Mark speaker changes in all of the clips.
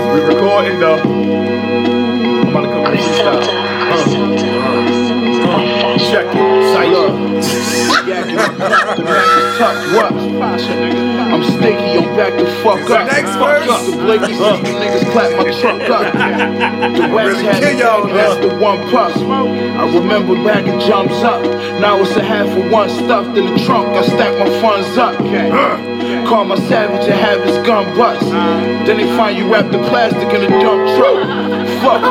Speaker 1: morning, though. I'm about to come with this out. Check it. Say look. Touch what? I'm stinky, I'm back the fuck up.
Speaker 2: next
Speaker 1: Fuck
Speaker 2: verse.
Speaker 1: up. The Blakey see you niggas clap my truck up. The wax
Speaker 2: Really
Speaker 1: had
Speaker 2: kill
Speaker 1: it
Speaker 2: y'all,
Speaker 1: down, that's the one puff. I remember back it jumps up. Now it's a half of one stuffed in the trunk. I stack my funds up. Call my savage and have his gun bust. Then they find you wrapped in plastic in a dump truck. Fuck,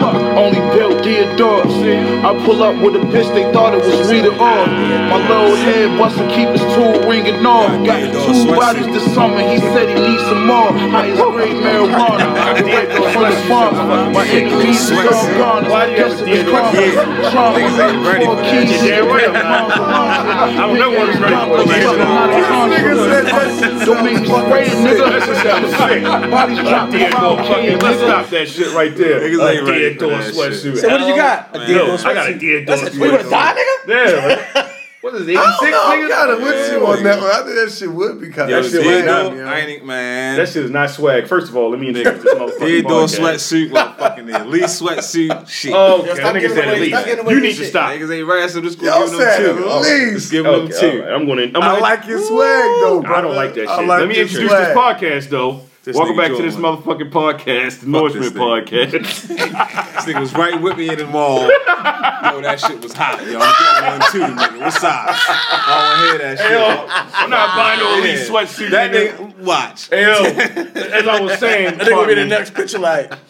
Speaker 1: fuck. Only built dear dogs. I pull up with a bitch, they thought it was weed or all. My little head bustin', keep his tool ringing off. Got two bodies this summer, he said he needs some more. Highest grade marijuana. I did from the farm. My enemies is all gone. I guess it's karma.
Speaker 2: Niggas ain't
Speaker 1: Trauma.
Speaker 2: ready for
Speaker 1: Four
Speaker 2: that.
Speaker 1: keys.
Speaker 3: Yeah, right.
Speaker 1: I
Speaker 3: don't know what it's ready for, man.
Speaker 1: Don't make me spray it, nigga. Bodies dropped.
Speaker 3: Dear
Speaker 1: Come on,
Speaker 3: Thor fucking,
Speaker 1: kid,
Speaker 3: let's
Speaker 1: nigga.
Speaker 3: stop that shit right there.
Speaker 2: Niggas ain't
Speaker 3: A
Speaker 2: ready
Speaker 3: Dear
Speaker 2: for
Speaker 3: Thor
Speaker 2: that
Speaker 3: sweatsuit.
Speaker 2: shit.
Speaker 4: So what did you got? A
Speaker 3: No,
Speaker 4: deal
Speaker 3: I got a Dear Thor
Speaker 4: That's a, we would have
Speaker 3: sweatsuit.
Speaker 4: died, nigga.
Speaker 3: Yeah. man. What is it, 86,
Speaker 2: I got
Speaker 3: nigga?
Speaker 2: it with you on that one. I think that shit would be kind
Speaker 5: Yo,
Speaker 2: of.
Speaker 3: shit
Speaker 5: Theodore,
Speaker 3: went down,
Speaker 5: I ain't man.
Speaker 3: That shit is not swag. First of all, let me introduce this motherfucker.
Speaker 5: Theodore sweatsuit, motherfucking the elite sweatsuit. Shit.
Speaker 3: Oh, okay.
Speaker 4: stop
Speaker 3: That nigga
Speaker 4: giving
Speaker 3: said
Speaker 4: away-
Speaker 3: at
Speaker 4: stop giving
Speaker 3: least.
Speaker 4: away
Speaker 3: You
Speaker 4: this
Speaker 3: need to
Speaker 4: shit.
Speaker 3: stop.
Speaker 5: Niggas ain't right, so just
Speaker 2: Yo,
Speaker 5: gonna give
Speaker 2: said
Speaker 5: them two.
Speaker 2: at
Speaker 5: All right,
Speaker 2: least.
Speaker 5: Just give them
Speaker 3: Okay, all
Speaker 5: two.
Speaker 3: right. I'm gonna. I'm gonna
Speaker 2: I like your swag though, bro.
Speaker 3: I don't like that shit. Let me
Speaker 2: your
Speaker 3: introduce
Speaker 2: swag.
Speaker 3: this podcast though.
Speaker 5: This
Speaker 3: Welcome
Speaker 5: nigga
Speaker 3: back to this
Speaker 5: Jordan.
Speaker 3: motherfucking podcast, the Norseman
Speaker 5: this
Speaker 3: podcast.
Speaker 5: This nigga was right with me in the mall. Yo, that shit was hot, yo. I'm getting one too, nigga. What's up? I don't hear that shit.
Speaker 3: Hell, I'm not buying no elite
Speaker 5: Yeah.
Speaker 3: sweatsuit,
Speaker 5: That
Speaker 3: nigga.
Speaker 5: nigga, watch.
Speaker 3: Hell, as I was saying,
Speaker 4: I think we'll be the
Speaker 3: pardon me.
Speaker 4: next picture like,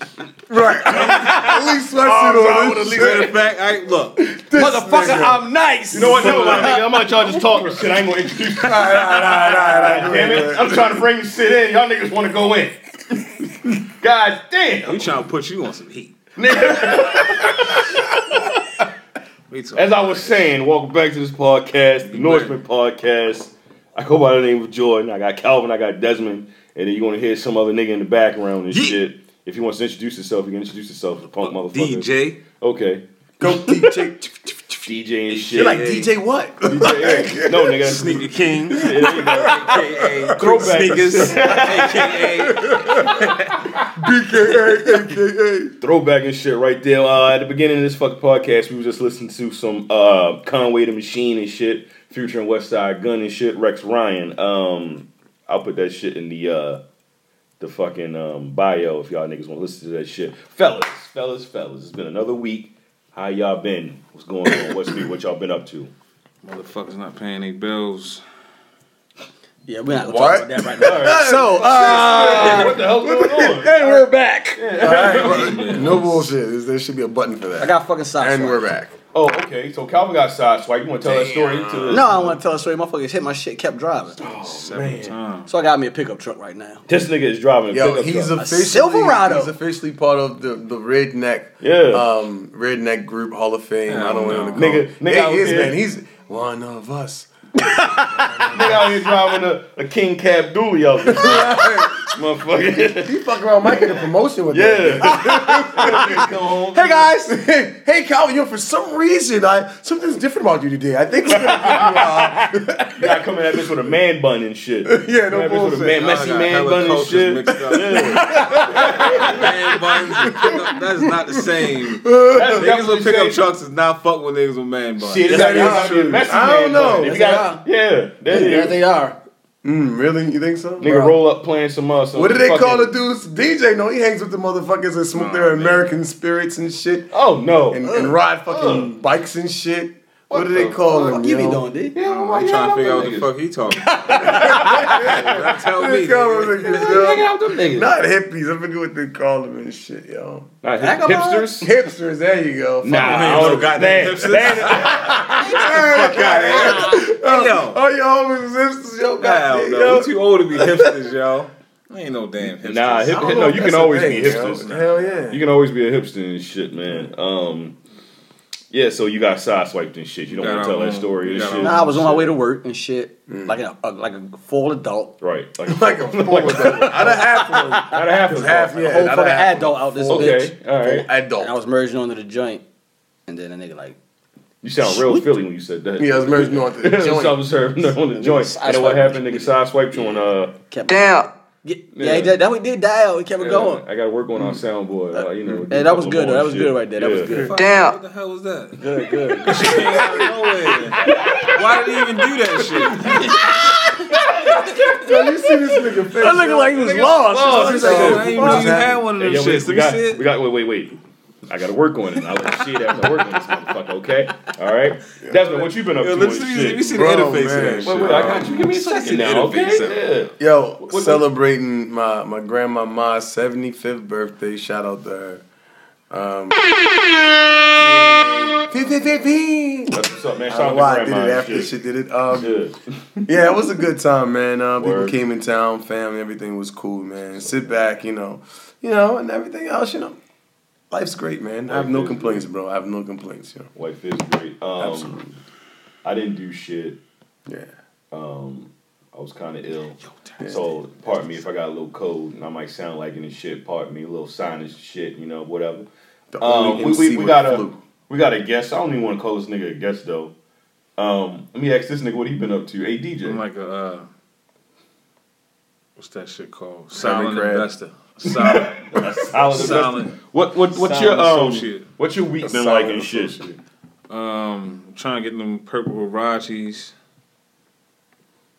Speaker 2: Right. At least
Speaker 3: Oh, bro, I
Speaker 2: sweatsuit on
Speaker 3: would've
Speaker 2: this
Speaker 3: least-
Speaker 2: shit.
Speaker 5: Matter of fact, I look.
Speaker 4: motherfucker, I'm nice.
Speaker 3: You know what? Never mind, nigga. I'm gonna let y'all just talk this shit. I ain't gonna introduce. you.
Speaker 2: All right, all right, all right, all right.
Speaker 3: Damn it! I'm trying to bring this shit in. Y'all niggas want to go in. God damn,
Speaker 5: We trying to put you on some heat.
Speaker 3: nigga.
Speaker 5: We talking.
Speaker 3: As I was saying, welcome back to this podcast, the Norseman podcast. I go by the name of Jordan. I got Calvin. I got Desmond. And then you want to hear some other nigga in the background and
Speaker 5: Yeet.
Speaker 3: shit. If he wants to introduce himself, he can introduce himself. The punk motherfucker.
Speaker 5: DJ.
Speaker 3: Okay.
Speaker 2: Go DJ.
Speaker 3: DJ and shit.
Speaker 4: You're like, DJ what?
Speaker 3: DJ. No, nigga.
Speaker 5: Sneaker King,
Speaker 3: Yeah, there you go.
Speaker 5: aka Quick
Speaker 3: Throwback.
Speaker 5: Sneakers, aka
Speaker 2: BKA, AKA.
Speaker 3: Throwback and shit right there. Uh, at the beginning of this fucking podcast, we was just listening to some uh, Conway the Machine and shit, Future and West Side Gun and shit, Rex Ryan. Um, I'll put that shit in the uh, the fucking um, bio if y'all niggas want to listen to that shit. Fellas, fellas, fellas, it's been another week. How y'all been? What's going on? What's new? What y'all been up to?
Speaker 5: Motherfuckers not paying their bills.
Speaker 4: Yeah, we're not gonna
Speaker 2: What?
Speaker 4: talk about that right now.
Speaker 3: All right.
Speaker 4: So, uh,
Speaker 3: what the hell's going on?
Speaker 4: and we're back.
Speaker 2: All right, bro. No bullshit. There should be a button for
Speaker 4: I
Speaker 2: that.
Speaker 4: got fucking socks.
Speaker 2: And
Speaker 4: on.
Speaker 2: we're back.
Speaker 3: Oh, okay. So Calvin got sideswiped. You want to tell that story? To the-
Speaker 4: No, I don't want to tell a story. Motherfuckers hit my shit, kept driving.
Speaker 5: Seven times.
Speaker 4: So I got me a pickup truck right now.
Speaker 3: This nigga is driving a
Speaker 2: Yo,
Speaker 3: pickup
Speaker 2: he's
Speaker 3: truck.
Speaker 2: officially
Speaker 4: Silverado.
Speaker 2: He's officially part of the the redneck.
Speaker 3: Yeah.
Speaker 2: Um, redneck group Hall of Fame. I don't
Speaker 5: no.
Speaker 2: know. what to call
Speaker 3: Nigga-
Speaker 2: it.
Speaker 3: nigga
Speaker 2: Yeah,
Speaker 3: out
Speaker 2: he is
Speaker 3: here.
Speaker 2: man. He's one of us.
Speaker 3: nigga out here driving a, a King Cab dually out there. Motherfucker.
Speaker 2: He fuck around Mike in a promotion with that.
Speaker 3: Yeah.
Speaker 2: Hey guys. Hey, hey Calvin. Yo, for some reason, I something's different about you today. I think. We're gonna figure you out.
Speaker 3: You gotta come at that bitch with a man bun and shit.
Speaker 2: Yeah, no
Speaker 3: Come at that bitch with a
Speaker 2: bullshit.
Speaker 3: man,
Speaker 5: Y'all
Speaker 3: messy
Speaker 5: got
Speaker 3: man
Speaker 5: hella
Speaker 3: bun and
Speaker 5: cultures
Speaker 3: shit.
Speaker 5: mixed up.
Speaker 3: Yeah.
Speaker 5: Man buns, and pickup- that's not the same.
Speaker 3: That's
Speaker 5: Niggas
Speaker 3: definitely
Speaker 5: with pickup
Speaker 3: safe.
Speaker 5: trucks is not fuck with niggas with man buns.
Speaker 3: Shit, it's
Speaker 2: That is
Speaker 3: gotta be a
Speaker 2: true.
Speaker 3: messy
Speaker 2: I
Speaker 3: man bun.
Speaker 2: don't know.
Speaker 3: If you
Speaker 4: Yes,
Speaker 3: got, yeah, that
Speaker 4: There
Speaker 3: is.
Speaker 4: they are.
Speaker 2: Mm, really? You think so?
Speaker 3: Nigga roll up playing some uh, some
Speaker 2: What do they call the
Speaker 3: fucking-
Speaker 2: dudes? DJ? No, he hangs with the motherfuckers that smoke their
Speaker 5: man.
Speaker 2: American spirits and shit,
Speaker 3: Oh no.
Speaker 2: and, and ride fucking bikes and shit. What, do they
Speaker 3: the
Speaker 2: call
Speaker 4: What
Speaker 2: them?
Speaker 4: the fuck you be
Speaker 2: yo?
Speaker 4: doing, dude?
Speaker 3: yeah,
Speaker 5: I'm trying to figure out what the fuck he talking. about. Don't tell me.
Speaker 2: They call
Speaker 5: nigga.
Speaker 2: them niggas, yo.
Speaker 3: out them niggas.
Speaker 2: Not hippies. I forget what they call them and shit, yo.
Speaker 3: Not hip-
Speaker 4: Vagabond?
Speaker 3: hipsters?
Speaker 2: Hipsters. There you go. Fuck
Speaker 3: Nah,
Speaker 2: them.
Speaker 3: I
Speaker 5: no
Speaker 3: don't-
Speaker 5: goddamn
Speaker 3: they-
Speaker 5: hipsters.
Speaker 3: they-
Speaker 5: Fuck outta here.
Speaker 2: Oh,
Speaker 5: Yo.
Speaker 2: all your homies is hipsters, yo.
Speaker 5: Hell
Speaker 2: Goddamn,
Speaker 5: no,
Speaker 2: yo.
Speaker 5: we too old to be hipsters, yo. We ain't no damn hipsters.
Speaker 3: Nah, hip-
Speaker 2: I don't
Speaker 3: no,
Speaker 2: know if
Speaker 3: you
Speaker 2: that's
Speaker 3: can
Speaker 2: a
Speaker 3: always
Speaker 2: thing,
Speaker 3: be
Speaker 2: yo.
Speaker 3: hipsters.
Speaker 2: Hell yeah.
Speaker 3: You can always be a hipster and shit, man. Um, yeah, so you got sideswiped and shit. You don't
Speaker 5: Got
Speaker 3: want to tell
Speaker 5: our
Speaker 3: that
Speaker 5: own-
Speaker 3: story
Speaker 5: we
Speaker 3: and
Speaker 5: got
Speaker 3: shit.
Speaker 5: our
Speaker 4: Nah, I was on my way to work and shit,
Speaker 3: Mm.
Speaker 4: like a, a like a full adult,
Speaker 3: Right. Like,
Speaker 2: like a fool. I'd have half one.
Speaker 3: not a half of
Speaker 2: Half,
Speaker 3: them.
Speaker 2: yeah.
Speaker 4: whole
Speaker 2: not
Speaker 4: fucking
Speaker 2: a half
Speaker 4: adult out this bitch.
Speaker 3: Okay, all right.
Speaker 2: one.
Speaker 4: And I
Speaker 2: Adult.
Speaker 4: was merging onto the joint, and then a nigga like,
Speaker 3: You sound real Philly when you said that.
Speaker 2: Yeah, I was merging on the
Speaker 3: Self
Speaker 2: joint.
Speaker 3: serving on the joint. And then what happened? Nigga sideswiped you on uh
Speaker 4: kept
Speaker 6: Damn.
Speaker 4: Yeah, yeah he did, that we did dial. We kept it
Speaker 3: Yeah,
Speaker 4: going.
Speaker 3: I got to work on our soundboard. like, you know,
Speaker 4: Yeah, that was good. Though. That was good right there. That was good.
Speaker 2: Damn.
Speaker 5: What the hell was that?
Speaker 4: Good, good.
Speaker 5: She came out of nowhere. Why did he even do that shit?
Speaker 7: Yo, you see this nigga face?
Speaker 4: I looked like he was lost.
Speaker 5: I was like, yo, I didn't even know you had one of
Speaker 3: Hey,
Speaker 5: them
Speaker 3: yo,
Speaker 5: shits.
Speaker 3: wait,
Speaker 5: Let
Speaker 3: we,
Speaker 5: me
Speaker 3: got,
Speaker 5: see
Speaker 3: we
Speaker 5: it.
Speaker 3: got, wait, wait, wait. I got to work on it. I'll let you see it after I work on this motherfucker, okay? All right? Desmond, what you been up
Speaker 5: Yo,
Speaker 3: to?
Speaker 5: Let us
Speaker 3: and
Speaker 5: see
Speaker 3: shit?
Speaker 5: let me see the
Speaker 2: Bro,
Speaker 5: interface of that
Speaker 2: man. Wait,
Speaker 5: shit.
Speaker 3: Wait, wait, I got you. Give me a
Speaker 5: Such an
Speaker 3: second now, okay? Yeah.
Speaker 2: Yo,
Speaker 3: what-
Speaker 2: celebrating my my grandma ma's seventy fifth birthday. Shout out to her. Um, I
Speaker 3: That's what's up, man. Shout out
Speaker 2: don't know
Speaker 3: to
Speaker 2: why
Speaker 3: grandma
Speaker 2: I did it
Speaker 3: and
Speaker 2: after
Speaker 3: shit.
Speaker 2: she did it. Um,
Speaker 3: Yeah.
Speaker 2: yeah, it was a good time, man. Uh, people
Speaker 3: Word.
Speaker 2: came in town, family, everything was cool, man. Sit back, you know, you know, and everything else, you know. Life's great, man. I have no
Speaker 3: Life is
Speaker 2: complaints, bro. I have no complaints, you know.
Speaker 3: Wife is great. Um,
Speaker 2: Absolutely.
Speaker 3: I didn't do shit.
Speaker 2: Yeah.
Speaker 3: Um, I was kind of ill. So, pardon me if I got a little cold and I might sound like it and shit. Pardon me, a little sinus shit, you know, whatever.
Speaker 2: The
Speaker 3: Um,
Speaker 2: only
Speaker 3: we,
Speaker 2: MC
Speaker 3: we, we
Speaker 2: with
Speaker 3: got a
Speaker 2: flu.
Speaker 3: we got a guest. I don't even want to call this nigga a guest though. Um, let me ask this nigga what he been up to. Hey DJ,
Speaker 5: I'm like a uh, what's that shit called? Silent
Speaker 2: Crab.
Speaker 5: investor. Silent.
Speaker 3: A solid
Speaker 5: Silent.
Speaker 3: investment. What what what's
Speaker 5: Solid
Speaker 3: your um
Speaker 5: associate.
Speaker 3: what's your week
Speaker 2: A
Speaker 3: been like and
Speaker 2: solid
Speaker 3: shit?
Speaker 2: associate.
Speaker 5: Um, I'm trying to get them purple hirachis.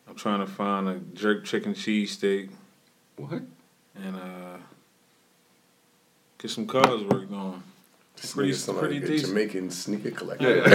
Speaker 5: I'm trying to find a jerk chicken cheesesteak
Speaker 3: What?
Speaker 5: and uh, get some cars worked on.
Speaker 2: This
Speaker 5: pretty-
Speaker 2: nigga sound like
Speaker 5: pretty
Speaker 2: a
Speaker 5: decent.
Speaker 2: Jamaican sneaker collector.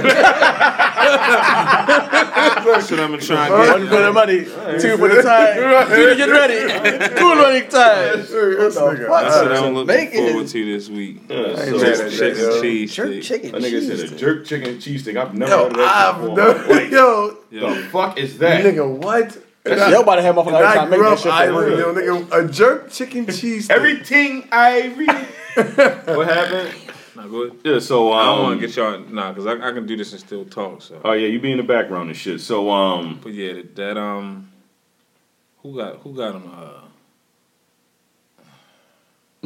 Speaker 5: That's what I've been trying to get. yo.
Speaker 4: money. Two for the time. Two to get ready. Two running time.
Speaker 7: This nigga.
Speaker 4: fuck?
Speaker 5: That's what I'm looking
Speaker 4: Jamaican
Speaker 5: forward
Speaker 4: is-
Speaker 5: to this week.
Speaker 3: Yeah,
Speaker 2: I ain't
Speaker 3: so-
Speaker 2: mad
Speaker 5: Jerk
Speaker 2: at that,
Speaker 5: chicken
Speaker 2: yo.
Speaker 4: Jerk
Speaker 5: cheesesteak.
Speaker 4: chicken.
Speaker 3: That nigga said a
Speaker 4: cheese.
Speaker 3: jerk chicken cheesesteak. I've never
Speaker 2: Yo,
Speaker 3: heard of that
Speaker 2: I've
Speaker 3: shit
Speaker 2: done.
Speaker 3: before. Like,
Speaker 2: Yo,
Speaker 3: the
Speaker 5: Yo,
Speaker 3: fuck is that?
Speaker 2: nigga, what? And I-
Speaker 4: Yo, about to have motherfucker
Speaker 2: and
Speaker 4: trying
Speaker 2: I
Speaker 4: to make
Speaker 2: grew
Speaker 4: that
Speaker 2: up
Speaker 4: shit for real.
Speaker 2: Irish, yo, nigga. A jerk chicken cheese.
Speaker 3: Everything I read. what happened?
Speaker 5: now go ahead.
Speaker 3: Yeah, so um,
Speaker 5: I don't want to get y'all nah, cause I, I can do this and still talk. So,
Speaker 3: Oh yeah, you be in the background and shit. So um,
Speaker 5: but yeah, that, that um, who got who got them?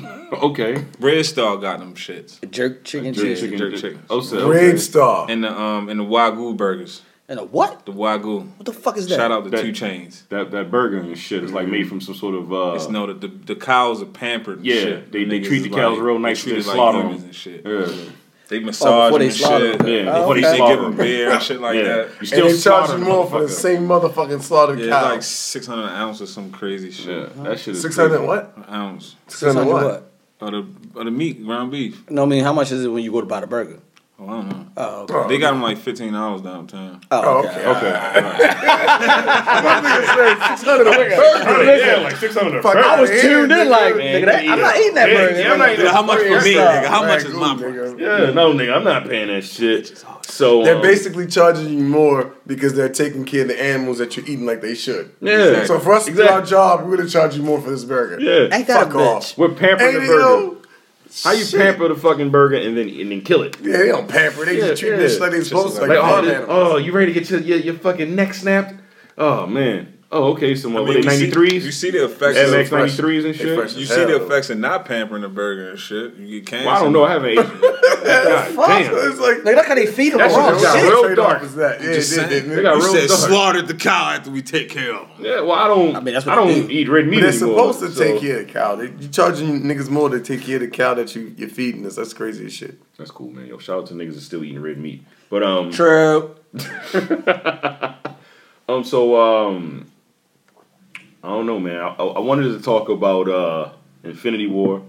Speaker 5: Uh,
Speaker 3: okay.
Speaker 5: Red Star got them shits.
Speaker 4: Jerk chicken
Speaker 3: Jerk
Speaker 4: cheese.
Speaker 3: chicken.
Speaker 5: jerk chicken.
Speaker 3: Oh, so okay.
Speaker 2: Red Star.
Speaker 5: And the um and the Wagyu burgers.
Speaker 4: And a what?
Speaker 5: The Wagyu.
Speaker 4: What the fuck is that?
Speaker 5: Shout out to
Speaker 3: That-
Speaker 5: Two Chains.
Speaker 3: That that burger and shit is like made from some sort of uh.
Speaker 5: It's no the, the the cows are pampered. And
Speaker 3: Yeah,
Speaker 5: shit.
Speaker 3: they-
Speaker 5: The
Speaker 3: they
Speaker 5: niggas
Speaker 3: treat
Speaker 5: is
Speaker 3: the cows real nice
Speaker 5: they
Speaker 3: when
Speaker 5: treat
Speaker 3: they
Speaker 5: it
Speaker 3: slaughter
Speaker 5: humans
Speaker 3: 'em.
Speaker 5: and shit.
Speaker 3: yeah,
Speaker 5: They
Speaker 4: Oh,
Speaker 5: massage them
Speaker 4: before they
Speaker 5: and
Speaker 4: slaughter
Speaker 5: shit.
Speaker 4: them.
Speaker 3: yeah.
Speaker 4: Oh,
Speaker 3: Before they
Speaker 5: They give
Speaker 3: slaughter
Speaker 5: them
Speaker 3: 'em.
Speaker 5: beer and shit like
Speaker 3: yeah,
Speaker 5: that.
Speaker 3: you
Speaker 2: And
Speaker 3: still
Speaker 2: they charge
Speaker 3: slaughter
Speaker 2: you
Speaker 3: 'em,
Speaker 2: more for the
Speaker 3: motherfucker.
Speaker 2: same motherfucking slaughtered
Speaker 5: Yeah,
Speaker 2: cow.
Speaker 5: it's like six hundred ounces, some crazy shit.
Speaker 3: Yeah, that shit is
Speaker 2: Six hundred
Speaker 3: crazy.
Speaker 2: what?
Speaker 5: An ounce.
Speaker 2: Six
Speaker 4: Sounds
Speaker 2: hundred
Speaker 4: like
Speaker 2: what?
Speaker 5: Or the or the meat, ground beef.
Speaker 4: No, I mean, how much is it when you go to buy the burger?
Speaker 5: Oh, I don't know.
Speaker 4: Oh, okay.
Speaker 2: Oh,
Speaker 5: They got them like fifteen dollars downtown.
Speaker 2: oh,
Speaker 4: Oh,
Speaker 2: okay.
Speaker 3: Okay.
Speaker 2: Six hundred a
Speaker 3: yeah, like six hundred.
Speaker 2: Fuck,
Speaker 4: I was
Speaker 2: Yeah,
Speaker 4: tuned in
Speaker 2: nigga,
Speaker 4: like,
Speaker 3: man,
Speaker 4: nigga, that, I'm not eating that
Speaker 3: yeah,
Speaker 4: burger.
Speaker 3: yeah, I'm not eating
Speaker 5: How much for me, nigga? How much is my price?
Speaker 2: nigga?
Speaker 3: Yeah, no, nigga, I'm not paying that shit. So
Speaker 2: They're
Speaker 3: um,
Speaker 2: basically charging you more because they're taking care of the animals that you're eating like they should.
Speaker 3: Yeah.
Speaker 2: So for us to do
Speaker 3: Exactly.
Speaker 2: our job, we're gonna charge you more for this burger.
Speaker 3: Yeah,
Speaker 4: Ain't that
Speaker 2: Fuck
Speaker 4: a bitch?
Speaker 2: off.
Speaker 3: we're pampering
Speaker 2: Ain't
Speaker 3: the
Speaker 2: it
Speaker 3: burger.
Speaker 2: though?
Speaker 3: How you
Speaker 2: Shit.
Speaker 3: pamper the fucking burger and then and then kill it?
Speaker 2: Yeah, they don't pamper. They
Speaker 3: Yeah,
Speaker 2: just treat
Speaker 3: yeah.
Speaker 2: this like they supposed to.
Speaker 5: like-
Speaker 3: Like,
Speaker 2: Like, a
Speaker 3: oh,
Speaker 2: farm
Speaker 3: this,
Speaker 2: animal.
Speaker 3: oh, you ready to get your, your, your fucking neck snapped? Oh man. Oh, okay. So what? were they
Speaker 5: you see-
Speaker 3: ninety threes?
Speaker 5: You see the effects. of-
Speaker 3: MX ninety threes and shit.
Speaker 2: fresh.
Speaker 5: You
Speaker 2: Hell.
Speaker 5: see the effects of not pampering the burger and shit. You get cancer.
Speaker 3: Well, I don't know. I haven't eaten. God damn.
Speaker 2: It's like oh,
Speaker 4: Nigga, look how they feed them.
Speaker 3: That shit
Speaker 4: raw
Speaker 3: is
Speaker 4: shit.
Speaker 3: real
Speaker 2: What trade-off
Speaker 3: dark.
Speaker 2: Is that? Yeah, it
Speaker 5: Just
Speaker 2: did,
Speaker 5: saying.
Speaker 2: didn't it?
Speaker 3: They got
Speaker 5: You
Speaker 3: real
Speaker 5: said
Speaker 3: dark.
Speaker 5: slaughtered the cow after we take care of them.
Speaker 3: Yeah. Well, I don't. I,
Speaker 4: I mean, that's what
Speaker 3: don't
Speaker 4: they do.
Speaker 3: eat red meat
Speaker 2: But they're
Speaker 3: anymore.
Speaker 2: supposed
Speaker 3: so-
Speaker 2: to take care of the cow. They, you charging niggas more to take care of the cow that you you're feeding us. That's crazy as shit.
Speaker 3: That's cool, man. Yo, shout out to niggas that's still eating red meat. But um,
Speaker 4: True.
Speaker 3: um, so um, I don't know, man. I, I I wanted to talk about uh Infinity War.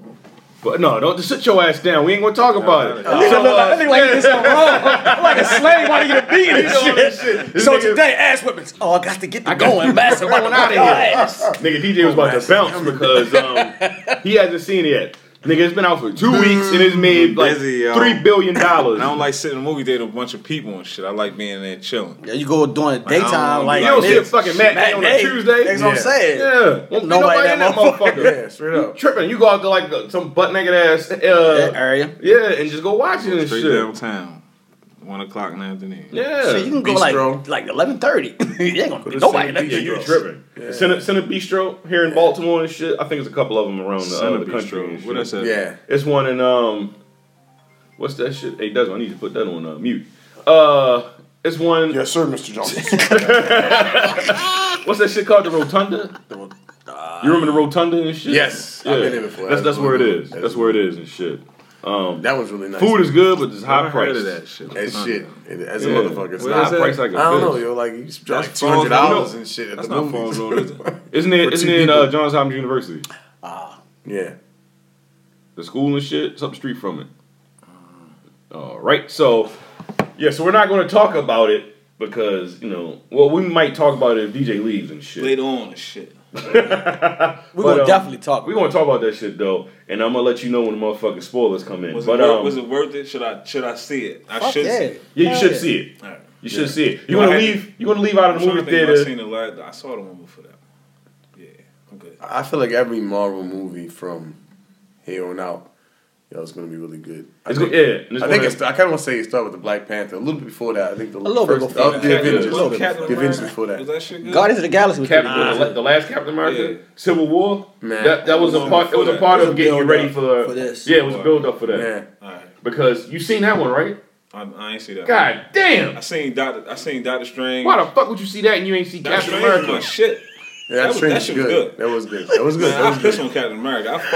Speaker 3: But no, don't just sit your ass down. We ain't gonna talk about it.
Speaker 4: Nigga look like, that nigga like he did something wrong. I'm like a slave while he get beat and shit.
Speaker 3: This
Speaker 4: So
Speaker 3: nigga-
Speaker 4: today, ass whippings. Oh, I got to get the
Speaker 3: got-
Speaker 4: going. Bass around
Speaker 3: outta
Speaker 4: out
Speaker 3: here.
Speaker 4: of ass.
Speaker 3: Nigga, DJ was about to bounce because um, he hasn't seen it yet. Nigga, it's been out for two weeks and it's made like
Speaker 5: Busy, yo.
Speaker 3: three billion dollars.
Speaker 5: And I don't like sitting in a movie theater with a bunch of people and shit. I like being there chilling.
Speaker 4: Yeah, you go during the daytime,
Speaker 5: I
Speaker 4: like,
Speaker 3: you don't see a
Speaker 4: nigga,
Speaker 3: fucking matinee on a
Speaker 4: matinee.
Speaker 3: Tuesday.
Speaker 4: That's what I'm
Speaker 2: Yeah.
Speaker 4: saying.
Speaker 3: Yeah, won't be
Speaker 4: Nobody
Speaker 3: nobody
Speaker 4: that
Speaker 3: in that motherfucker.
Speaker 2: Yeah, straight
Speaker 3: You
Speaker 2: up.
Speaker 3: tripping? You go out to like uh, some butt naked ass.
Speaker 4: That
Speaker 3: Uh,
Speaker 4: area.
Speaker 3: yeah, and just go watch it and
Speaker 5: Straight
Speaker 3: shit.
Speaker 5: downtown, one o'clock in the afternoon.
Speaker 3: Yeah,
Speaker 4: So you can go like
Speaker 2: Bistro.
Speaker 4: like eleven thirty. you ain't gonna be
Speaker 2: the
Speaker 4: nobody.
Speaker 2: same
Speaker 4: that-
Speaker 3: yeah, you
Speaker 2: Bistro.
Speaker 3: tripping. Center, Center Bistro here in Baltimore and shit. I think there's a couple of them around the, uh,
Speaker 5: Center
Speaker 3: the country. and
Speaker 5: Bistro. What
Speaker 3: shit.
Speaker 5: I said?
Speaker 2: Yeah.
Speaker 3: It's one in um, what's that shit? Hey, Desmond, I need you to put that on uh, mute. Uh, it's one.
Speaker 7: Yes, sir, Mr. Johnson.
Speaker 3: What's that shit called? The Rotunda.
Speaker 4: Uh,
Speaker 3: You remember the rotunda and shit?
Speaker 2: Yes,
Speaker 3: yeah.
Speaker 2: I've been there before.
Speaker 3: That's that's where it is. That's where it is and shit. Um,
Speaker 2: That was really nice.
Speaker 3: Food is good, but it's high
Speaker 5: I've
Speaker 3: price.
Speaker 5: heard of that shit.
Speaker 2: as shit. And As a
Speaker 3: Yeah.
Speaker 2: motherfucker, it's
Speaker 3: It's
Speaker 2: not.
Speaker 3: high price like a
Speaker 2: I don't
Speaker 3: bitch.
Speaker 2: know, yo. Like you spend like
Speaker 5: That's
Speaker 2: two hundred dollars
Speaker 5: Falls Road.
Speaker 2: and shit at
Speaker 5: That's
Speaker 2: the
Speaker 5: not Falls
Speaker 2: movies.
Speaker 5: Road, is it?
Speaker 3: Isn't it?
Speaker 5: For
Speaker 3: Isn't
Speaker 5: two
Speaker 3: it in
Speaker 5: people.
Speaker 3: uh, Johns Hopkins University?
Speaker 2: Yeah.
Speaker 3: The school and shit. It's up the street from it. All right. So yeah. So we're not going to talk about it because you know. Well, we might talk about it if DJ leaves and shit.
Speaker 4: Later on, and shit. We're
Speaker 3: But,
Speaker 4: gonna
Speaker 3: um,
Speaker 4: definitely talk.
Speaker 3: We're gonna talk about that shit though, and I'm gonna let you know when the motherfucking spoilers come in.
Speaker 5: Was,
Speaker 3: but
Speaker 5: it worth,
Speaker 3: um,
Speaker 5: was it worth it? Should I should I see it? I
Speaker 4: Fuck
Speaker 5: should
Speaker 4: yeah.
Speaker 5: see it.
Speaker 3: yeah, you
Speaker 4: Hell
Speaker 3: should
Speaker 4: yeah.
Speaker 3: see it.
Speaker 5: All right.
Speaker 3: You should see it.
Speaker 5: You
Speaker 3: You're
Speaker 5: know, I
Speaker 3: gonna
Speaker 5: had-
Speaker 3: leave. You're gonna leave out of the
Speaker 5: I'm
Speaker 3: movie
Speaker 5: trying to think when I
Speaker 3: theater.
Speaker 5: seen the last. I saw the one before that. Yeah, I'm good.
Speaker 2: I feel like every Marvel movie from here on out, yo, it's gonna be really good. I
Speaker 3: It's
Speaker 2: think,
Speaker 3: go- yeah, and it's
Speaker 2: I, think
Speaker 3: gonna-
Speaker 2: it's, I kind of want to say it started with the Black Panther. A little bit before that, I think the a
Speaker 4: little bit before
Speaker 2: uh,
Speaker 4: that.
Speaker 2: the
Speaker 5: Captain-
Speaker 2: Avengers,
Speaker 5: was it
Speaker 2: the
Speaker 5: Captain
Speaker 2: Avengers
Speaker 5: America?
Speaker 2: before
Speaker 5: Was
Speaker 2: that.
Speaker 5: that shit good?
Speaker 4: Guardians of the Galaxy was
Speaker 3: Captain,
Speaker 4: pretty good.
Speaker 3: the, la- the last Captain America,
Speaker 5: Yeah.
Speaker 3: Civil War.
Speaker 2: Man.
Speaker 3: that that was a
Speaker 5: It was
Speaker 3: part. It was a
Speaker 5: for
Speaker 3: part
Speaker 4: that.
Speaker 3: of getting you
Speaker 4: Build
Speaker 3: ready
Speaker 4: up
Speaker 3: for,
Speaker 4: for this.
Speaker 3: Yeah, it was a build up for that
Speaker 2: Yeah,
Speaker 5: All right.
Speaker 3: because you seen that one, right?
Speaker 5: I, I ain't see that.
Speaker 3: God
Speaker 5: I
Speaker 3: damn!
Speaker 5: seen Doctor. I seen Doctor Strange.
Speaker 3: Why the fuck would you see that and you ain't see
Speaker 5: Doctor
Speaker 3: Captain
Speaker 5: Strange was my
Speaker 3: America?
Speaker 5: shit.
Speaker 2: yeah, that,
Speaker 5: was-
Speaker 2: train
Speaker 5: that
Speaker 2: was
Speaker 5: shit
Speaker 2: good.
Speaker 5: was good.
Speaker 2: That was good. That was good.
Speaker 5: Man,
Speaker 2: That
Speaker 5: I
Speaker 2: was
Speaker 5: pissed
Speaker 2: good.
Speaker 5: on Captain America. I fuck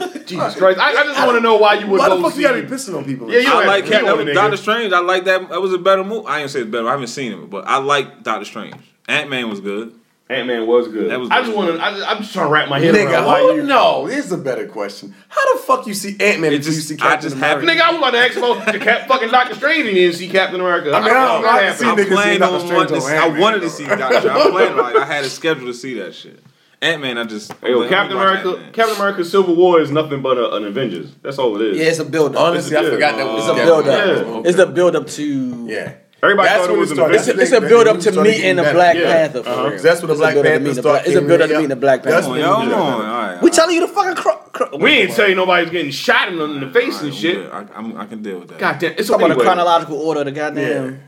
Speaker 5: with Doctor
Speaker 3: Jesus Christ! I, I just want to know why you would
Speaker 2: Why the
Speaker 3: go
Speaker 2: fuck
Speaker 3: see.
Speaker 2: you gotta be pissing on people?
Speaker 3: Yeah, you
Speaker 5: Strange. I
Speaker 3: don't
Speaker 5: like
Speaker 3: have to be on
Speaker 5: Captain
Speaker 3: it,
Speaker 5: Doctor
Speaker 3: nigga.
Speaker 5: Strange. I like that. That was a better movie. I ain't say it's better. I haven't seen it, but I like Doctor Strange. Ant Man was good.
Speaker 3: Ant Man was good.
Speaker 5: That was
Speaker 3: I
Speaker 5: good.
Speaker 3: just want to. I'm just trying to wrap my head
Speaker 2: Nigga,
Speaker 3: around why
Speaker 2: oh
Speaker 3: you.
Speaker 2: no, here's a better question. How the fuck you see Ant Man
Speaker 5: It
Speaker 2: if you
Speaker 5: just-
Speaker 2: see
Speaker 5: I
Speaker 2: Captain
Speaker 5: just
Speaker 2: America?
Speaker 5: happened-
Speaker 3: Nigga, I was about to ask about the cap, fucking Doctor Strange and didn't see Captain America.
Speaker 2: I mean, I don't
Speaker 3: That
Speaker 2: like to
Speaker 3: happened.
Speaker 2: see
Speaker 5: I'm
Speaker 2: niggas
Speaker 5: planning
Speaker 2: see Dr.
Speaker 5: on
Speaker 2: Strange
Speaker 5: wanting to.
Speaker 2: on
Speaker 5: I
Speaker 2: Ant-Man,
Speaker 5: wanted to see Doctor. Strange. I planned like I had it scheduled to see that shit. Ant Man, I just
Speaker 3: Hey, yo, Captain America, Captain America Civil War is nothing but a, an Avengers. That's all it is.
Speaker 4: Yeah, it's a build up.
Speaker 2: Honestly, I
Speaker 3: Yeah.
Speaker 2: forgot that was
Speaker 4: It's a
Speaker 2: Captain
Speaker 4: build up.
Speaker 2: America.
Speaker 3: Yeah.
Speaker 4: It's a build up to.
Speaker 2: Yeah.
Speaker 3: Everybody
Speaker 2: That's
Speaker 3: thought it
Speaker 2: when
Speaker 3: was
Speaker 2: it
Speaker 3: an
Speaker 2: started.
Speaker 3: Avengers.
Speaker 4: It's a, it's a build up to meeting the Black
Speaker 3: Yeah.
Speaker 4: Panther. For
Speaker 3: Uh-huh.
Speaker 4: real.
Speaker 2: That's when the
Speaker 4: It's a
Speaker 2: Black
Speaker 4: build up to meeting
Speaker 2: Panther
Speaker 4: the
Speaker 2: start
Speaker 4: Black- It's a
Speaker 2: came
Speaker 4: build up
Speaker 2: in.
Speaker 4: to meeting the Black
Speaker 2: That's
Speaker 4: Panther.
Speaker 5: Come on, y'all.
Speaker 2: Yeah.
Speaker 5: Come on. All right.
Speaker 4: We telling you the fucking. Cro- cro-
Speaker 3: We ain't tell you nobody's getting shot in the, in the face
Speaker 5: All right, I'm
Speaker 3: and shit.
Speaker 5: good. I, I'm, I can deal with that.
Speaker 3: God damn. It's so
Speaker 4: Talk about the
Speaker 3: anyway.
Speaker 4: chronological order. of The goddamn.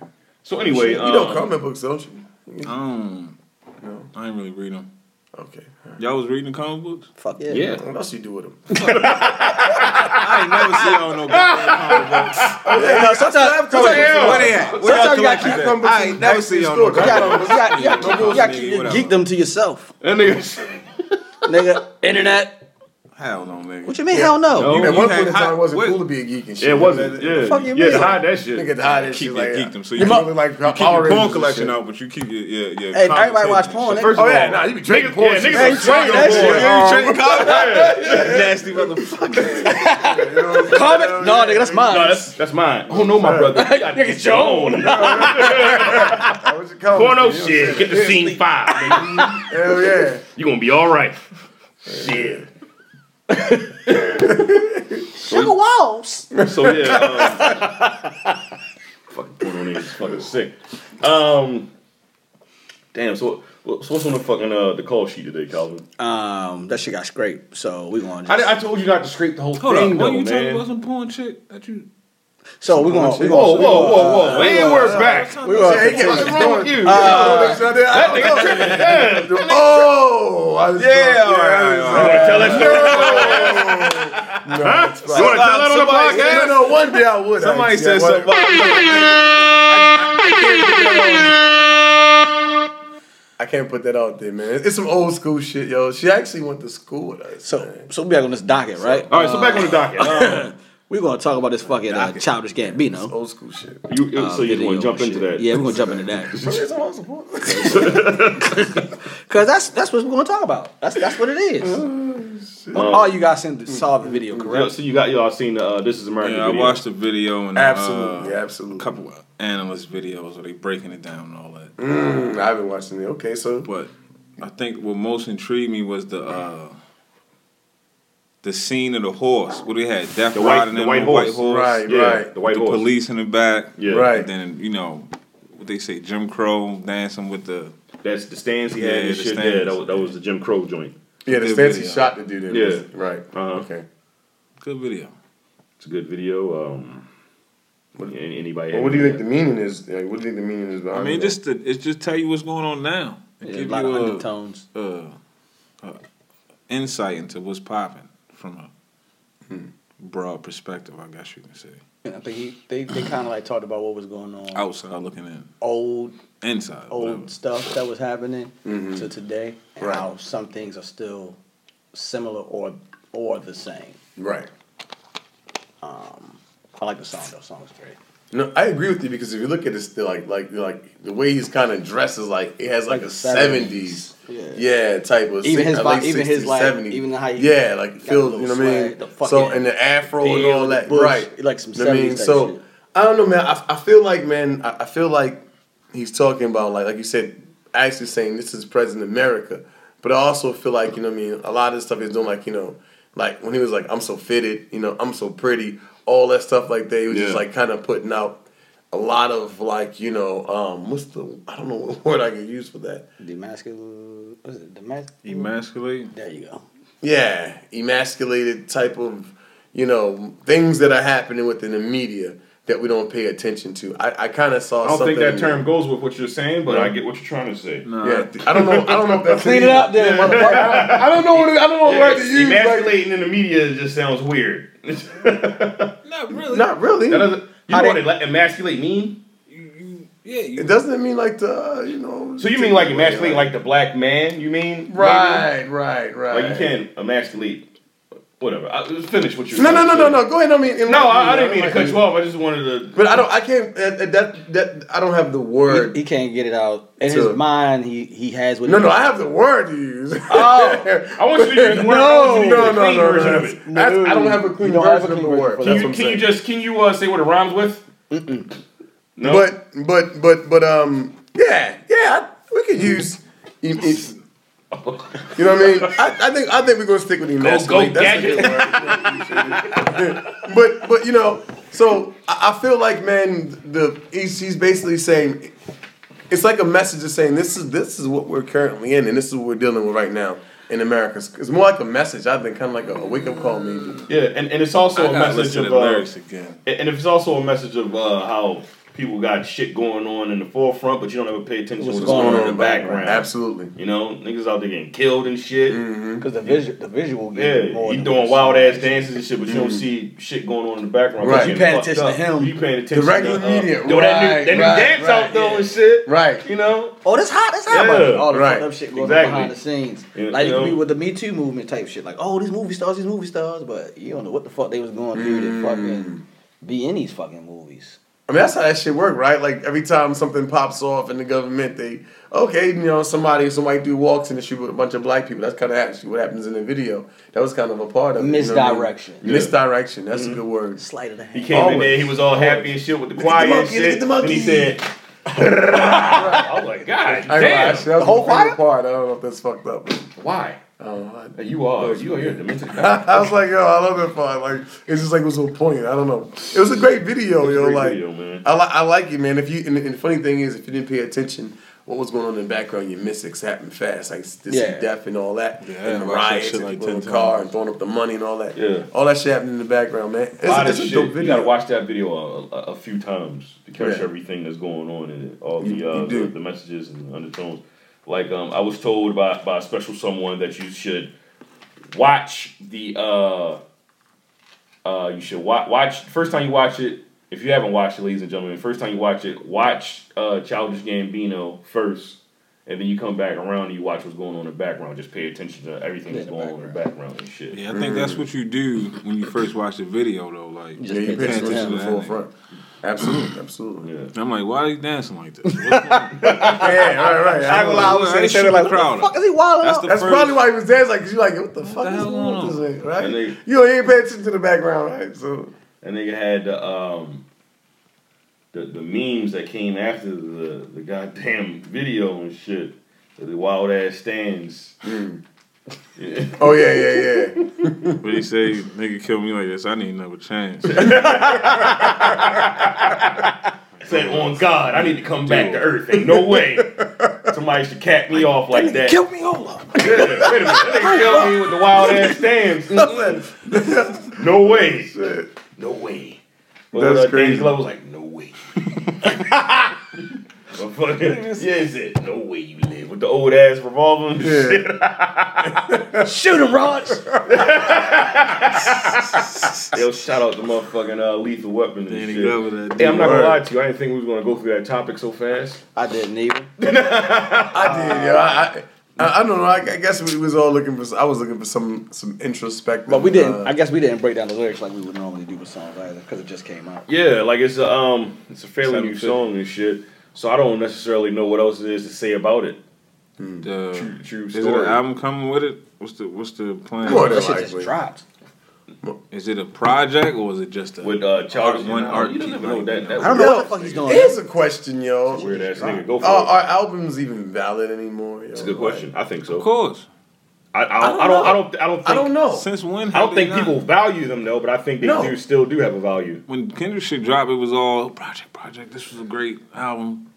Speaker 3: So anyway,
Speaker 2: You know
Speaker 3: um,
Speaker 2: comic books, don't you?
Speaker 5: I don't.
Speaker 2: No.
Speaker 5: I ain't really read them.
Speaker 2: Okay.
Speaker 5: Y'all was reading the comic books?
Speaker 4: Fuck yeah.
Speaker 3: yeah.
Speaker 2: What else you do with them?
Speaker 5: I ain't never seen on no goddamn comic books.
Speaker 4: Yeah, no, sometimes, sometimes,
Speaker 5: Where they at? Where
Speaker 4: Sometimes
Speaker 5: y'all
Speaker 4: you gotta
Speaker 5: collectors at?
Speaker 4: keep
Speaker 5: I ain't never seen y'all no
Speaker 4: you
Speaker 5: comic
Speaker 4: gotta, you gotta, you gotta,
Speaker 5: Don't
Speaker 4: you gotta
Speaker 5: nigga,
Speaker 4: keep-
Speaker 5: whatever.
Speaker 4: geek them to yourself,
Speaker 3: That nigga.
Speaker 4: nigga. Internet.
Speaker 5: books. Hell no, nigga.
Speaker 4: What you mean? Hell no.
Speaker 3: No.
Speaker 2: At
Speaker 5: You
Speaker 2: one
Speaker 5: had
Speaker 2: point in
Speaker 5: hot-
Speaker 2: time, it wasn't
Speaker 5: what-
Speaker 2: cool to be a geek and shit.
Speaker 3: Yeah, it wasn't.
Speaker 2: You
Speaker 3: Yeah.
Speaker 4: fuck you
Speaker 3: yeah, to
Speaker 4: mean?
Speaker 3: hide that
Speaker 2: Nigga,
Speaker 3: shit.
Speaker 2: the hottest
Speaker 5: Keep
Speaker 2: shit,
Speaker 5: your
Speaker 2: like,
Speaker 5: geek them so
Speaker 2: you
Speaker 5: you
Speaker 2: mother
Speaker 5: keep-
Speaker 2: like
Speaker 5: You keep your porn collection
Speaker 2: up.
Speaker 5: out, but you keep your yeah yeah.
Speaker 4: Hey,
Speaker 5: comic
Speaker 4: everybody watch
Speaker 5: tape.
Speaker 4: porn.
Speaker 3: First
Speaker 2: Oh
Speaker 3: of
Speaker 2: yeah,
Speaker 3: all,
Speaker 2: nah, you be drinking
Speaker 3: niggas,
Speaker 2: porn.
Speaker 3: yeah,
Speaker 2: shit.
Speaker 4: Hey,
Speaker 3: niggas
Speaker 4: drink that shit.
Speaker 5: Yeah,
Speaker 4: nigga.
Speaker 5: you drink comic.
Speaker 3: Yeah.
Speaker 5: Nasty motherfucker.
Speaker 4: Comment? No, nigga, that's mine.
Speaker 3: No, that's that's mine. Oh no, my brother. Nigga Joan.
Speaker 2: That was your comic,
Speaker 3: Porno
Speaker 2: you know what I'm
Speaker 3: shit. Get the scene five. nigga.
Speaker 2: saying? Hell yeah.
Speaker 3: You gonna be all right. Shit.
Speaker 4: Sugar Walls.
Speaker 3: So yeah, um, fucking porno niggas is fucking sick. Um, damn. So, wh- so what's on the fucking uh, the call sheet today, Calvin?
Speaker 4: Um, that shit got scraped, so we going.
Speaker 3: I,
Speaker 4: to
Speaker 3: di- I told you not to scrape the whole
Speaker 5: Hold
Speaker 3: thing,
Speaker 5: up,
Speaker 3: though,
Speaker 5: what you talking
Speaker 3: man.
Speaker 5: about? Some porn chick that you?
Speaker 4: So we going. We
Speaker 3: whoa,
Speaker 4: going.
Speaker 3: whoa, whoa, whoa! and we're back.
Speaker 4: We going.
Speaker 2: Hey, get-
Speaker 3: What's wrong with you?
Speaker 4: uh,
Speaker 2: that
Speaker 3: Nigga, yeah.
Speaker 2: nigga- Oh, I was
Speaker 5: Yeah, all
Speaker 2: drunk.
Speaker 5: right, all right, all right.
Speaker 3: You wanna tell that story?
Speaker 2: No, it's
Speaker 3: You wanna tell
Speaker 2: fine.
Speaker 3: that on the
Speaker 5: Somebody-
Speaker 3: podcast?
Speaker 2: No, no, one day I would.
Speaker 5: Somebody
Speaker 2: actually, I
Speaker 5: said
Speaker 2: would.
Speaker 5: something.
Speaker 2: I can't put that out there, man. It's some old school shit, yo. She actually went to school with us.
Speaker 4: So,
Speaker 2: man.
Speaker 4: so we back on this docket, right?
Speaker 3: All right, so back on the docket. Um,
Speaker 4: We're gonna talk about this fucking uh, childish Gambino.
Speaker 2: old school shit.
Speaker 3: you,
Speaker 5: Oh,
Speaker 4: uh,
Speaker 3: so you
Speaker 4: video
Speaker 3: want to jump
Speaker 4: and
Speaker 3: into
Speaker 4: shit.
Speaker 3: that?
Speaker 4: Yeah, we're gonna jump into that
Speaker 2: It's all support.
Speaker 4: because that's that's what we're gonna talk about. That's that's what it is. All you guys sent saw the video,
Speaker 3: Yo,
Speaker 4: correct?
Speaker 3: So you got y'all seen the uh, This Is America?
Speaker 5: Yeah, I
Speaker 3: video.
Speaker 5: watched the video and
Speaker 2: Absolutely,
Speaker 5: uh,
Speaker 2: absolutely.
Speaker 5: a couple of analyst videos where they breaking it down and all that.
Speaker 2: Mm, I've been watching it. Okay, so
Speaker 5: But I think what most intrigued me was the uh, the scene of the horse. What they had, Death
Speaker 3: The white-
Speaker 5: Riding
Speaker 3: the
Speaker 5: in
Speaker 3: white
Speaker 5: the
Speaker 3: horse.
Speaker 5: white horse,
Speaker 2: Right,
Speaker 3: Yeah,
Speaker 2: right.
Speaker 3: the white
Speaker 5: the
Speaker 3: horse.
Speaker 5: police in the back,
Speaker 3: Yeah,
Speaker 2: Right.
Speaker 5: And then you know what they say, Jim Crow dancing with the
Speaker 3: That's the stands he had.
Speaker 5: Yeah,
Speaker 3: and
Speaker 5: the
Speaker 3: shit. Yeah,
Speaker 5: stands.
Speaker 3: that was, that was the Jim Crow joint.
Speaker 2: yeah, the
Speaker 5: Good
Speaker 2: stance he
Speaker 5: video.
Speaker 2: shot the dude in.
Speaker 3: Yeah.
Speaker 2: was- right.
Speaker 3: Uh-huh.
Speaker 2: Okay.
Speaker 5: good video.
Speaker 3: It's a good video. Um, yeah, anybody?
Speaker 2: Well, what do you think the meaning is? Like, what do you think the meaning is behind?
Speaker 5: I mean,
Speaker 2: that?
Speaker 5: just to, it just tell you what's going on now. It
Speaker 4: Yeah, a
Speaker 5: give
Speaker 4: lot of
Speaker 5: you a-
Speaker 4: undertones.
Speaker 5: uh, uh, insight into what's popping from a broad perspective, I guess you can say.
Speaker 4: I think he, they, they kind of like talked about what was going on,
Speaker 5: Outside looking in,
Speaker 4: old
Speaker 5: inside.
Speaker 4: old
Speaker 3: Mm-hmm.
Speaker 5: whatever.
Speaker 4: stuff that was happening to today, and how some things are still similar or or the same.
Speaker 2: Right.
Speaker 4: I like the song though. Song was great.
Speaker 2: No, I agree with you because if you look at this, still like like like the way he's kind of dressed is like it has like,
Speaker 4: Like
Speaker 2: a
Speaker 4: 70s.
Speaker 2: seventies, yeah. type of
Speaker 4: Even
Speaker 2: si-
Speaker 4: his
Speaker 2: uh,
Speaker 4: vi-
Speaker 2: late
Speaker 4: even his,
Speaker 2: 60s,
Speaker 4: like,
Speaker 2: 70s.
Speaker 4: even how he
Speaker 2: yeah, like
Speaker 4: got
Speaker 2: filled,
Speaker 4: the
Speaker 2: you know what
Speaker 4: little
Speaker 2: I mean.
Speaker 4: swag, the
Speaker 2: so
Speaker 4: fucking
Speaker 2: and the afro and
Speaker 4: beard
Speaker 2: all
Speaker 4: with the
Speaker 2: that,
Speaker 4: bush,
Speaker 2: right?
Speaker 4: like some
Speaker 2: You know what I mean,
Speaker 4: 70s type
Speaker 2: so
Speaker 4: shit.
Speaker 2: I don't know, man. I, I feel like man, I, I feel like he's talking about like like you said, actually saying this is present America, but I also feel like you know what I mean. A lot of this stuff is doing like you know, like when he was like I'm so fitted, you know, I'm so pretty, all that stuff like that. He was just
Speaker 5: Yeah.
Speaker 2: like kind of putting out a lot of like you know um what's the I don't know what word I can use for that.
Speaker 4: Demascul, what is it? Demas-
Speaker 5: Emasculate.
Speaker 4: there you go.
Speaker 2: Yeah, emasculated type of you know things that are happening within the media that we don't pay attention to. I, I kind of saw.
Speaker 3: I don't
Speaker 2: something
Speaker 3: think that
Speaker 2: in
Speaker 3: term goes with what you're saying, but I get what you're trying to say.
Speaker 5: Nah,
Speaker 2: Yeah, I don't know. I don't know if that's
Speaker 4: Clean it up, then, motherfucker.
Speaker 2: I don't know what it, I don't know what word to use. Like,
Speaker 3: Emasculating in the media just sounds weird. that
Speaker 5: not really.
Speaker 2: not really.
Speaker 3: doesn't. You
Speaker 4: How
Speaker 3: know what
Speaker 4: they-
Speaker 3: ele- emasculate mean?
Speaker 5: You, you, yeah, you,
Speaker 2: It doesn't mean like the uh, you know.
Speaker 3: So you mean like emasculate like the black man? You mean
Speaker 2: Right, right, right.
Speaker 3: Like you can emasculate whatever. I, finish what you're.
Speaker 2: No, no, no, no, no. Go ahead. I mean,
Speaker 3: No, I, I didn't mean to cut you off. I just wanted to.
Speaker 2: But I don't. I can't. uh, That that, that I don't have the word.
Speaker 4: He, he can't get it out in
Speaker 2: So-
Speaker 4: his mind. He he has what.
Speaker 2: no,
Speaker 4: he-
Speaker 2: no. I have the word to use.
Speaker 4: Oh.
Speaker 3: I want you to use one.
Speaker 2: No, no, no,
Speaker 3: clean
Speaker 2: no,
Speaker 3: version
Speaker 2: no.
Speaker 3: of it.
Speaker 2: That's- I don't have a clean
Speaker 4: You don't have
Speaker 2: version
Speaker 4: a
Speaker 2: of the
Speaker 4: clean version
Speaker 2: word.
Speaker 4: for
Speaker 3: Can
Speaker 2: That's
Speaker 3: you,
Speaker 2: what I'm
Speaker 3: can you
Speaker 2: saying.
Speaker 3: just can you uh, say what it rhymes with? No.
Speaker 2: But but but but um yeah yeah I, we could use e, you know what I mean I, I think I think we're gonna stick with emasculate.
Speaker 3: go gadget.
Speaker 2: word. but but you know so I, I feel like man the he's, he's basically saying it's like a message of saying this is this is what we're currently in and this is what we're dealing with right now in America. It's, it's more like a message I think kind of like a, wake up call maybe.
Speaker 3: yeah, and, and it's also a
Speaker 5: I gotta
Speaker 3: message
Speaker 5: listen to
Speaker 3: of
Speaker 5: the
Speaker 3: uh,
Speaker 5: lyrics again.
Speaker 3: and and it's also a message of uh, how people got shit going on in the forefront, but you don't ever pay attention to
Speaker 4: What's
Speaker 3: what's going on in the
Speaker 2: Right,
Speaker 3: background.
Speaker 2: Absolutely. Mm-hmm.
Speaker 3: You know, niggas out there getting killed and shit.
Speaker 4: because the visual the visual. gave him
Speaker 3: Yeah,
Speaker 4: more
Speaker 3: you
Speaker 4: than
Speaker 3: doing
Speaker 4: the
Speaker 3: wild
Speaker 4: song.
Speaker 3: ass dances and shit, but you don't see shit going on in the background. 'cause
Speaker 2: Mm-hmm. Right.
Speaker 3: you're
Speaker 2: You
Speaker 4: paying
Speaker 3: fucked
Speaker 4: attention to
Speaker 3: up.
Speaker 4: him.
Speaker 3: You paying attention
Speaker 2: The regular
Speaker 3: to, uh,
Speaker 2: media.
Speaker 3: Yo, that
Speaker 2: Right,
Speaker 3: new, that new
Speaker 2: right,
Speaker 3: dance
Speaker 2: right,
Speaker 3: out though
Speaker 2: yeah.
Speaker 3: and shit.
Speaker 2: Right.
Speaker 3: You know?
Speaker 4: Oh, that's hot. That's hot.
Speaker 3: Yeah,
Speaker 4: Yeah, all the
Speaker 2: right.
Speaker 4: fucked up shit going
Speaker 3: Exactly.
Speaker 4: on behind the scenes.
Speaker 3: Yeah,
Speaker 4: like you
Speaker 3: you
Speaker 4: could be
Speaker 3: know.
Speaker 4: with the Me Too movement type shit. Like, oh, these movie stars, these movie stars, but you don't know what the fuck they was going through to
Speaker 3: Mm.
Speaker 4: fucking be in these fucking movies.
Speaker 2: I mean, that's how that shit work, right? Like every time something pops off in the government, they okay, you know, somebody, some white dude walks in the street with a bunch of black people. That's kind of actually what happens in the video. That was kind of a part of it, you know what I mean?
Speaker 4: Misdirection.
Speaker 3: Yeah.
Speaker 2: Misdirection. That's a good word.
Speaker 4: Sleight of the hand.
Speaker 3: He came in there, he was all happy and shit with the
Speaker 2: at the
Speaker 3: choir and
Speaker 2: monkey, look at
Speaker 3: shit.
Speaker 2: the
Speaker 3: and he
Speaker 2: monkey.
Speaker 3: said, I was like, God
Speaker 2: I ain't gonna lie,
Speaker 3: damn.
Speaker 2: actually, that was the
Speaker 4: whole choir?
Speaker 2: part. I don't know if that's fucked up.
Speaker 3: Why?
Speaker 2: Um, I,
Speaker 3: You are, you are, you're a demented.
Speaker 2: I was like, yo, I love that part. Like, it's just like it was so poignant. I don't know. It was a great video, yo.
Speaker 3: great
Speaker 2: like,
Speaker 3: video, man.
Speaker 2: I like, I like it, man. If you and, and the funny thing is, if you didn't pay attention, what was going on in the background, you miss it 'cause it happened fast, like to see
Speaker 4: Yeah.
Speaker 2: death and all that,
Speaker 5: Yeah,
Speaker 2: and the
Speaker 5: I watched that
Speaker 2: riots,
Speaker 5: shit
Speaker 2: and
Speaker 5: like
Speaker 2: people in the
Speaker 5: 10
Speaker 2: car,
Speaker 5: times.
Speaker 2: and throwing up the money and all that.
Speaker 3: Yeah.
Speaker 2: all that shit happened in the background, man. It's,
Speaker 3: a lot
Speaker 2: it's
Speaker 3: of
Speaker 2: a
Speaker 3: shit.
Speaker 2: dope
Speaker 3: You gotta
Speaker 2: video.
Speaker 3: watch that video a, a, a few times to catch
Speaker 2: Yeah.
Speaker 3: everything that's going on in it, all
Speaker 2: You-
Speaker 3: the, uh,
Speaker 2: you do.
Speaker 3: the the messages and undertones. Like um, I was told by by a special someone that you should watch the uh, uh, you should watch watch first time you watch it. If you haven't watched it, ladies and gentlemen, first time you watch it, watch uh, Childish Gambino first, and then you come back around and you watch what's going on in the background. Just pay attention to everything that's going on in the background and shit.
Speaker 5: Yeah, I think that's what you do when you first watch the video, though. Like,
Speaker 4: You
Speaker 2: Yeah, you pay
Speaker 5: pay
Speaker 2: attention
Speaker 5: attention
Speaker 2: to the
Speaker 5: to that.
Speaker 2: forefront. Absolutely, absolutely.
Speaker 3: Yeah.
Speaker 5: And I'm like, why are you dancing like this? What's going on?
Speaker 2: yeah, right, right. I ain't gonna lie.
Speaker 5: I was saying,
Speaker 4: They should be
Speaker 5: like,
Speaker 4: like, what
Speaker 5: crowd.
Speaker 4: the fuck is he wilding
Speaker 5: That's
Speaker 4: out?
Speaker 5: the
Speaker 2: That's
Speaker 5: first-
Speaker 2: probably why he was dancing, like, 'cause you're like, what the fuck
Speaker 5: the
Speaker 2: is
Speaker 5: hell
Speaker 2: going on with
Speaker 5: going
Speaker 2: this thing, right?
Speaker 3: And they-
Speaker 2: you ain't paying attention to the background, right? So.
Speaker 3: And they had the um the, the memes that came after the, the goddamn video and shit. The wild ass stands. Yeah.
Speaker 2: Oh yeah, yeah, yeah.
Speaker 5: But he say, nigga kill me like this, I need another chance.
Speaker 3: Said, on God, I need to come back to earth. Ain't no way somebody should cap me off like that.
Speaker 7: Kill me all up.
Speaker 3: Yeah, wait a minute. That nigga killed me with the wild ass stands. No way. No way. But
Speaker 2: That's
Speaker 3: That's uh,
Speaker 2: crazy.
Speaker 3: D'Angelo was like, no way. But fucking, yeah, is it? No way you live with the old ass revolver and shit.
Speaker 4: Shoot him, Rod.
Speaker 3: Yo, shout out the motherfucking uh, lethal weapon and
Speaker 5: Danny
Speaker 3: shit.
Speaker 5: Glover, that
Speaker 3: hey, I'm not gonna
Speaker 5: dude.
Speaker 3: lie to you. I didn't think we was gonna go through that topic so fast.
Speaker 4: I didn't even.
Speaker 2: I did, yo. I, I, I don't know. I, I guess we was all looking for. I was looking for some some introspective.
Speaker 4: But we didn't.
Speaker 2: uh,
Speaker 4: I guess we didn't break down the lyrics like we would normally do with songs either, because it just came out.
Speaker 3: Yeah, like it's a um, it's a fairly new
Speaker 5: 750.
Speaker 3: song and shit. So I don't necessarily know what else there is to say about it.
Speaker 5: The- uh,
Speaker 3: True, true
Speaker 5: Is it an
Speaker 3: story.
Speaker 5: album coming with it? What's the What's the plan?
Speaker 2: Well,
Speaker 4: That
Speaker 2: that's-
Speaker 4: shit just
Speaker 2: Likely.
Speaker 4: dropped.
Speaker 5: Is it a project or is it just a?
Speaker 3: With uh, Childish
Speaker 5: One
Speaker 3: Gambino.
Speaker 5: art
Speaker 3: You don't
Speaker 5: piece,
Speaker 3: even know
Speaker 5: like,
Speaker 3: that.
Speaker 5: you
Speaker 3: that
Speaker 4: I don't
Speaker 3: weird-
Speaker 4: know what the fuck he's doing.
Speaker 2: Here's a question, yo.
Speaker 3: Weird ass nigga. Go for
Speaker 2: Are,
Speaker 3: it.
Speaker 2: are albums even valid anymore? Yo?
Speaker 3: That's Oh, a good question. I think
Speaker 5: Of
Speaker 3: so.
Speaker 5: course.
Speaker 3: I, I, don't, I don't. I don't. I don't. Think,
Speaker 2: I don't know.
Speaker 5: Since when?
Speaker 3: I
Speaker 5: have
Speaker 3: don't
Speaker 5: they
Speaker 3: think
Speaker 5: not?
Speaker 3: people value them though, but I think they
Speaker 2: No.
Speaker 3: do still do have a value.
Speaker 5: When Kendrick shit dropped, it was all project, project. This was a great album.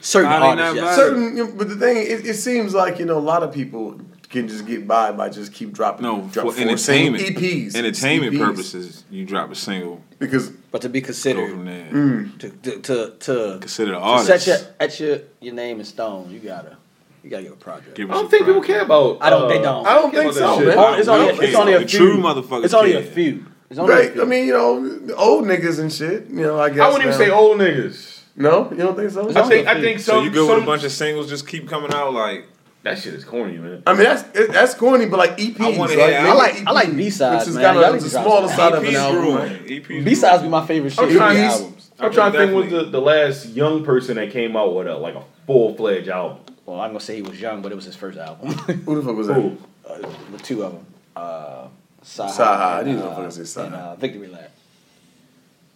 Speaker 4: Certain
Speaker 5: Why they
Speaker 4: artists,
Speaker 5: not valid?
Speaker 4: yes.
Speaker 2: Certain, you know, but the thing, it, it seems like you know a lot of people can just get by by just keep dropping.
Speaker 5: No,
Speaker 2: drop
Speaker 5: for
Speaker 2: four E
Speaker 5: entertainment,
Speaker 2: sing- EPs,
Speaker 5: entertainment
Speaker 2: EPs.
Speaker 5: purposes, you drop a single,
Speaker 2: Because
Speaker 4: But to be
Speaker 5: go from
Speaker 4: considered,
Speaker 5: there.
Speaker 4: to to to, to,
Speaker 5: Consider the
Speaker 4: to
Speaker 5: artist.
Speaker 4: set your at your your name in stone, you gotta you gotta get a project.
Speaker 5: Give
Speaker 3: I
Speaker 5: us
Speaker 3: don't
Speaker 5: a
Speaker 3: think people
Speaker 5: project.
Speaker 3: care about.
Speaker 4: I don't- they
Speaker 3: uh,
Speaker 4: don't.
Speaker 2: I don't
Speaker 3: care
Speaker 2: think
Speaker 3: about that
Speaker 2: so,
Speaker 3: shit.
Speaker 2: man.
Speaker 4: Oh, it's only,
Speaker 5: Okay.
Speaker 4: it's only a
Speaker 5: The
Speaker 4: few.
Speaker 5: true motherfuckers
Speaker 4: It's only a
Speaker 5: care.
Speaker 4: few. It's only a
Speaker 2: right,
Speaker 4: few.
Speaker 2: I mean, you know, old niggas and shit. You know, I guess.
Speaker 3: I wouldn't even
Speaker 2: now.
Speaker 3: say old niggas.
Speaker 2: No, you don't think so?
Speaker 3: I think I think
Speaker 5: So
Speaker 3: some,
Speaker 5: you go
Speaker 3: some
Speaker 5: with a bunch of singles, just keep coming out like
Speaker 3: that shit is corny, man.
Speaker 2: I mean, that's it- that's corny, but like EPs.
Speaker 5: I wanna hear- I
Speaker 2: maybe
Speaker 4: like-
Speaker 2: EPs,
Speaker 4: I like B-sides,
Speaker 2: which is
Speaker 4: man.
Speaker 2: kind
Speaker 4: Y'all
Speaker 2: of
Speaker 4: need
Speaker 2: the
Speaker 4: to drop
Speaker 2: smaller
Speaker 4: some E
Speaker 2: side of an
Speaker 5: EPs
Speaker 2: album.
Speaker 5: growing.
Speaker 2: right? E
Speaker 5: EPs
Speaker 4: Besides, be
Speaker 5: growing.
Speaker 4: my favorite shit.
Speaker 3: I'm trying,
Speaker 2: Yeah.
Speaker 3: I'm trying to think was
Speaker 5: Definitely.
Speaker 3: the, the last young person that came out with a like a full fledged album.
Speaker 4: Well, I'm gonna say he was young, but it was his first album.
Speaker 2: Who the fuck was that?
Speaker 3: Who?
Speaker 4: uh, the two of them. Uh, Sahai.
Speaker 2: Sahai. I
Speaker 4: and,
Speaker 2: knew you were
Speaker 4: uh,
Speaker 2: gonna say Sahai.
Speaker 4: And, uh, Victory Lap.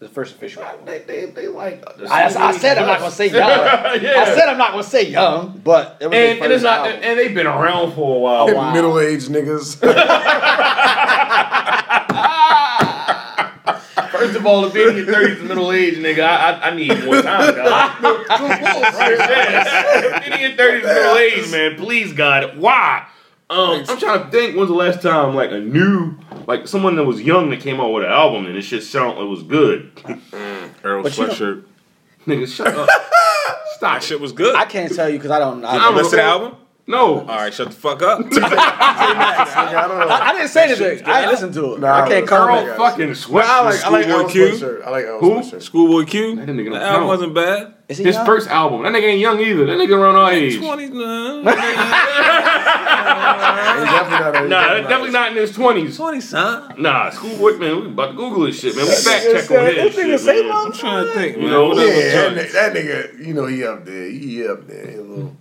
Speaker 4: The first official album.
Speaker 3: They, they, they like.
Speaker 4: I, I said I'm not gonna say young.
Speaker 3: Yeah.
Speaker 4: I said I'm not gonna say young, but it was his
Speaker 3: And, and it's
Speaker 4: first
Speaker 3: not.
Speaker 4: album.
Speaker 3: And they've been around for a while.
Speaker 4: Oh, wow.
Speaker 2: Middle aged niggas.
Speaker 3: First of all, if you're in your thirties, middle age, nigga, I, I, I need more time, dog. right there. If you're in your thirties, middle age, man, please, God, why? Um, I'm trying to think. When's the last time like a new, like someone that was young that came out with an album and it shit sound it was good?
Speaker 5: Earl
Speaker 4: But you don't-
Speaker 5: sweatshirt.
Speaker 3: Nigga, shut up. Stop
Speaker 5: That
Speaker 3: shit.
Speaker 5: shit was good.
Speaker 4: I can't tell you because I don't. I,
Speaker 3: I don't
Speaker 5: Listen to the album.
Speaker 3: No.
Speaker 5: All right, shut the fuck up.
Speaker 2: I don't know.
Speaker 4: I, I didn't say anything. I didn't listen to it.
Speaker 2: Nah,
Speaker 4: I can't
Speaker 2: bro.
Speaker 4: comment.
Speaker 3: Earl fucking sweat.
Speaker 2: I like I like
Speaker 5: Schoolboy
Speaker 2: Earl
Speaker 5: Q.
Speaker 2: Sweatshirt. I like Earl
Speaker 3: Who?
Speaker 2: Sweatshirt.
Speaker 5: Schoolboy Q. That
Speaker 3: That nigga don't
Speaker 5: album
Speaker 3: count.
Speaker 5: wasn't bad.
Speaker 4: Is he
Speaker 3: His
Speaker 4: young?
Speaker 3: first album. That nigga ain't young either. That nigga around our age. Nah,
Speaker 5: Twenty nine.
Speaker 2: He's definitely not.
Speaker 3: that's definitely not in his twenties.
Speaker 5: Twenty son.
Speaker 3: Nah, schoolboy man, we about to Google this shit, man. We fact check on his shit. Man.
Speaker 5: I'm trying to think, man.
Speaker 3: You know,
Speaker 5: What
Speaker 2: Yeah,
Speaker 5: other
Speaker 2: that,
Speaker 5: joints?
Speaker 2: ni- that nigga, you know, he up there. He up there. He a little,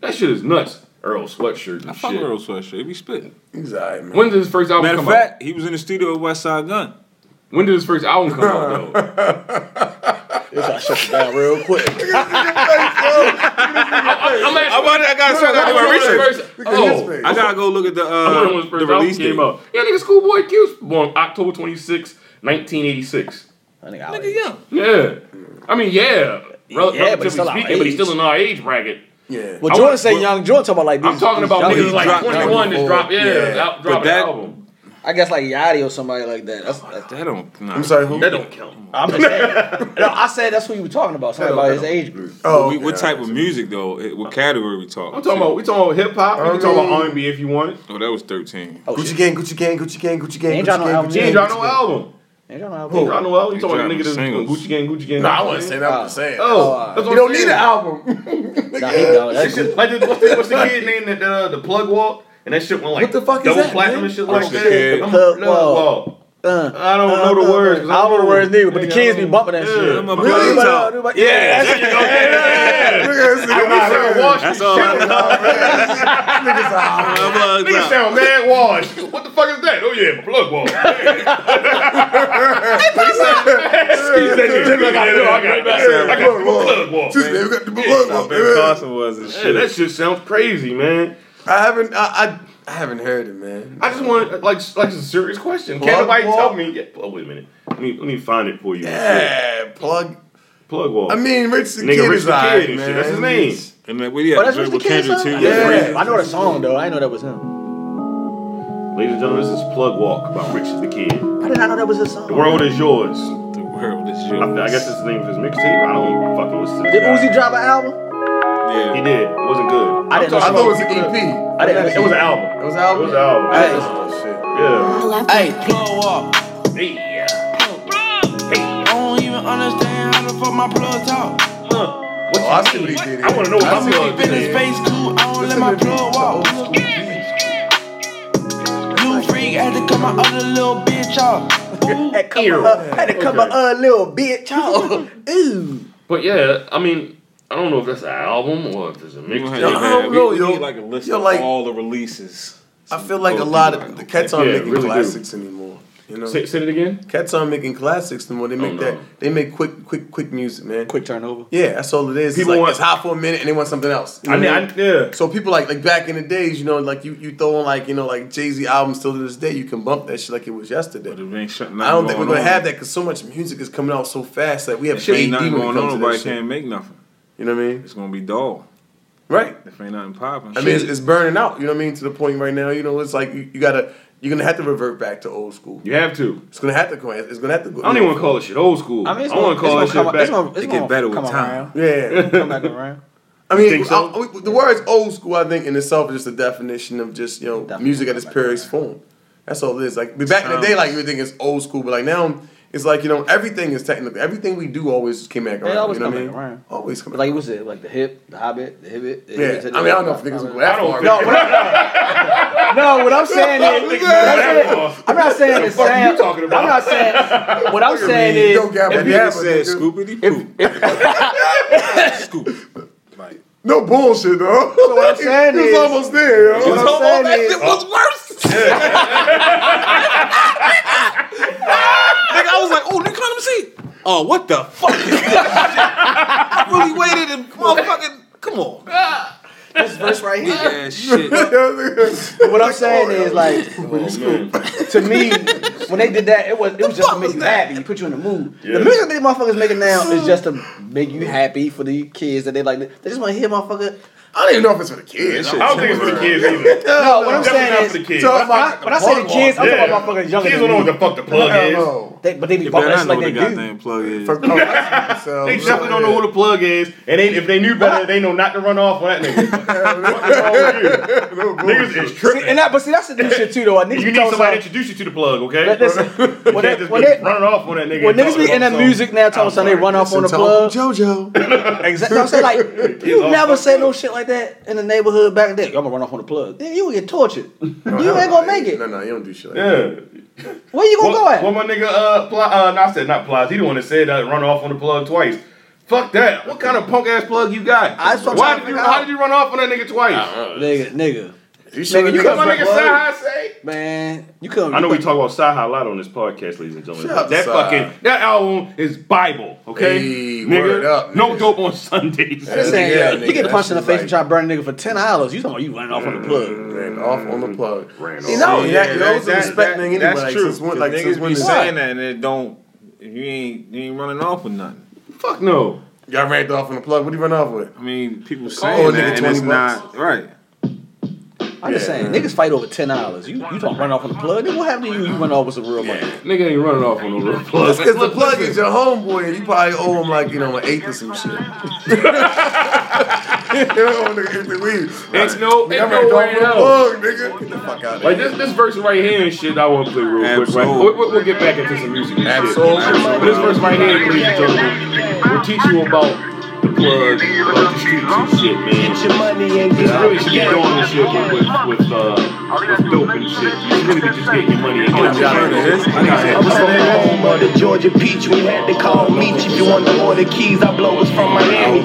Speaker 3: That shit is nuts. Earl sweatshirt
Speaker 5: I
Speaker 3: and
Speaker 5: fuck
Speaker 3: shit.
Speaker 5: with Earl sweatshirt. He be spitting.
Speaker 2: he's alright, man.
Speaker 3: When did his first album
Speaker 5: Matter of
Speaker 3: come out?
Speaker 5: fact, he was in the studio with West Side Gun.
Speaker 3: When did his first album come out though?
Speaker 4: This I shut it down real quick.
Speaker 3: I'm
Speaker 5: I'm
Speaker 3: asking.
Speaker 5: about to, I gotta start
Speaker 3: I'm
Speaker 5: gotta do my research.
Speaker 3: first, oh,
Speaker 5: I gotta go look at the
Speaker 3: I wonder when
Speaker 5: uh,
Speaker 3: his
Speaker 5: the
Speaker 3: first album
Speaker 5: release date.
Speaker 3: came out. Yeah, nigga, Schoolboy Q's born October 26, 1986.
Speaker 4: I think I
Speaker 5: Nigga, yeah.
Speaker 3: Yeah, I mean, yeah, Rel-
Speaker 4: Yeah, but
Speaker 3: relatively
Speaker 4: he's still our
Speaker 3: speaking, but he's
Speaker 4: age.
Speaker 3: still in our age bracket.
Speaker 2: Yeah.
Speaker 4: Well,
Speaker 3: I
Speaker 4: Jordan
Speaker 3: want-
Speaker 4: say
Speaker 3: well,
Speaker 4: young. Jordan talking about like these.
Speaker 3: I'm talking
Speaker 4: these
Speaker 3: about
Speaker 4: young
Speaker 3: niggas
Speaker 4: dudes.
Speaker 3: like
Speaker 5: dropped
Speaker 3: 21 that's
Speaker 2: before.
Speaker 3: dropped, yeah,
Speaker 2: Yeah.
Speaker 3: out, dropping
Speaker 5: that-
Speaker 3: an album.
Speaker 4: I guess like Yachty or somebody like that. That's,
Speaker 5: That don't. Nah.
Speaker 2: I'm sorry, who?
Speaker 3: That don't count.
Speaker 4: I'm just saying. no, I said that's who you were talking about. Somebody about his age group.
Speaker 2: oh,
Speaker 5: We-
Speaker 2: okay,
Speaker 5: what type
Speaker 2: alright.
Speaker 5: of music though? Eh, What category we talking?
Speaker 3: Uh, I'm talking about we talking about hip hop. We can talk about R and B if you want.
Speaker 5: Oh, that was thirteen.
Speaker 4: Oh,
Speaker 2: Gucci
Speaker 4: shit.
Speaker 2: gang, Gucci gang, Gucci gang, Gucci gang,
Speaker 4: Ain't
Speaker 2: Gucci
Speaker 4: y'all no
Speaker 2: gang,
Speaker 4: album
Speaker 2: Gucci
Speaker 3: He
Speaker 4: yet?
Speaker 2: gang.
Speaker 3: ain't dropped no album.
Speaker 4: Ain't y'all
Speaker 3: He ain't
Speaker 4: know
Speaker 3: dropped no album. You talking about the nigga
Speaker 5: Ain't
Speaker 3: that's
Speaker 5: dropping
Speaker 3: Gucci Gang, Gucci Gang.
Speaker 2: No, I
Speaker 3: Gucci
Speaker 2: wasn't
Speaker 3: Gang.
Speaker 2: saying that. I'm just saying.
Speaker 3: Oh, that's
Speaker 2: you
Speaker 3: what
Speaker 2: don't
Speaker 3: I'm
Speaker 2: need
Speaker 3: saying.
Speaker 2: an album.
Speaker 4: Nah, he
Speaker 3: That
Speaker 4: don't. That's
Speaker 3: shit- like the, what's, the, what's the kid name that uh, the plug walk and that shit went like
Speaker 2: What the fuck is
Speaker 3: double
Speaker 2: that,
Speaker 3: platinum
Speaker 2: man?
Speaker 3: and shit
Speaker 5: Oh,
Speaker 3: like
Speaker 5: shit.
Speaker 3: that.
Speaker 5: The
Speaker 3: I'm-
Speaker 4: plug
Speaker 3: plug
Speaker 4: walk.
Speaker 3: walk.
Speaker 4: Uh,
Speaker 3: I don't know the words. 'cause
Speaker 4: I don't know the
Speaker 3: old.
Speaker 4: words neither, but the
Speaker 3: Nigga, I
Speaker 4: kids be
Speaker 3: don't-
Speaker 4: bumping that shit.
Speaker 5: I'm a
Speaker 4: Yeah,
Speaker 5: plug talk.
Speaker 4: everybody- yeah, that's-
Speaker 2: Niggas
Speaker 3: Nigga sound
Speaker 2: are
Speaker 3: washed.
Speaker 5: That's all. I'm
Speaker 2: hot.
Speaker 5: a plug
Speaker 3: Nigga
Speaker 5: talk.
Speaker 3: sound mad washed. What the fuck is that? Oh yeah, plug walk. I got plug walk.
Speaker 2: Tuesday, we got the
Speaker 5: How
Speaker 2: plug
Speaker 5: Ben
Speaker 2: walk.
Speaker 5: Carson was and
Speaker 3: Yeah, that
Speaker 5: shit.
Speaker 3: shit sounds crazy, man.
Speaker 2: I haven't, I, I, I haven't heard it, man.
Speaker 3: I just want like like it's a serious question. Can't
Speaker 2: Plug
Speaker 3: nobody
Speaker 2: wall?
Speaker 3: tell me? Yeah, oh wait a minute. Let me let me find it for you.
Speaker 2: Yeah, plug.
Speaker 3: Plug wall.
Speaker 2: I mean, Rich the
Speaker 3: nigga,
Speaker 2: Kid
Speaker 3: Rich
Speaker 2: is
Speaker 3: the
Speaker 2: alright,
Speaker 3: Kid and
Speaker 2: man.
Speaker 3: shit. That's his name.
Speaker 5: And then we had
Speaker 4: Oh, that's
Speaker 5: drink
Speaker 4: what the
Speaker 5: with
Speaker 4: kid
Speaker 5: Kendrick
Speaker 4: sound
Speaker 5: too.
Speaker 4: like.
Speaker 2: Yeah.
Speaker 4: I know the song though. I didn't know that was him.
Speaker 3: Ladies and gentlemen, this is Plug Walk by Rich is the Kid.
Speaker 4: I did not know that was his
Speaker 3: The
Speaker 4: song.
Speaker 3: world is yours.
Speaker 5: The world heard what this shit
Speaker 3: I, I guess it's the name of his mixtape. I don't fucking listen to
Speaker 4: Did
Speaker 3: that.
Speaker 4: Uzi drop an album?
Speaker 5: Yeah.
Speaker 3: He did. It wasn't good.
Speaker 4: I didn't know.
Speaker 2: I
Speaker 4: she-
Speaker 2: thought it was an EP.
Speaker 4: I didn't.
Speaker 3: It was an album.
Speaker 2: It was an album.
Speaker 3: It was an album.
Speaker 2: Hey. Oh,
Speaker 3: Yeah.
Speaker 4: Hey,
Speaker 8: blow up.
Speaker 3: Hey.
Speaker 8: I don't even understand how the fuck my plug talk.
Speaker 2: shit. Oh, I see what he did. here.
Speaker 3: I wanna know what
Speaker 2: I
Speaker 3: my
Speaker 2: see
Speaker 3: plug
Speaker 2: he
Speaker 8: Been in
Speaker 2: did.
Speaker 8: space cool, I don't let my plug walk. New freak had to cut my other little bitch off.
Speaker 4: had to come up, had to come up, uh, little bitch. Oh, ooh.
Speaker 9: But yeah, I mean, I don't know if that's an album or if it's a
Speaker 5: We gonna
Speaker 9: mixtape.
Speaker 5: have to
Speaker 2: I
Speaker 5: have-
Speaker 2: don't
Speaker 5: we-
Speaker 2: know,
Speaker 5: we
Speaker 2: yo.
Speaker 5: need like a list
Speaker 2: Yo,
Speaker 5: of
Speaker 2: like-
Speaker 5: all the releases.
Speaker 2: I feel like a lot of the cats aren't
Speaker 3: Yeah,
Speaker 2: making
Speaker 3: really do.
Speaker 2: classics anymore. You know,
Speaker 9: Say, say it again.
Speaker 2: cats aren't making classics anymore. They make
Speaker 9: no.
Speaker 2: that. They make quick, quick, quick music, man.
Speaker 4: Quick turnover.
Speaker 2: Yeah, that's all it is.
Speaker 3: People
Speaker 2: it's like,
Speaker 3: want-
Speaker 2: it's hot for a minute and they want something else. You
Speaker 3: I mean,
Speaker 2: know what
Speaker 3: I, yeah.
Speaker 2: So people like like back in the days, you know, like you you throw on like you know like Jay Z albums still to this day, you can bump that shit like it was yesterday.
Speaker 5: But it ain't shut-
Speaker 2: I don't think we're
Speaker 5: nothing on.
Speaker 2: gonna have that because so much music is coming out so fast that we have
Speaker 5: If ain't
Speaker 2: AD
Speaker 5: nothing
Speaker 2: when it
Speaker 5: going
Speaker 2: comes to
Speaker 5: on,
Speaker 2: that
Speaker 5: nobody
Speaker 2: shit.
Speaker 5: can't make nothing.
Speaker 2: You know what I mean?
Speaker 5: It's gonna be dull.
Speaker 2: Right.
Speaker 5: If ain't nothing popping.
Speaker 2: I mean, it's, it's burning out. You know what I mean? To the point right now, you know, it's like you, you gotta you're gonna have to revert back to old school.
Speaker 3: You have to.
Speaker 2: It's gonna have to go. It's gonna have to go.
Speaker 3: I don't even want to call it shit old school. I,
Speaker 4: I mean, it's
Speaker 3: want to call that
Speaker 4: gonna, it's
Speaker 3: shit
Speaker 4: gonna come,
Speaker 3: back.
Speaker 4: it's gonna, it's
Speaker 5: It
Speaker 4: gonna
Speaker 5: get better with
Speaker 4: come
Speaker 5: time.
Speaker 4: Around.
Speaker 2: Yeah.
Speaker 4: Come back around.
Speaker 2: I mean,
Speaker 3: Think so?
Speaker 2: I- I- the words "old school" I think in itself is just a definition of just you know
Speaker 4: Definitely.
Speaker 2: music at its purest form. That's all it is. Like back in the day, like you would think it's old school, but like now it's like you know everything is technically everything we do always came back
Speaker 4: They
Speaker 2: around.
Speaker 4: always
Speaker 2: you know
Speaker 4: come
Speaker 2: what I
Speaker 4: back
Speaker 2: mean?
Speaker 4: around.
Speaker 2: Always come back.
Speaker 4: Like what's it? Like the hip, the hobbit, the hibbit. The
Speaker 2: yeah,
Speaker 4: hibbit to the-
Speaker 2: I mean I don't know if niggas would go that
Speaker 3: I don't
Speaker 2: far.
Speaker 3: think-
Speaker 2: No, but
Speaker 4: No, what I'm saying is,
Speaker 3: think
Speaker 4: what I'm
Speaker 3: that
Speaker 4: saying-
Speaker 3: far.
Speaker 4: I'm not saying it's
Speaker 3: fuck you
Speaker 4: Sam.
Speaker 3: talking about?
Speaker 4: I'm not saying what I'm saying
Speaker 2: you
Speaker 4: is.
Speaker 2: don't got
Speaker 5: That nigga
Speaker 2: my dad,
Speaker 5: said
Speaker 2: nigga.
Speaker 5: scoopity poop. Scoop. Like,
Speaker 2: No bullshit, though. So
Speaker 4: what I'm saying
Speaker 2: it's
Speaker 4: is-
Speaker 2: almost there. Yo.
Speaker 4: What I'm saying is-
Speaker 5: was worse. Nigga, I was like, oh, nigga, let me see. Oh, what the fuck is this shit? I really waited and motherfucking, come on. This verse right here. Yeah, shit.
Speaker 4: What I'm saying is like to me when they did that it was it was just to make you happy put you in the mood. The music these motherfuckers making now is just to make you happy for the kids that they like. They just want to hear motherfucker.
Speaker 2: I don't even know if it's for the kids.
Speaker 3: I don't think it's for the kids either.
Speaker 4: No, what I'm
Speaker 3: Definitely not
Speaker 4: saying
Speaker 3: for the
Speaker 4: is
Speaker 3: kids.
Speaker 2: So
Speaker 3: Yeah.
Speaker 2: if I,
Speaker 4: when I say the kids, I'm talking about motherfuckers younger
Speaker 3: Kids don't
Speaker 4: than
Speaker 3: know what
Speaker 4: me.
Speaker 3: the fuck the plug
Speaker 2: I don't
Speaker 3: is.
Speaker 2: know.
Speaker 4: They, but they be
Speaker 5: You better
Speaker 4: bumping that
Speaker 5: not
Speaker 4: shit like
Speaker 5: know
Speaker 4: they
Speaker 5: the
Speaker 4: do.
Speaker 5: goddamn plug is.
Speaker 2: For, oh, that's- so-
Speaker 3: They definitely don't know who the plug is, and they, if they knew better, they know not to run off on that nigga. What's wrong with you? Niggas is
Speaker 4: See, and
Speaker 3: tripping.
Speaker 4: that, but see, that's the new shit too, though. I
Speaker 3: You need somebody to introduce you to the plug, okay?
Speaker 4: Let- listen,
Speaker 3: you
Speaker 4: when
Speaker 3: can't
Speaker 4: they-
Speaker 3: just
Speaker 4: when
Speaker 3: be
Speaker 4: they-
Speaker 3: running off on that nigga.
Speaker 4: When
Speaker 3: and
Speaker 4: niggas
Speaker 3: talking
Speaker 4: be in
Speaker 3: about
Speaker 4: the
Speaker 3: something.
Speaker 4: music now talking something, they run off on the
Speaker 2: Listen to Uncle
Speaker 4: plug.
Speaker 2: JoJo.
Speaker 4: Exactly. I'm saying like you
Speaker 3: all
Speaker 4: never
Speaker 3: fucked
Speaker 4: say no
Speaker 3: up.
Speaker 4: shit like that in the neighborhood back then. Y'all gonna run off on the plug. Then you will get tortured. you ain't gonna make
Speaker 2: No,
Speaker 4: it.
Speaker 2: no, you don't do shit like that.
Speaker 3: Yeah.
Speaker 4: Where you gonna go
Speaker 3: What,
Speaker 4: at?
Speaker 3: what my nigga, uh, Ply, uh, no, I said not Plies. He the one that said uh, run off on the plug twice. Fuck that. What kind of punk ass plug you got?
Speaker 4: I- that's what I'm
Speaker 3: Why
Speaker 4: trying
Speaker 3: did
Speaker 4: to
Speaker 3: you,
Speaker 4: figure
Speaker 3: how
Speaker 4: out.
Speaker 3: did you run off on that nigga twice?
Speaker 4: nigga, nigga,
Speaker 2: You sure
Speaker 4: Nigga, you
Speaker 2: niggas
Speaker 4: got
Speaker 3: What my
Speaker 2: like
Speaker 3: nigga
Speaker 2: blood?
Speaker 3: Sahai say?
Speaker 4: man, you couldn't.
Speaker 3: I know
Speaker 4: you
Speaker 3: we talk about Sahai a lot on this podcast, ladies and gentlemen.
Speaker 2: Shout out to
Speaker 3: that
Speaker 2: Sahai.
Speaker 3: fucking that album is Bible, okay?
Speaker 2: Hey,
Speaker 3: nigga,
Speaker 2: word up,
Speaker 3: no
Speaker 2: niggas.
Speaker 3: dope on Sundays.
Speaker 4: couldn't-
Speaker 2: Yeah,
Speaker 4: saying,
Speaker 2: yeah,
Speaker 4: you
Speaker 2: nigga,
Speaker 4: get punched in the
Speaker 2: that's
Speaker 4: face
Speaker 2: like-
Speaker 4: and try to burn a nigga for ten dollars. You talking about you running off on the plug?
Speaker 2: Ran off on the plug.
Speaker 3: Ran
Speaker 2: See,
Speaker 3: off.
Speaker 2: no,
Speaker 5: Oh, Yeah, that-
Speaker 2: that, those
Speaker 5: that-
Speaker 2: are respecting
Speaker 5: that-
Speaker 2: anyway.
Speaker 5: That's true.
Speaker 2: Since when, like,
Speaker 5: niggas
Speaker 2: since when
Speaker 5: be
Speaker 2: is
Speaker 5: saying
Speaker 2: that?
Speaker 5: that and it don't. You ain't you ain't running off with nothing.
Speaker 3: Fuck no.
Speaker 2: Y'all ran off on the plug. What do you run off with?
Speaker 5: I mean, people
Speaker 2: Oh,
Speaker 5: saying
Speaker 2: nigga,
Speaker 5: that and it's
Speaker 2: 20
Speaker 5: not right.
Speaker 4: I'm just saying, niggas fight over ten dollars. You you don't run off on the plug. Then what happened to you? You run off with some real money.
Speaker 3: Nigga ain't running off on no real plug.
Speaker 2: That's because the plug is your homeboy, and you probably owe him like you know an eighth or some shit. you know, nigga, if the weed.
Speaker 3: Ain't no,
Speaker 2: I
Speaker 3: ain't
Speaker 2: ran
Speaker 3: no
Speaker 2: off
Speaker 3: way
Speaker 2: on
Speaker 3: in
Speaker 2: the
Speaker 3: hell.
Speaker 2: plug, nigga. Get the fuck out of
Speaker 3: Like
Speaker 2: here.
Speaker 3: this, this verse right here and shit, I want to play real quick. Right,
Speaker 5: Absolutely.
Speaker 3: we'll, we'll- we'll get back into some music and
Speaker 2: Absolutely.
Speaker 3: shit. But this verse right here, ladies and gentlemen, will teach you about the plug, about the streets and shit, man.
Speaker 4: Get your money and get
Speaker 3: You really should be doing this shit with with, with uh with dope and shit. You should really be just getting your money and getting out of
Speaker 5: This- I got it.
Speaker 10: was from the home of the Georgia peach. We had to call Meach. If you want to order keys, I blow us from Miami.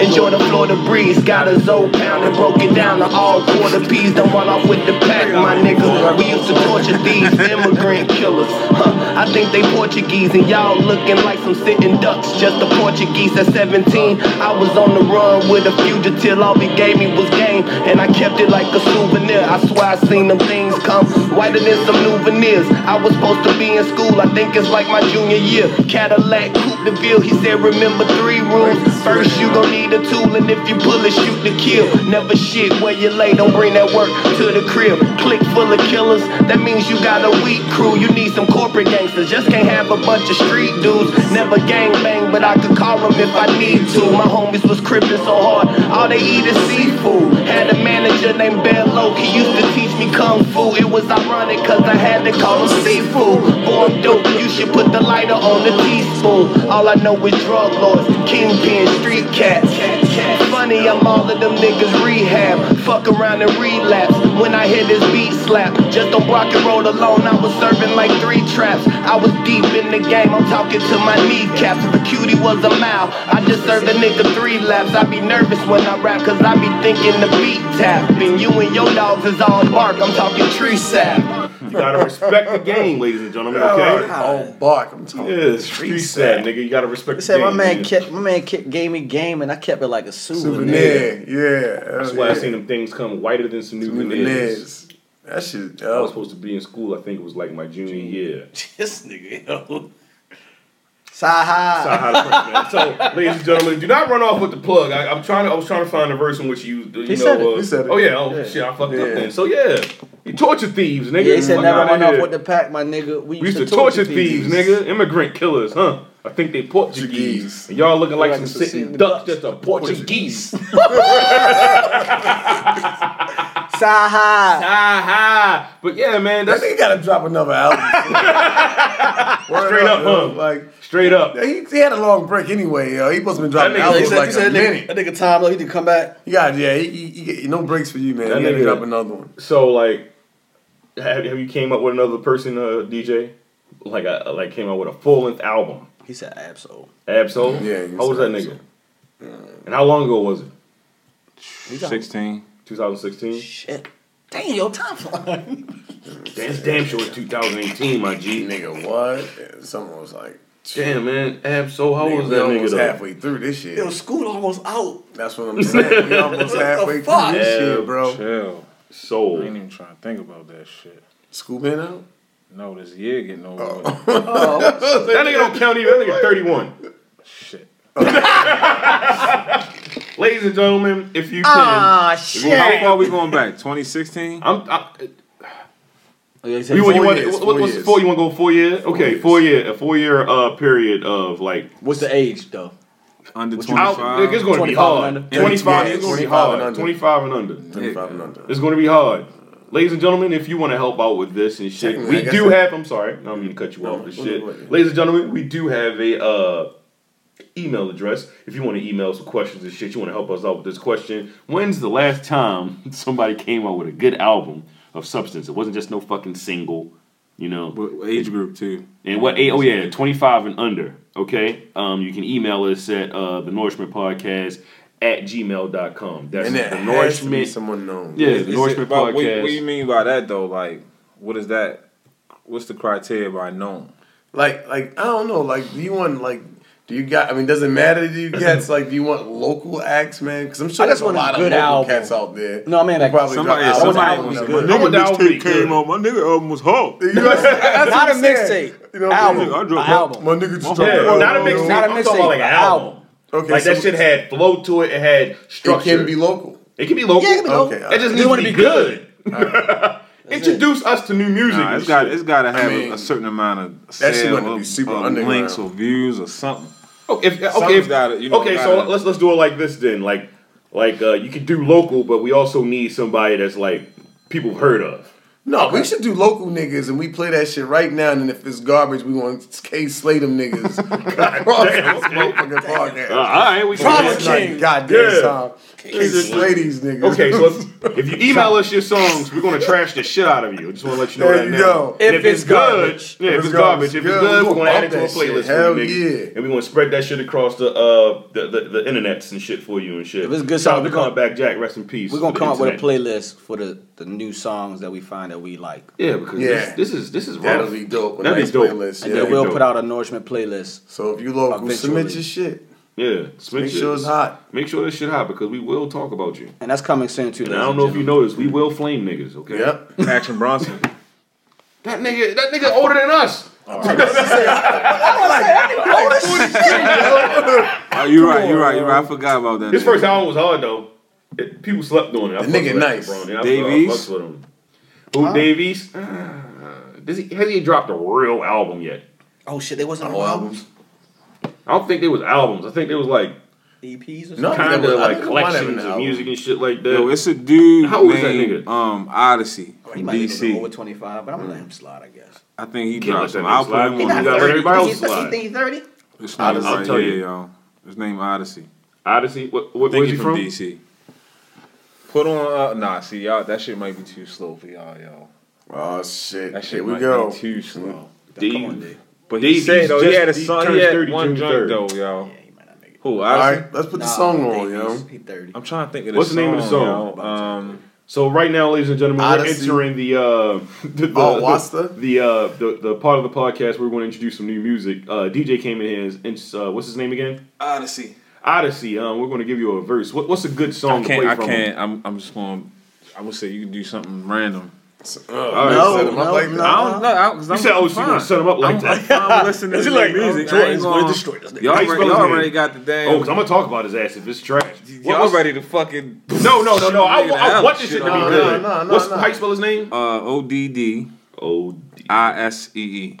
Speaker 10: Enjoy the Florida breeze. Got a Zoe pound and broke it down to all quarter peas. Don't run off with the pack, my nigga. We used to torture these immigrant killers. Huh. I think they Portuguese and y'all looking like some sitting ducks. Just a Portuguese at 17. I was on the run with a fugitive. All he gave me was game, and I kept it like a souvenir. I swear I seen them things come whiter than some new veneers. I was supposed to be in school, I think it's like my junior year. Cadillac Coupe de Ville, he said, remember three rules. First, you gon' need a tool, and if you pull it, shoot to kill. Never shit where you lay, don't bring that work to the crib. Click full of killers, that means you got a weak crew. You need some corporate gangsters, just can't have a bunch of street dudes. Never gang bang, but I could call them if I need to. My homies was crippin' so hard, all they eat is seafood. Had a manager named Bello, he used to teach me kung fu. It was ironic, cause I had to call him seafood. Boy, I'm dope, you should put the lighter on the teaspoon. All I know is drug lords, kingpin, street cats. Funny, I'm all of them niggas rehab. Fuck around and relapse when I hear this beat slap. Just on rock and roll alone, I was serving like three traps. I was deep in the game, I'm talking to my kneecaps. If the cutie was a mile, I just served a nigga three laps. I be nervous when I rap, cause I be thinking the beat tap. And you and your dogs is all bark, I'm talking tree sap.
Speaker 3: You gotta respect the game, ladies and gentlemen. Okay.
Speaker 2: Oh, bark. I'm talking.
Speaker 3: Yeah, street set, nigga. You gotta respect
Speaker 4: They
Speaker 3: the
Speaker 4: said
Speaker 3: game.
Speaker 4: my man
Speaker 3: nigga.
Speaker 4: kept my man kept, gave me game and I kept it like a souvenir.
Speaker 2: Souvenir. Yeah.
Speaker 3: That's why I seen them things come whiter than some new veneers.
Speaker 2: Souvenirs. That shit.
Speaker 3: I was
Speaker 2: Oh.
Speaker 3: supposed to be in school. I think it was like my junior year.
Speaker 11: This nigga, yo.
Speaker 4: Side
Speaker 3: That's
Speaker 4: high.
Speaker 3: how I had to press, man. so, ladies and gentlemen, do not run off with the plug. I, I'm trying to. I was trying to find a verse in which you. you know,
Speaker 4: said it.
Speaker 3: uh,
Speaker 2: He said it.
Speaker 3: Oh yeah. Oh shit. I fucked
Speaker 2: Yeah.
Speaker 3: up then. So yeah, you torture thieves, nigga.
Speaker 4: Yeah, he said
Speaker 3: Fuck
Speaker 4: never
Speaker 3: outta
Speaker 4: run
Speaker 3: here.
Speaker 4: off with the pack, my nigga. We
Speaker 3: We used to torture thieves, nigga. Immigrant killers, huh? I think they Portuguese.
Speaker 2: Portuguese.
Speaker 3: And y'all looking like
Speaker 4: Like
Speaker 3: some
Speaker 4: some
Speaker 3: sitting
Speaker 4: sitting
Speaker 3: ducks, just a Portuguese.
Speaker 4: Side high.
Speaker 3: ha ha. But yeah, man,
Speaker 2: That
Speaker 3: that's
Speaker 2: nigga gotta drop another album. Word
Speaker 3: Straight up, huh?
Speaker 2: yo. Like
Speaker 3: straight up.
Speaker 2: he, he had a long break anyway. Yo. He supposed to been dropping
Speaker 3: That nigga-
Speaker 2: albums
Speaker 11: He said,
Speaker 2: like
Speaker 11: he said
Speaker 2: a
Speaker 11: that,
Speaker 2: minute.
Speaker 11: nigga, that nigga time low, he did come back.
Speaker 2: You got yeah. He, he, he, no breaks for you, man.
Speaker 3: That
Speaker 2: He had
Speaker 3: nigga-
Speaker 2: to drop another one.
Speaker 3: So like, have, have you came up with another person, uh, DJ? Like I like came out with a full length album.
Speaker 4: He said absolutely.
Speaker 3: Absol.
Speaker 2: Yeah, he
Speaker 3: How was that nigga?
Speaker 2: said
Speaker 3: And how long ago was it?
Speaker 5: 16.
Speaker 3: 2016.
Speaker 4: Shit. Damn, yo, time flying.
Speaker 3: Damn, damn sure it's 2018, my G.
Speaker 2: Nigga, what? Someone was like,
Speaker 3: Damn man, Absol. How
Speaker 2: nigga,
Speaker 3: was
Speaker 2: we
Speaker 3: that nigga
Speaker 2: almost
Speaker 3: though?
Speaker 2: halfway through this shit.
Speaker 11: Yo, school almost out.
Speaker 2: That's what I'm saying. We almost halfway through this
Speaker 3: Yeah,
Speaker 2: shit, bro.
Speaker 5: Chill. I ain't
Speaker 3: Soul.
Speaker 5: even trying to think about that shit.
Speaker 2: School been out?
Speaker 5: No, this year getting over with.
Speaker 3: That nigga don't count even. That nigga 31.
Speaker 5: Shit.
Speaker 3: Ladies and gentlemen, if you can,
Speaker 4: Ah,
Speaker 5: How
Speaker 4: shit.
Speaker 5: far we going back? 2016?
Speaker 3: I'm. I,
Speaker 4: Yeah, he said
Speaker 3: You want, you
Speaker 2: Four
Speaker 3: want,
Speaker 2: years,
Speaker 3: what,
Speaker 2: four
Speaker 3: what's
Speaker 2: years.
Speaker 3: four? You want to go four years? okay,
Speaker 2: years.
Speaker 3: four year, a four year uh period of like
Speaker 4: What's the age though?
Speaker 5: Under
Speaker 3: out. nigga, It's
Speaker 5: 25?
Speaker 3: going to be
Speaker 4: 25 and
Speaker 3: hard.
Speaker 4: under.
Speaker 3: Twenty five.
Speaker 2: Yeah,
Speaker 3: it's going to be
Speaker 2: 25 and
Speaker 3: hard.
Speaker 2: under.
Speaker 3: Twenty five and under.
Speaker 2: 25 and under.
Speaker 3: It's going to be hard. Ladies and gentlemen, if you want to help out with this and shit,
Speaker 2: Technically, I
Speaker 3: we
Speaker 2: guess
Speaker 3: do
Speaker 2: it-
Speaker 3: have. I'm sorry, I don't mean to cut you off. and
Speaker 2: wait,
Speaker 3: shit,
Speaker 2: wait.
Speaker 3: ladies and gentlemen, we do have a uh email address if you want to email some questions and shit. You want to help us out with this question? When's the last time somebody came out with a good album of substance? It wasn't just no fucking single. You know,
Speaker 5: What Age group, too.
Speaker 3: and what eight? Oh yeah, twenty five and under. Okay. Um, you can email us at uh, the Nourishment Podcast at gmail.com. That's
Speaker 2: And there
Speaker 3: the
Speaker 2: has to be
Speaker 3: Nourishment.
Speaker 2: someone known.
Speaker 3: Yeah,
Speaker 5: Is
Speaker 3: the
Speaker 5: it-
Speaker 3: Nourishment
Speaker 5: but What,
Speaker 3: Podcast.
Speaker 5: what do you mean by that, though? Like, what is that? What's the criteria by known?
Speaker 2: Like, like I don't know. Like, do you want like? Do you got? I mean, does it matter? Do you cats like? Do you want local acts, man? Because I'm sure
Speaker 4: I just
Speaker 2: there's a
Speaker 4: want a
Speaker 2: lot of
Speaker 4: good
Speaker 2: local
Speaker 4: album.
Speaker 2: cats out there.
Speaker 4: No, I mean,
Speaker 2: who
Speaker 4: like,
Speaker 2: probably
Speaker 5: Somebody-
Speaker 2: drop albums.
Speaker 5: somebody
Speaker 2: Albums
Speaker 5: wants
Speaker 2: that
Speaker 5: to-
Speaker 2: good.
Speaker 3: No one down with good.
Speaker 5: out. My nigga album was hot.
Speaker 2: You know what I'm saying?
Speaker 4: Not
Speaker 2: That's what
Speaker 4: a
Speaker 2: I'm saying.
Speaker 4: mixtape.
Speaker 2: You know what I'm
Speaker 4: Album.
Speaker 2: saying?
Speaker 5: I drop-
Speaker 4: Album.
Speaker 2: My nigga just
Speaker 3: Yeah,
Speaker 2: dropped-
Speaker 3: not a
Speaker 2: you know,
Speaker 3: mixtape.
Speaker 4: Not a
Speaker 3: I'm talking about
Speaker 4: mixtape,
Speaker 3: like an
Speaker 4: an
Speaker 3: album.
Speaker 4: album.
Speaker 2: Okay,
Speaker 3: like that
Speaker 2: so
Speaker 3: shit had flow to it. It had
Speaker 2: It
Speaker 3: structure.
Speaker 2: can be local.
Speaker 3: local.
Speaker 4: Yeah, it can be local.
Speaker 2: Okay, all
Speaker 3: It
Speaker 2: right.
Speaker 3: just
Speaker 4: You
Speaker 3: needs to
Speaker 4: wanna
Speaker 3: be
Speaker 4: be
Speaker 3: good. Introduce us to new music.
Speaker 5: Nah,
Speaker 3: and
Speaker 5: it's got
Speaker 3: shit.
Speaker 5: it's got to have a-
Speaker 2: mean,
Speaker 5: a certain amount of
Speaker 2: that shit
Speaker 5: sale
Speaker 2: gotta
Speaker 5: or,
Speaker 2: be super
Speaker 5: or
Speaker 2: underground.
Speaker 5: links or views or something.
Speaker 3: Oh, if, okay,
Speaker 5: Something's
Speaker 3: if,
Speaker 5: gotta- you know,
Speaker 3: okay. So
Speaker 5: gotta-
Speaker 3: let's let's do it like this then. Like like uh, you can do local, but we also need somebody that's like people have heard of.
Speaker 2: No, we should do local niggas and we play that shit right now. And then if it's garbage, we going to K slay them niggas. across this motherfucking podcast.
Speaker 3: Uh, all right, we can do
Speaker 2: Drama
Speaker 3: that.
Speaker 2: King, goddamn
Speaker 3: Yeah.
Speaker 2: time. K slay these niggas.
Speaker 3: Okay, so if, if you email us your songs, we're gonna trash the shit out of you. I just want to let you know
Speaker 2: There
Speaker 3: that
Speaker 2: you
Speaker 3: now.
Speaker 2: go.
Speaker 3: And
Speaker 4: If it's garbage.
Speaker 3: good, yeah, if it's garbage, if it's good, we're gonna add it to a
Speaker 2: bump that
Speaker 3: playlist
Speaker 2: shit.
Speaker 3: for
Speaker 2: Hell
Speaker 3: you, niggas.
Speaker 2: yeah.
Speaker 3: and we're gonna spread that shit across the uh the, the, the internets and shit for you and shit.
Speaker 4: If it's
Speaker 3: Shout
Speaker 4: good song,
Speaker 3: out
Speaker 4: we
Speaker 3: to
Speaker 4: gonna-
Speaker 3: Comeback Jack, rest in peace.
Speaker 4: We're gonna
Speaker 3: to the
Speaker 4: come up with a
Speaker 3: internet.
Speaker 4: playlist for the, the new songs that we find that we like.
Speaker 3: Yeah, because
Speaker 2: Yeah.
Speaker 3: This, this is this is rough.
Speaker 2: That'll be dope. A
Speaker 3: That'd be
Speaker 2: nice
Speaker 3: dope.
Speaker 2: playlist,
Speaker 4: And
Speaker 2: yeah.
Speaker 4: then we'll
Speaker 3: dope.
Speaker 4: put out a nourishment playlist.
Speaker 2: So if you local, submit
Speaker 4: Eventually.
Speaker 2: your shit.
Speaker 3: Yeah,
Speaker 2: Make sure it's hot.
Speaker 3: Make sure this shit hot because we will talk about you.
Speaker 4: And that's coming soon too.
Speaker 3: And I don't know if you noticed, we will flame niggas. Okay.
Speaker 2: Yep.
Speaker 5: Action Bronson.
Speaker 3: That nigga, that nigga older than us.
Speaker 5: Oh, you're right. You're right. You're right. I forgot about that.
Speaker 3: His first album was hard though. It, people slept on it. I
Speaker 2: The
Speaker 3: fucks
Speaker 2: nigga
Speaker 3: with
Speaker 2: nice.
Speaker 3: LeBron, and I
Speaker 5: Davies?
Speaker 3: fucks with him. Who Davies? Uh, does he, has he dropped a real album yet?
Speaker 4: Oh shit, they wasn't
Speaker 2: All albums.
Speaker 3: I don't think they was albums. I think they was like
Speaker 4: EPs E or something.
Speaker 2: No,
Speaker 3: kind
Speaker 2: that
Speaker 3: of
Speaker 2: was- I
Speaker 3: like
Speaker 2: think it might have been
Speaker 3: collections
Speaker 2: an
Speaker 3: of
Speaker 2: album.
Speaker 3: music and shit like that.
Speaker 5: Yo, it's a dude
Speaker 3: How old is that
Speaker 5: named
Speaker 3: nigga?
Speaker 5: um Odyssey
Speaker 4: He
Speaker 12: Oh,
Speaker 5: from
Speaker 4: might be over
Speaker 5: DC.
Speaker 4: 25, but I'm gonna let him slide, I guess.
Speaker 5: I think he
Speaker 3: Can't
Speaker 5: dropped
Speaker 3: let that
Speaker 5: some.
Speaker 3: nigga
Speaker 5: I'll put
Speaker 3: slide.
Speaker 5: him
Speaker 3: He
Speaker 5: on.
Speaker 3: not
Speaker 5: the-
Speaker 3: thirty. everybody else
Speaker 4: He- he-
Speaker 3: slide.
Speaker 4: He think 30?
Speaker 5: His name
Speaker 2: Odyssey.
Speaker 5: right
Speaker 3: I'll tell
Speaker 5: here,
Speaker 3: you.
Speaker 5: yo. His name Odyssey.
Speaker 3: Odyssey. What, what,
Speaker 5: I think
Speaker 3: where's he
Speaker 5: he's
Speaker 3: from?
Speaker 5: from DC.
Speaker 12: Put on. Uh, nah, see y'all. That shit might be too slow for y'all, yo.
Speaker 2: Oh shit!
Speaker 12: That shit
Speaker 2: Here we
Speaker 12: might
Speaker 2: go.
Speaker 12: be too slow.
Speaker 3: Dave.
Speaker 12: But he
Speaker 3: Dave,
Speaker 12: said
Speaker 3: he's
Speaker 12: though, he
Speaker 3: just-
Speaker 12: had a
Speaker 3: he
Speaker 12: son. He
Speaker 3: turns
Speaker 12: had
Speaker 3: 30
Speaker 12: one
Speaker 3: June
Speaker 12: joint
Speaker 3: 3rd.
Speaker 12: though, yo.
Speaker 4: Yeah, he might not make it.
Speaker 5: Who?
Speaker 2: All
Speaker 5: Odyssey.
Speaker 2: right, let's put
Speaker 4: Nah,
Speaker 2: the song on,
Speaker 4: Davies,
Speaker 2: yo.
Speaker 4: He 30.
Speaker 12: I'm trying to think of
Speaker 3: What's the name of the
Speaker 12: song,
Speaker 3: song?
Speaker 12: yo. Um,
Speaker 3: So right now, ladies and gentlemen,
Speaker 2: Odyssey.
Speaker 3: we're entering the uh, the the,
Speaker 2: Oh, Wasta?
Speaker 3: the, uh, the the part of the podcast where we're going to introduce some new music. Uh, DJ came in here and and, uh, what's his name again?
Speaker 5: Odyssey.
Speaker 3: Odyssey. Um, we're going to give you a verse. What, what's a good song
Speaker 5: I
Speaker 3: to
Speaker 5: can't.
Speaker 3: play
Speaker 5: I
Speaker 3: from?
Speaker 5: can't. I'm. I'm just going. I would say you can do something random.
Speaker 2: uh, no, set him up like that.
Speaker 5: I don't know. I, cause I'm
Speaker 3: You said, "Oh, she gonna set him up like
Speaker 5: I'm,
Speaker 3: that."
Speaker 5: I'm fine with listening to like, oh, music. I ain't gonna, y'all
Speaker 3: How you
Speaker 5: already,
Speaker 3: spell
Speaker 5: y'all
Speaker 3: his name?
Speaker 5: already got the damn.
Speaker 3: Oh, 'cause I'm going to talk about his ass if it's trash.
Speaker 5: y'all ready to fucking.
Speaker 3: No, no, no, no. I,
Speaker 5: Nigga,
Speaker 3: I,
Speaker 5: that
Speaker 3: want this shit to be
Speaker 5: shit on
Speaker 3: good.
Speaker 2: No, no, no,
Speaker 3: what's
Speaker 2: no.
Speaker 3: how you spell his name?
Speaker 5: Uh, O D D
Speaker 3: Oh,
Speaker 5: I S E E.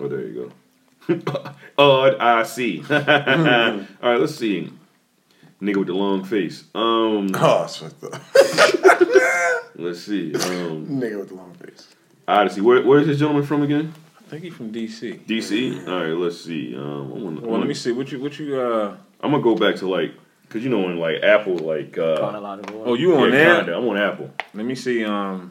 Speaker 3: oh, there you go. Odd, I see. All right, let's see. Nigga with the long face. Um,
Speaker 2: Oh, shut the
Speaker 3: let's see. Um.
Speaker 2: nigga with the long face.
Speaker 3: Odyssey. Where, where's this gentleman from again?
Speaker 5: I think he's from D C.
Speaker 3: DC. All right, let's see. Um, I'm, gonna,
Speaker 5: Well, let me see. What you? What you? Uh.
Speaker 3: I'm gonna go back to like, cause you know when like Apple, like uh,
Speaker 5: Oh, you on
Speaker 3: yeah,
Speaker 5: there?
Speaker 3: kinda. I'm on Apple.
Speaker 5: Let me see. Um.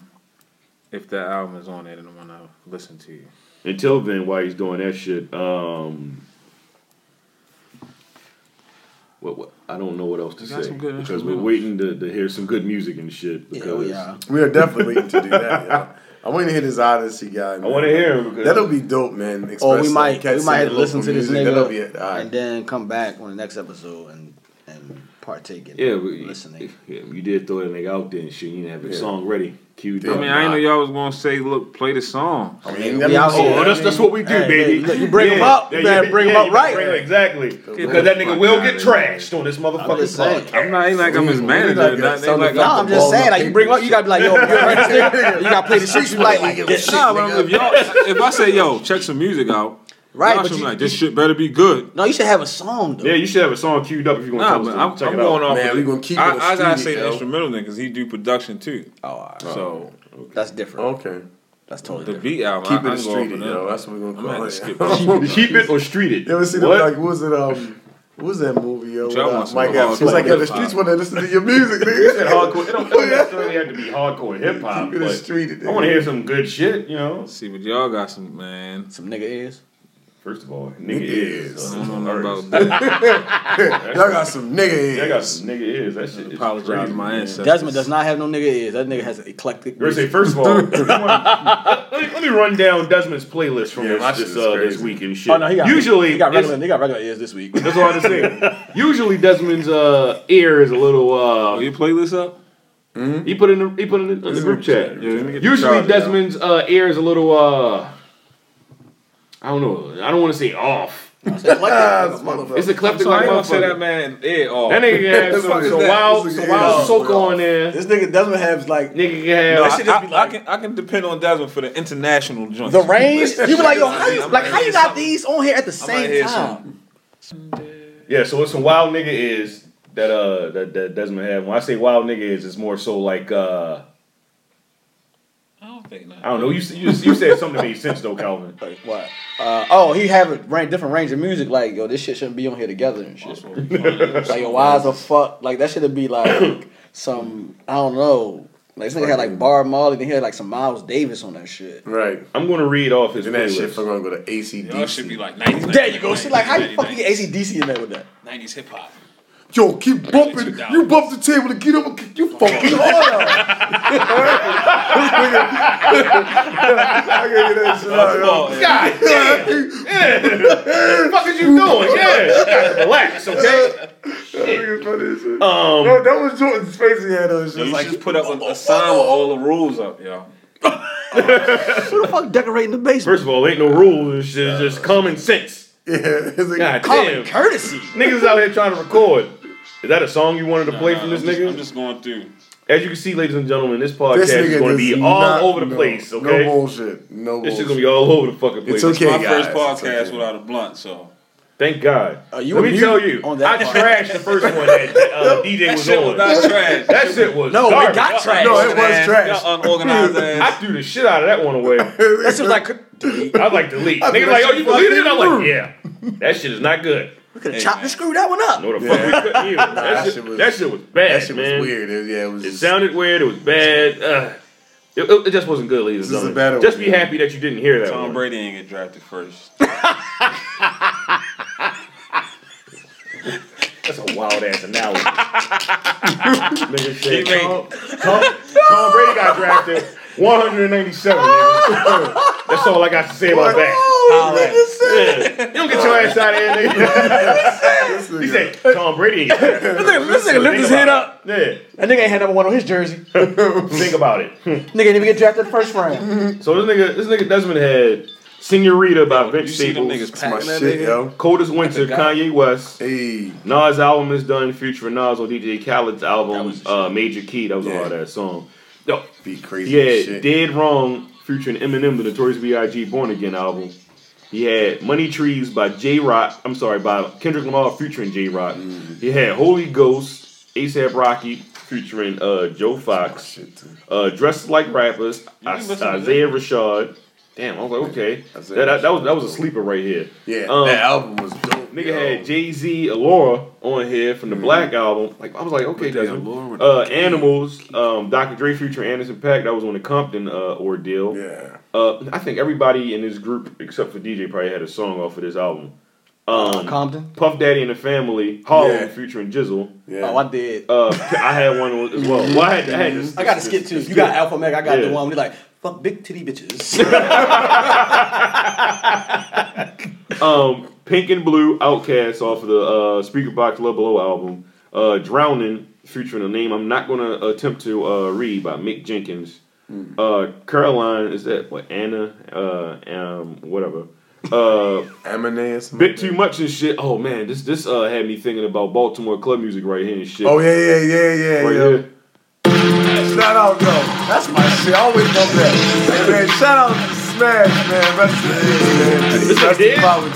Speaker 5: If that album is on it, and I'm gonna listen to you.
Speaker 3: Until then, while he's doing that shit, um, what, what I don't know what else to
Speaker 5: We got
Speaker 3: say
Speaker 5: some good
Speaker 3: because we're waiting to, to hear some good music and shit. Because
Speaker 4: yeah.
Speaker 2: We are definitely waiting to do that. Yo. I want to hear this Odyssey guy. Man.
Speaker 3: I want to hear him. Because
Speaker 2: That'll be dope, man.
Speaker 4: Or
Speaker 2: Express
Speaker 4: we
Speaker 2: some
Speaker 4: might
Speaker 2: cats
Speaker 4: we might
Speaker 2: singing
Speaker 4: have to listen to
Speaker 2: local
Speaker 4: this
Speaker 2: music.
Speaker 4: nigga
Speaker 2: That'll be it. All
Speaker 4: and
Speaker 2: right.
Speaker 4: then come back on the next episode and and partake in
Speaker 3: yeah, we,
Speaker 4: listening.
Speaker 3: yeah, you did throw that nigga out there and shit. You didn't have a song ready. Queued
Speaker 5: I
Speaker 3: up.
Speaker 5: mean, I didn't know y'all was gonna say, look, play the song.
Speaker 2: I
Speaker 4: We
Speaker 2: mean, that
Speaker 4: out
Speaker 2: means,
Speaker 3: Oh,
Speaker 4: here.
Speaker 3: well, that's, that's what we do,
Speaker 4: Hey,
Speaker 3: baby.
Speaker 4: hey, look, you bring 'em up, you better bring 'em up
Speaker 3: you better
Speaker 4: right.
Speaker 3: bring 'em- exactly. Because
Speaker 5: the
Speaker 3: that nigga
Speaker 5: fuck
Speaker 3: will
Speaker 5: out
Speaker 3: get
Speaker 5: of here.
Speaker 3: trashed on this
Speaker 4: I'm just
Speaker 3: motherfucking
Speaker 4: saying.
Speaker 3: podcast.
Speaker 5: I'm not ain't like I'm his manager.
Speaker 2: like a
Speaker 5: or nothing.
Speaker 2: son
Speaker 5: Ain't
Speaker 2: of
Speaker 5: like
Speaker 4: No,
Speaker 5: I'm
Speaker 4: I'm just saying. Like you bring up, you gotta be like, yo, you're right there. You gotta play the shit you like. like this.
Speaker 5: Nah, but I'm- if y'all, if I say yo, check some music out,
Speaker 4: Right,
Speaker 5: y'all
Speaker 4: but
Speaker 5: should be
Speaker 4: you-
Speaker 5: like this shit better be good.
Speaker 4: No, you should have a song though.
Speaker 3: Yeah, you should have a song queued up if you
Speaker 5: Nah,
Speaker 3: want
Speaker 5: but
Speaker 3: to.
Speaker 5: I'm,
Speaker 3: Check
Speaker 5: I'm
Speaker 3: it out.
Speaker 5: going off.
Speaker 2: Man,
Speaker 5: of
Speaker 2: we
Speaker 5: it.
Speaker 2: gonna keep it
Speaker 5: I,
Speaker 2: on
Speaker 5: I gotta
Speaker 2: studio,
Speaker 5: say the
Speaker 2: yo.
Speaker 5: instrumental then because he do production too.
Speaker 4: Oh, all right.
Speaker 5: So
Speaker 4: that's different.
Speaker 2: okay.
Speaker 4: That's totally
Speaker 5: the
Speaker 4: different.
Speaker 5: beat album,
Speaker 2: Keep
Speaker 5: I,
Speaker 2: it
Speaker 5: I'm going
Speaker 2: street,
Speaker 5: for that.
Speaker 2: yo. That's what we're
Speaker 5: I'm gonna
Speaker 2: gonna call
Speaker 5: have to
Speaker 2: it.
Speaker 5: skip.
Speaker 3: Keep it or street it.
Speaker 2: You ever see that?
Speaker 3: What?
Speaker 2: Like, what was it? Um, what was that movie? Yo,
Speaker 5: Y'all want
Speaker 2: with, uh,
Speaker 5: some
Speaker 2: Mike
Speaker 5: hardcore
Speaker 2: Adams. She was like, "Yo, the
Speaker 5: hip-hop.
Speaker 2: streets want to listen to your music, nigga."
Speaker 3: Hardcore. It don't, it don't necessarily have to be hardcore hip hop.
Speaker 2: Keep it
Speaker 3: but
Speaker 2: street, it
Speaker 3: I want to
Speaker 2: is.
Speaker 3: hear some good shit. You know,
Speaker 5: See, but y'all got some man.
Speaker 4: Some nigga is.
Speaker 3: first of all, nigga
Speaker 2: is.
Speaker 3: is.
Speaker 5: I
Speaker 3: uh,
Speaker 5: don't know
Speaker 3: first.
Speaker 5: about that.
Speaker 2: Y'all got some nigga
Speaker 3: That got
Speaker 2: heads.
Speaker 3: some nigga is. That shit. is
Speaker 5: Apologize
Speaker 3: crazy,
Speaker 5: to my
Speaker 3: man.
Speaker 5: ancestors.
Speaker 4: Desmond does not have no nigga is. That nigga has an eclectic.
Speaker 3: We're gonna say,
Speaker 4: music.
Speaker 3: first of all, let, me, let me run down Desmond's playlist from
Speaker 2: Yeah, my
Speaker 3: this,
Speaker 2: shit
Speaker 3: this,
Speaker 2: is
Speaker 3: uh, this
Speaker 2: crazy.
Speaker 3: week and shit.
Speaker 4: Oh no, he got
Speaker 3: usually
Speaker 4: He got
Speaker 3: it's-
Speaker 4: regular. They got regular ears this week.
Speaker 3: That's what I was saying. Usually Desmond's uh, ear is a little.
Speaker 5: Oh,
Speaker 3: Uh,
Speaker 5: your playlist up?
Speaker 3: he put in the he put in the, in the group chat.
Speaker 5: Yeah, let me get the
Speaker 3: Usually
Speaker 5: charger, yo.
Speaker 3: Desmond's uh, ear is a little. Uh, I don't know. I don't want to say off.
Speaker 2: Ah,
Speaker 3: It's eclectic
Speaker 5: So I
Speaker 3: like
Speaker 5: ain't gonna say
Speaker 3: motherfucker.
Speaker 5: that man. Yeah, oh.
Speaker 3: That nigga can have
Speaker 2: That's
Speaker 3: some,
Speaker 2: what
Speaker 3: some
Speaker 2: it is.
Speaker 3: wild,
Speaker 2: This
Speaker 3: some
Speaker 2: nigga
Speaker 3: wild
Speaker 2: is
Speaker 3: soca
Speaker 2: wild.
Speaker 3: on there.
Speaker 13: This nigga doesn't have like
Speaker 3: Nigga can
Speaker 5: No,
Speaker 3: have.
Speaker 5: I,
Speaker 13: shit just be
Speaker 5: I-
Speaker 13: like-
Speaker 5: I can I can depend on Desmond for the international joints.
Speaker 4: The range. You be like, yo, how you
Speaker 5: I'm
Speaker 4: like
Speaker 5: gonna
Speaker 4: how you
Speaker 5: hear
Speaker 4: got
Speaker 5: something.
Speaker 4: these on here at the
Speaker 5: I'm gonna
Speaker 4: same
Speaker 5: hear
Speaker 4: time?
Speaker 3: yeah, so it's some wild nigga is that uh that, that Desmond have. When I say wild nigga is, it's more so like uh
Speaker 5: I don't think Oh, that.
Speaker 3: I don't know. You s- you, s- you said something that made sense though, Calvin.
Speaker 4: Like what? Uh, oh, he have a range, different range of music. Like yo, this shit shouldn't be on here together and shit. Like yo, why is a fuck? Like that should be like some I don't know. Like this nigga had like Bar Marley, then he had like some Miles Davis on that shit.
Speaker 2: Right.
Speaker 3: I'm gonna read off his
Speaker 2: And that shit
Speaker 3: playlist.
Speaker 2: for gonna go to ACDC.
Speaker 5: Y'all should be like 90s.
Speaker 4: There you go. She like, how you fucking get ACDC in there with that?
Speaker 5: 90s hip hop.
Speaker 2: Yo, keep bumping. You bump the table to get up and kick you fucking hard out. I can hear that shit out, yo.
Speaker 3: God damn! Yeah. What you doing? Yeah, relax, okay?
Speaker 2: Nigga funny as shit.
Speaker 3: Um,
Speaker 2: Bro, that was Jordan's face he had on. It's
Speaker 5: You
Speaker 2: Just like,
Speaker 5: just put up a, a sign with all the rules up, yo.
Speaker 4: Who the fuck decorating the basement?
Speaker 3: First of all, ain't no rules. It's just, it's just common sense.
Speaker 2: Yeah, it's like,
Speaker 3: God
Speaker 4: Common
Speaker 3: damn.
Speaker 4: courtesy.
Speaker 3: Niggas out here trying to record. Is that a song you wanted to play from this
Speaker 9: I'm
Speaker 3: nigga?
Speaker 9: Just, I'm just going through.
Speaker 3: As you can see, ladies and gentlemen, this podcast
Speaker 2: this
Speaker 3: is
Speaker 2: nigga
Speaker 3: going to
Speaker 2: does
Speaker 3: be all
Speaker 2: not-
Speaker 3: over the
Speaker 2: no,
Speaker 3: place. Okay,
Speaker 2: No bullshit. No
Speaker 3: this
Speaker 2: bullshit.
Speaker 3: is going to be all over the fucking place.
Speaker 2: It's okay,
Speaker 9: My
Speaker 2: guys.
Speaker 9: first
Speaker 2: It's
Speaker 9: podcast
Speaker 2: okay.
Speaker 9: without a blunt, so
Speaker 3: Thank God. Let
Speaker 4: you were
Speaker 3: me
Speaker 4: mute
Speaker 3: tell you,
Speaker 4: on
Speaker 3: I
Speaker 4: that part.
Speaker 3: trashed the first one that uh, DJ was
Speaker 9: shit was
Speaker 3: on.
Speaker 9: not trash.
Speaker 3: that shit was
Speaker 4: No,
Speaker 3: garbage.
Speaker 4: we got trash.
Speaker 2: No, it was trash.
Speaker 9: Y'all unorganized
Speaker 3: I
Speaker 9: ass.
Speaker 3: threw the shit out of that one away.
Speaker 4: That shit was like, delete.
Speaker 3: I like delete.
Speaker 2: think
Speaker 3: Niggas
Speaker 2: that
Speaker 3: like, oh,
Speaker 2: shit
Speaker 3: you
Speaker 2: was
Speaker 3: deleted it? I'm
Speaker 2: in
Speaker 3: like,
Speaker 2: the
Speaker 3: yeah. That shit is not good.
Speaker 4: we could have chopped and screwed that one up.
Speaker 3: No, the fuck we couldn't either. That,
Speaker 2: that
Speaker 3: shit,
Speaker 2: shit was-
Speaker 3: that shit was bad,
Speaker 2: That shit was
Speaker 3: man.
Speaker 2: weird. It, yeah, it was.
Speaker 3: It
Speaker 2: Just,
Speaker 3: sounded weird. It was bad. Ugh. It, it- it just wasn't good, ladies and
Speaker 2: This is a
Speaker 3: gentlemen.
Speaker 2: bad one,
Speaker 3: just be
Speaker 2: yeah.
Speaker 3: happy that you didn't hear that
Speaker 9: Tom
Speaker 3: one.
Speaker 9: Brady ain't get drafted first.
Speaker 3: That's a wild ass analogy. Nigga
Speaker 9: He
Speaker 3: said,
Speaker 9: made
Speaker 3: Tom, Tom Brady got drafted 197. nigga. That's all I got to say about that.
Speaker 2: Oh,
Speaker 3: Yeah. You don't get your ass out of here, nigga. he said, Tom Brady ain't got drafted.
Speaker 4: This nigga, this nigga lifted his
Speaker 3: Think
Speaker 4: head
Speaker 3: about
Speaker 4: up.
Speaker 3: it.
Speaker 4: That nigga ain't had number one on his jersey.
Speaker 3: Yeah, think about it.
Speaker 4: nigga didn't even get drafted the first round.
Speaker 3: So this nigga, this nigga Desmond had "Senorita" by Vince
Speaker 9: you see them
Speaker 3: Staples,
Speaker 9: niggas
Speaker 2: my
Speaker 9: packing that
Speaker 2: shit,
Speaker 9: nigga.
Speaker 2: yo.
Speaker 3: "Coldest Winter," Kanye West.
Speaker 2: Hey,
Speaker 3: Nas album is done. Future Nas on DJ Khaled's album,
Speaker 9: was-
Speaker 3: uh, Major Key. That was a
Speaker 2: Yeah.
Speaker 3: hard ass song. No,
Speaker 2: be crazy.
Speaker 3: he
Speaker 2: Yeah,
Speaker 3: had
Speaker 2: shit.
Speaker 3: "Dead Wrong" featuring Eminem, the Notorious B.I.G. Born Again album. He had "Money Trees" by J. Rock. I'm sorry, by Kendrick Lamar featuring J. Rock.
Speaker 9: Mm.
Speaker 3: He had "Holy Ghost" ASAP Rocky featuring uh, Joe Fox.
Speaker 2: Shit, too.
Speaker 3: uh, dressed like rappers,
Speaker 9: You
Speaker 3: Is-
Speaker 9: listen to
Speaker 3: Isaiah Rashad. Damn, I was like, okay,
Speaker 2: Isaiah
Speaker 3: that, that, that was
Speaker 2: Rashad.
Speaker 3: that was a sleeper right here.
Speaker 2: Yeah,
Speaker 3: Um,
Speaker 2: that album was dope.
Speaker 3: Nigga
Speaker 2: yo. Mm-hmm.
Speaker 3: had Jay Z, Alora on here from the Black album. Like I was like, okay,
Speaker 2: they
Speaker 3: Desmond.
Speaker 2: Allura with
Speaker 3: Uh, Animals, um, Dr. Dre, Future, Anderson Pack. That was on the Compton uh, ordeal.
Speaker 2: Yeah.
Speaker 3: Uh, I think everybody in this group except for DJ probably had a song off of this album. Um,
Speaker 4: Compton.
Speaker 3: Puff Daddy and the Family, Harlem,
Speaker 2: Yeah.
Speaker 3: Future and Jizzle.
Speaker 2: Yeah.
Speaker 4: Oh, I did.
Speaker 3: Uh, I had one as well. Well, I had, I had this,
Speaker 4: I got to skip too. You got Alpha Mega. I got
Speaker 3: Yeah.
Speaker 4: the one. We like fuck big titty bitches.
Speaker 3: Um, Pink and Blue, Outcast off of the uh, Speaker Box Love Below album. Uh, Drowning, featuring a name I'm not going to attempt to uh, read by Mick Jenkins.
Speaker 2: Mm.
Speaker 3: Uh, Caroline, is that what? Anna? Uh, um, whatever. Uh,
Speaker 2: Eminem.
Speaker 3: bit too much and shit. Oh man, this this uh, had me thinking about Baltimore club music right here and shit.
Speaker 2: Oh yeah, yeah, yeah, yeah,
Speaker 3: right
Speaker 2: yo.
Speaker 3: here.
Speaker 2: Shout out, yo. That's my shit. I always love that. Hey, man, shout out to Smash, man. Rest in peace, man.
Speaker 3: This nigga
Speaker 2: Rest
Speaker 3: dead?
Speaker 2: in power, G.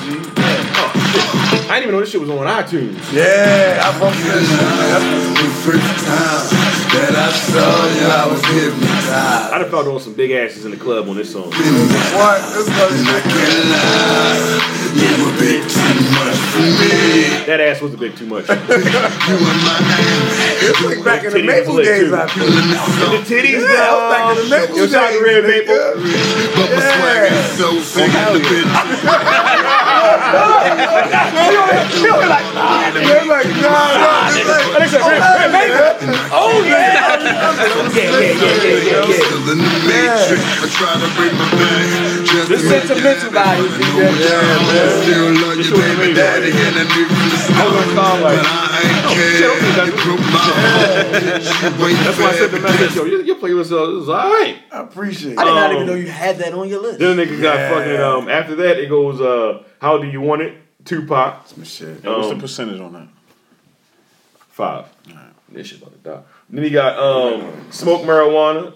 Speaker 3: I didn't even know this shit was on iTunes.
Speaker 2: Yeah, I love this shit. man.
Speaker 3: I'd have felt on some big asses in the club on this song.
Speaker 2: That's what this was.
Speaker 3: That ass was a bit too much. And
Speaker 2: It's like back in the
Speaker 3: Titties
Speaker 2: Maple
Speaker 3: lit,
Speaker 2: days,
Speaker 3: too.
Speaker 2: I think.
Speaker 3: the titties
Speaker 2: Yeah, that was back in the Maple
Speaker 3: Yo,
Speaker 2: days.
Speaker 3: shout out to Red
Speaker 2: nigga. Yeah.
Speaker 4: She'll be like,
Speaker 2: They're like, nah, nah. It's like,
Speaker 4: oh yeah. The sentimental guy. you see that?
Speaker 3: That's why I sent the message, yo, your, your playlist uh, is alright.
Speaker 2: I appreciate
Speaker 4: I
Speaker 2: it.
Speaker 4: did not
Speaker 3: Um,
Speaker 4: even know you had that on your list.
Speaker 3: Then the nigga
Speaker 2: Yeah.
Speaker 3: got fucking, um, after that, it goes, uh, How Do You Want It? Tupac,
Speaker 2: Shit.
Speaker 5: What's the
Speaker 3: Um,
Speaker 5: percentage on that?
Speaker 3: five. This shit about to die. Then he got, um, Smoke Marijuana,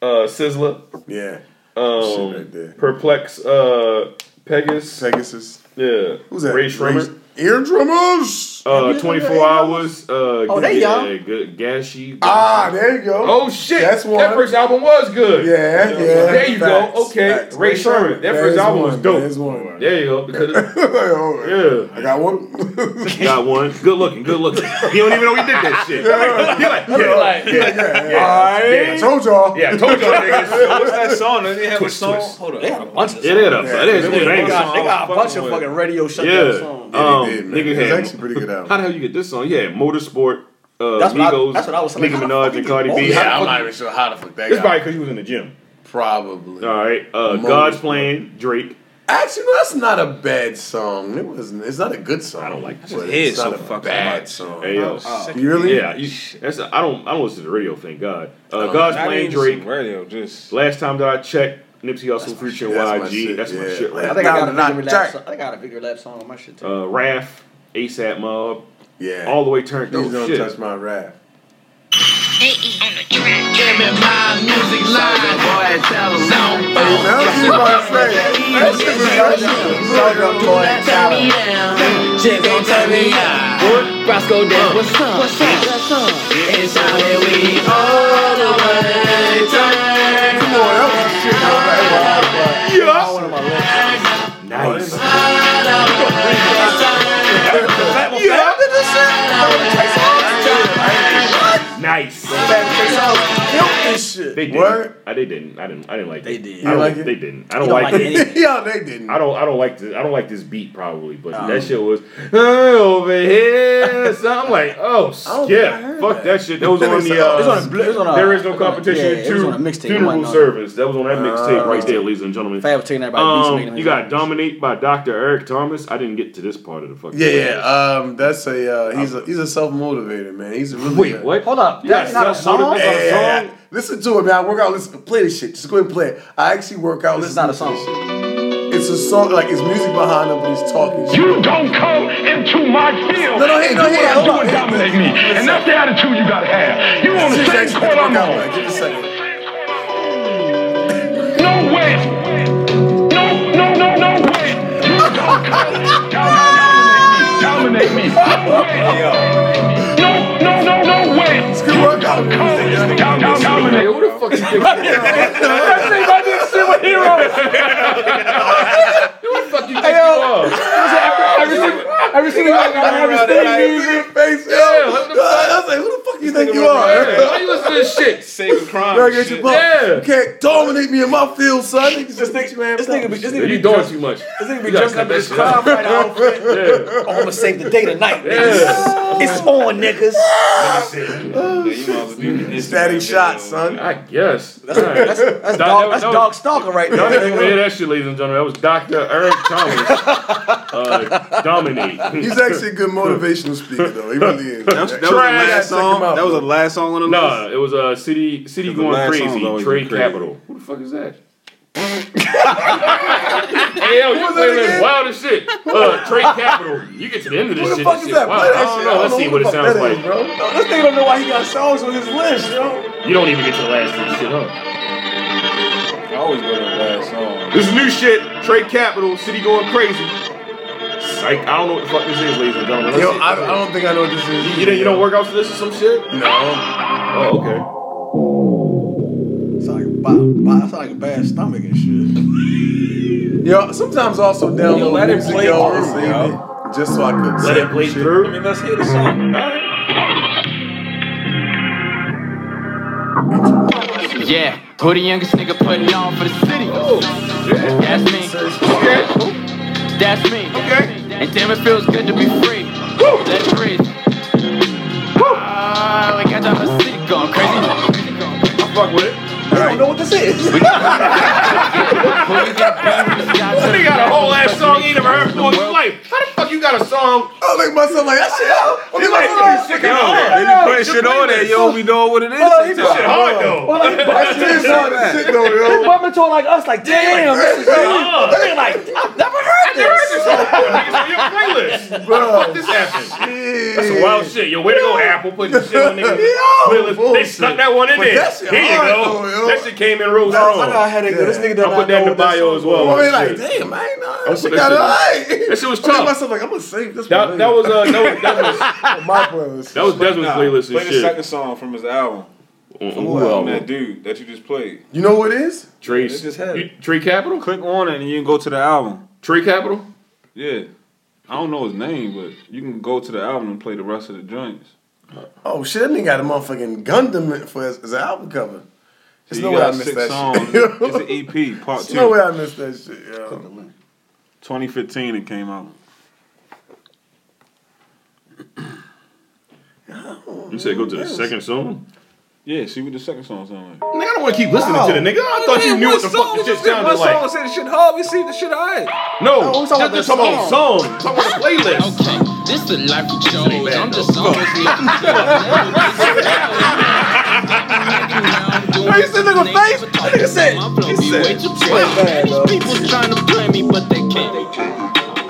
Speaker 3: uh, Sizzler,
Speaker 2: Yeah.
Speaker 3: um,
Speaker 2: Shit right there.
Speaker 3: Perplex, uh, Pegasus,
Speaker 2: Pegasus.
Speaker 3: yeah,
Speaker 2: Who's that?
Speaker 3: Ray Schremer.
Speaker 2: Ear drummers.
Speaker 3: Uh, 24 hours. Uh,
Speaker 4: Oh, they
Speaker 3: yeah,
Speaker 4: young.
Speaker 3: Good, Gashi.
Speaker 2: Ah, there you go.
Speaker 3: Oh shit!
Speaker 2: That's one.
Speaker 3: That first album was good.
Speaker 2: Yeah, yeah.
Speaker 3: There you
Speaker 2: Facts,
Speaker 3: go. Okay,
Speaker 2: facts.
Speaker 3: Ray Sherman. That first
Speaker 2: is
Speaker 3: album was
Speaker 2: one,
Speaker 3: dope.
Speaker 2: That is one.
Speaker 3: There you go. Because yeah,
Speaker 2: I got one.
Speaker 3: got one. Good looking. Good looking. He don't even know he did that shit. He like, yeah, like, yeah,
Speaker 2: I told y'all.
Speaker 3: yeah. I told y'all niggas.
Speaker 5: What's that song? They have a song. Hold up.
Speaker 4: They had a bunch of
Speaker 3: It is up. It is.
Speaker 2: Yeah,
Speaker 3: It
Speaker 4: They got, they
Speaker 3: is.
Speaker 4: got a bunch of fucking radio shutdown
Speaker 3: Yeah.
Speaker 4: songs.
Speaker 3: Um,
Speaker 2: They did, man.
Speaker 3: nigga
Speaker 2: It's
Speaker 3: had.
Speaker 2: actually a pretty good
Speaker 3: How
Speaker 2: album.
Speaker 3: the hell you get this song? Yeah, Motorsport. Uh,
Speaker 4: That's what I-
Speaker 3: Migos,
Speaker 4: that's what I was saying.
Speaker 3: Nicki
Speaker 4: How the fuck
Speaker 3: Minaj
Speaker 4: he
Speaker 3: and
Speaker 4: get
Speaker 3: Cardi B.
Speaker 4: both?
Speaker 3: How the
Speaker 2: Yeah, I'm
Speaker 3: fuck-
Speaker 2: not even sure how the fuck that
Speaker 3: It's
Speaker 2: got.
Speaker 3: probably because he was in the gym.
Speaker 2: Probably.
Speaker 3: All right. Uh,
Speaker 2: Motorsport.
Speaker 3: God's Plan, Drake.
Speaker 2: Actually, no, that's not a bad song. It was. It's not a good song. I don't like
Speaker 14: It is so fucking
Speaker 2: bad
Speaker 14: much.
Speaker 2: song.
Speaker 3: Hey,
Speaker 4: Oh,
Speaker 3: yo.
Speaker 2: you really?
Speaker 3: Yeah, you, that's I I don't I don't listen to the radio. Thank God. Uh,
Speaker 5: Oh,
Speaker 3: God's
Speaker 5: not
Speaker 3: playing
Speaker 5: even
Speaker 3: Drake.
Speaker 5: some radio, just
Speaker 3: Last time that I checked, Nipsey Hussle featuring
Speaker 2: that's my
Speaker 3: YG.
Speaker 2: shit,
Speaker 3: That's my
Speaker 2: yeah.
Speaker 3: shit
Speaker 2: I
Speaker 3: right
Speaker 4: I think I got a
Speaker 2: Down to
Speaker 4: bigger
Speaker 2: knock
Speaker 4: rap
Speaker 2: dirt.
Speaker 4: song. I think I got a bigger rap song on my shit too.
Speaker 3: uh, Raph, ASAP Mob,
Speaker 2: Yeah.
Speaker 3: all the way turned
Speaker 2: Please
Speaker 3: up.
Speaker 2: don't
Speaker 3: Shit.
Speaker 2: touch my rap.
Speaker 15: Give me my music live. Zone
Speaker 2: Hey,
Speaker 15: phone.
Speaker 2: man, that's what I'm saying. That shit was- that shit was so good, boy.
Speaker 15: Turn me down. Shit gon' turn me out. Roscoe Depp, what's up? What's up? What's up? It's how that we all the way. Turn
Speaker 2: Come on, that was the shit. I was like, wow, wow.
Speaker 3: Nice.
Speaker 2: Yeah, I did this shit. I was like, Trace Owens did it. I ain't
Speaker 3: Nice.
Speaker 2: mad. Trace Owens killed this shit.
Speaker 3: They didn't.
Speaker 2: Word.
Speaker 3: I, they didn't. I didn't. I didn't like.
Speaker 4: They
Speaker 3: that.
Speaker 4: did. You
Speaker 3: I don't,
Speaker 2: like it?
Speaker 3: They didn't. I don't,
Speaker 4: don't
Speaker 3: like
Speaker 4: like
Speaker 3: it.
Speaker 4: anything.
Speaker 2: yeah, they didn't.
Speaker 3: I don't. I don't like this. I don't like this beat probably. But
Speaker 4: Um,
Speaker 3: that shit was "Hey, over here. So I'm like, oh
Speaker 2: don't think I
Speaker 3: yeah,
Speaker 2: heard
Speaker 3: fuck that. shit. That was on the.
Speaker 4: It's
Speaker 3: Uh,
Speaker 4: on a bl- it's on a-
Speaker 3: there is no
Speaker 4: it's on a-
Speaker 3: competition.
Speaker 4: yeah, it was on a
Speaker 3: to
Speaker 4: mixtape. It
Speaker 3: funeral
Speaker 4: wasn't on-
Speaker 3: service. That was on that mixtape right there, ladies and ggentlemen.
Speaker 4: Fab was taking everybody beats, making
Speaker 3: Um,
Speaker 4: them
Speaker 3: you
Speaker 4: his
Speaker 3: got
Speaker 4: own.
Speaker 3: dominate by Dr. Eric Thomas. I didn't get to this part of the fucking.
Speaker 2: Yeah,
Speaker 3: playlist.
Speaker 2: yeah. Um, that's a uh, he's a he's a self motivator, man. He's a really
Speaker 3: Wait,
Speaker 2: good-
Speaker 3: what?
Speaker 4: Hold up, that's
Speaker 3: Yes,
Speaker 4: not a
Speaker 3: that's what it-
Speaker 4: song?
Speaker 3: that's
Speaker 2: Yeah,
Speaker 3: not a
Speaker 2: yeah,
Speaker 3: song.
Speaker 2: yeah. Listen to it, man. I work out. Listen, play this shit. Just go ahead and play it. I actually work out.
Speaker 4: This is
Speaker 2: listen
Speaker 4: not a
Speaker 2: to
Speaker 4: song.
Speaker 2: shit. It's a song. Like it's music behind it, but he's talking. Shit.
Speaker 1: You don't come into my field.
Speaker 2: No, no, hey, no,
Speaker 1: do
Speaker 2: hey,
Speaker 1: what I
Speaker 2: hold
Speaker 1: do
Speaker 2: on.
Speaker 1: and dominate me. And that's the attitude you gotta have. You on the
Speaker 2: Just
Speaker 1: same
Speaker 2: actually
Speaker 1: court
Speaker 2: work
Speaker 1: I'm
Speaker 2: out,
Speaker 1: on.
Speaker 2: man. Give it a second.
Speaker 1: No way. No, no, no, no way. You don't come dominate, dominate me. No way. No, no, no, no way.
Speaker 2: Good workout. music.
Speaker 1: Down, down, dominate. Who the fuck you That nigga, I didn't see what hero.
Speaker 14: Hey, yo. Every single- every single one got
Speaker 2: I
Speaker 14: every
Speaker 2: was
Speaker 14: sting music.
Speaker 2: like, face, yo. Uh,
Speaker 14: what the
Speaker 2: I was like, who the fuck you think you are?
Speaker 14: Yeah, Why you listen to this shit?
Speaker 5: saving crime.
Speaker 2: Bro, get your buck.
Speaker 14: Yeah.
Speaker 2: You can't dominate me in my field, son. Niggas just think, man.
Speaker 4: This nigga be this nigga
Speaker 14: You
Speaker 4: be
Speaker 14: doing too much. This
Speaker 4: nigga be dressed up in his crime fighter outfit.
Speaker 14: Yeah.
Speaker 4: Oh, I'm gonna save the day tonight, niggas. It's on, niggas.
Speaker 2: Static shots, son.
Speaker 14: I guess. That's,
Speaker 4: That's, that's, dog, that's dog stalker right
Speaker 3: Y'all didn't even hear
Speaker 4: there.
Speaker 3: that shit, ladies and gentlemen. That was Dr. Eric Thomas. Uh, dominate.
Speaker 2: He's actually a good motivational speaker, though. He really is.
Speaker 16: That was
Speaker 2: That
Speaker 16: the last
Speaker 2: Check 'em
Speaker 16: song.
Speaker 2: out,
Speaker 16: That was the
Speaker 2: bro.
Speaker 16: last song on the list.
Speaker 3: Nah, it was uh, City City
Speaker 16: Cause the
Speaker 3: Going
Speaker 16: last song's
Speaker 3: Crazy,
Speaker 16: always
Speaker 3: Trade
Speaker 16: been crazy.
Speaker 3: Capital. Who the fuck is that? hey, yo, you
Speaker 2: was that
Speaker 3: playing
Speaker 2: again?
Speaker 3: wild as shit. Uh, Trade Capital. You get to the end of this
Speaker 2: Who the
Speaker 3: shit.
Speaker 2: fuck
Speaker 3: this
Speaker 2: is
Speaker 3: shit
Speaker 2: that?
Speaker 3: wild.
Speaker 2: Play that
Speaker 3: I don't
Speaker 2: shit.
Speaker 3: know. Let's see
Speaker 2: who
Speaker 3: what
Speaker 2: the
Speaker 3: it
Speaker 2: fuck
Speaker 3: sounds
Speaker 2: that is,
Speaker 3: like.
Speaker 2: bro.
Speaker 4: This nigga don't know why he got songs on his list, yo.
Speaker 3: You don't even get to the last of this shit, huh?
Speaker 5: I always go to the last song.
Speaker 3: This new shit, Trade Capital, City Going Crazy. Psych. I don't know what the fuck this is, ladies and gentlemen. Let's
Speaker 2: Yo,
Speaker 3: see.
Speaker 2: I, I don't think I know what this is.
Speaker 3: you, don't, you don't work out to this or some shit?
Speaker 2: No.
Speaker 3: Oh, okay.
Speaker 4: It's like, bah, bah, it's like a bad stomach and shit.
Speaker 2: Yo, sometimes I also download
Speaker 5: Yo, let it
Speaker 2: music,
Speaker 5: play
Speaker 2: yo,
Speaker 5: through,
Speaker 2: and save
Speaker 5: yo.
Speaker 2: it, just so I could
Speaker 3: Let
Speaker 2: save
Speaker 3: it play
Speaker 2: shit.
Speaker 3: through.
Speaker 5: I mean, let's hear the song.
Speaker 15: Yeah, who the youngest nigga putting on for the city? That's me. That's me. Okay. And damn, it feels good to be free. Let it breathe. Ah, like I got the city going crazy.
Speaker 3: I fuck with it.
Speaker 4: I don't know what this is.
Speaker 3: They got a whole ass song you ain't never heard before in your life. How the fuck you got a song?
Speaker 2: I was like myself, like that shit. Yo, what the fuck is this?
Speaker 5: Yo, they be putting shit on there. Yo, we know what it is.
Speaker 4: Oh, he
Speaker 5: sometimes.
Speaker 4: put-
Speaker 3: Hard though.
Speaker 4: Well, like,
Speaker 2: That shit is hard as shit, though, yo.
Speaker 4: bumping to it like us, like, damn, this is
Speaker 3: Bruh.
Speaker 4: That nigga like, I've never heard this.
Speaker 3: It's on your playlist. Fuck this happened. That's some wild shit. Yo, way to go, Apple. Put this shit on niggas.
Speaker 2: Yo,
Speaker 3: playlist. They
Speaker 2: bullshit.
Speaker 3: snuck that one in
Speaker 2: But
Speaker 3: there.
Speaker 2: that shit
Speaker 3: Here you
Speaker 2: hard
Speaker 3: go.
Speaker 2: though, yo.
Speaker 3: That shit came in rose
Speaker 4: I got a
Speaker 3: wrong.
Speaker 4: headache, yo. This nigga
Speaker 3: I'll
Speaker 4: does
Speaker 3: put
Speaker 4: not
Speaker 3: that in
Speaker 4: know
Speaker 3: the
Speaker 4: what this
Speaker 3: bio as well.
Speaker 2: Well, I
Speaker 3: Shit.
Speaker 2: mean, like, damn, I ain't know.
Speaker 3: I'll
Speaker 2: That shit
Speaker 3: put
Speaker 2: got
Speaker 3: that
Speaker 2: it
Speaker 3: shit
Speaker 2: right.
Speaker 3: That shit was
Speaker 2: I think
Speaker 3: tough.
Speaker 2: myself, like, I'm gonna save this.
Speaker 3: That, that was uh, that was that was
Speaker 2: on my playlist.
Speaker 3: that was Desmond's
Speaker 5: Nah,
Speaker 3: playlist
Speaker 5: play
Speaker 3: and
Speaker 5: the
Speaker 3: shit.
Speaker 5: second song from his album.
Speaker 3: Mm,
Speaker 5: From
Speaker 3: who
Speaker 5: From
Speaker 3: album?
Speaker 5: that dude that you just played.
Speaker 2: You know what it is?
Speaker 3: Trace.
Speaker 5: They just had it.
Speaker 3: You- Tree Capital.
Speaker 5: Click on it and you can go to the album.
Speaker 3: Tree Capital.
Speaker 5: Yeah. I don't know his name, but you can go to the album and play the rest of the joints.
Speaker 2: Oh shit, that nigga got a motherfucking Gundam for his, his album cover. There's
Speaker 5: You
Speaker 2: no way
Speaker 5: got
Speaker 2: I missed
Speaker 5: six
Speaker 2: that
Speaker 5: songs.
Speaker 2: shit. yo.
Speaker 5: It's an EP, part
Speaker 2: There's no way
Speaker 5: two.
Speaker 2: I missed that shit, yo.
Speaker 5: 2015 it came out.
Speaker 3: You said go to the second song.
Speaker 15: Yeah, see what the second song sound like.
Speaker 3: Nigga, I don't want to keep
Speaker 1: Oh.
Speaker 3: listening to the nigga. I thought you knew what the fuck the shit sounded
Speaker 5: One song
Speaker 3: like.
Speaker 5: said the shit hard. We see the shit alright.
Speaker 3: No,
Speaker 5: we
Speaker 3: just
Speaker 5: talking
Speaker 3: just
Speaker 5: about the
Speaker 3: talking about song. Talking about the playlist.
Speaker 8: Okay, this the life of Joes. I'm just always
Speaker 17: Are you sitting in the face? That nigga said. He said.
Speaker 8: People's trying to play me, but they can't.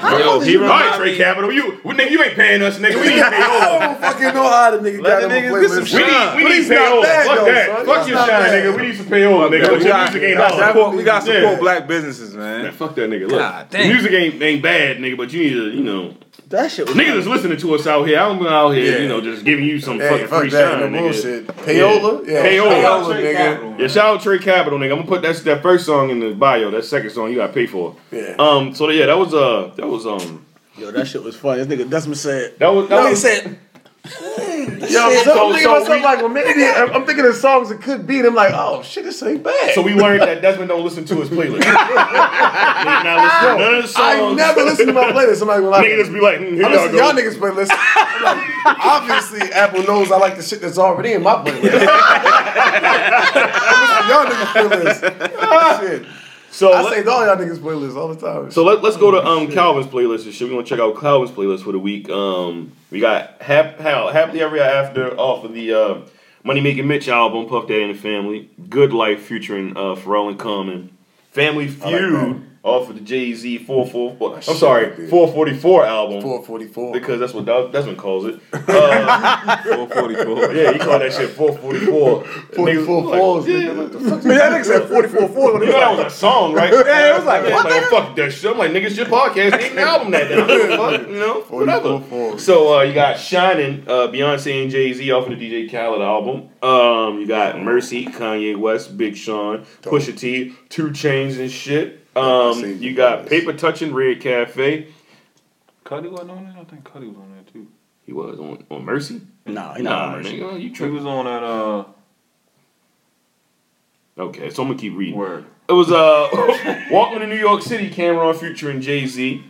Speaker 3: Yo, he right, Trey Capital. You, well, nigga, you ain't paying us, nigga. We need to pay
Speaker 7: I don't fucking know how the nigga got him a playlist.
Speaker 3: We need, we need payola. Fuck that. Fuck your shine, nigga. We need some payola, nigga.
Speaker 15: that.
Speaker 3: Your
Speaker 15: We got-
Speaker 3: music ain't
Speaker 15: we got
Speaker 3: hard.
Speaker 15: support- we got support
Speaker 3: black businesses, man. Fuck that nigga. Look,
Speaker 15: God
Speaker 3: the music ain't ain't bad, nigga. But you need to, you know.
Speaker 4: That shit.
Speaker 3: Niggas is listening to us out here. I don't go out here, you know, just giving you some
Speaker 2: Hey,
Speaker 3: fucking
Speaker 2: fuck
Speaker 3: free
Speaker 2: that,
Speaker 3: shine,
Speaker 2: no
Speaker 3: nigga.
Speaker 2: bullshit. Payola? Yeah,
Speaker 3: payola,
Speaker 2: Payola, Trey nigga. Capital.
Speaker 3: Yeah, shout out Trey Capital, nigga. I'm gonna put that that first song in the bio. That second song you gotta pay for.
Speaker 7: Yeah.
Speaker 3: Um. So yeah, that was uh, that was um.
Speaker 4: Yo, that shit was funny. This nigga Desmond said.
Speaker 3: That was that
Speaker 4: Nigga
Speaker 3: was.
Speaker 4: said.
Speaker 2: Yo,
Speaker 7: shit.
Speaker 2: so,
Speaker 7: So-
Speaker 2: I'm thinking
Speaker 7: so
Speaker 2: about something
Speaker 7: we-
Speaker 2: like, well, maybe I'm, I'm thinking of songs that could be, and I'm like, oh shit, this ain't bad.
Speaker 3: So we learned that Desmond don't listen to his playlist. Nigga, not listen to none of the
Speaker 2: I
Speaker 3: songs.
Speaker 2: never listen to my playlist. I'm not gonna lie.
Speaker 3: Nigga just be like, mm, here
Speaker 2: I
Speaker 3: y'all
Speaker 2: listen
Speaker 3: go.
Speaker 2: to y'all niggas' playlist. I'm like, obviously, Apple knows I like the shit that's already in my playlist. I listen to y'all niggas' playlist. Oh, shit.
Speaker 3: So
Speaker 2: I
Speaker 3: let-
Speaker 2: saved all y'all niggas' playlists all the time.
Speaker 3: So let, let's go to um Calvin's playlist and shit. We're gonna check out Calvin's playlist for the week. Um, we got Hap, Hap, Happily Ever After off of the uh, Money Making Mitch album, Puff Daddy and the Family. Good Life featuring uh, Pharrell and Common. Family Feud off of the Jay Z 444. I'm sorry, 444 album.
Speaker 2: 444.
Speaker 3: Because that's what Des- Desmond calls it. Uh, 444. Yeah, he called that shit 444.
Speaker 2: 44 fours, nigga. What the fuck?
Speaker 3: Man, that nigga said
Speaker 2: 44 fours.
Speaker 3: You know that was a song, right?
Speaker 2: Yeah, it was like, what,
Speaker 3: oh, fuck that shit. I'm like, nigga, it's your podcast. Ain't an album that down. Fuck, you know, whatever. So uh, you got Shining, uh, Beyonce and Jay Z off of the DJ Khaled album. Um, you got Mercy, Kanye West, Big Sean, Pusha T, Two Chains and shit. Um, you got Paper Touching, Red Cafe.
Speaker 15: Cuddy wasn't on that. I think Cuddy was on that too.
Speaker 3: He was on, on Mercy.
Speaker 4: Nah, he not
Speaker 3: Nah,
Speaker 4: on Mercy.
Speaker 3: nigga, you
Speaker 15: He
Speaker 3: tripping.
Speaker 15: was on that. Uh,
Speaker 3: Okay, so I'm gonna keep reading. It was uh, Walking to New York City, Cameron featuring Jay Z, um,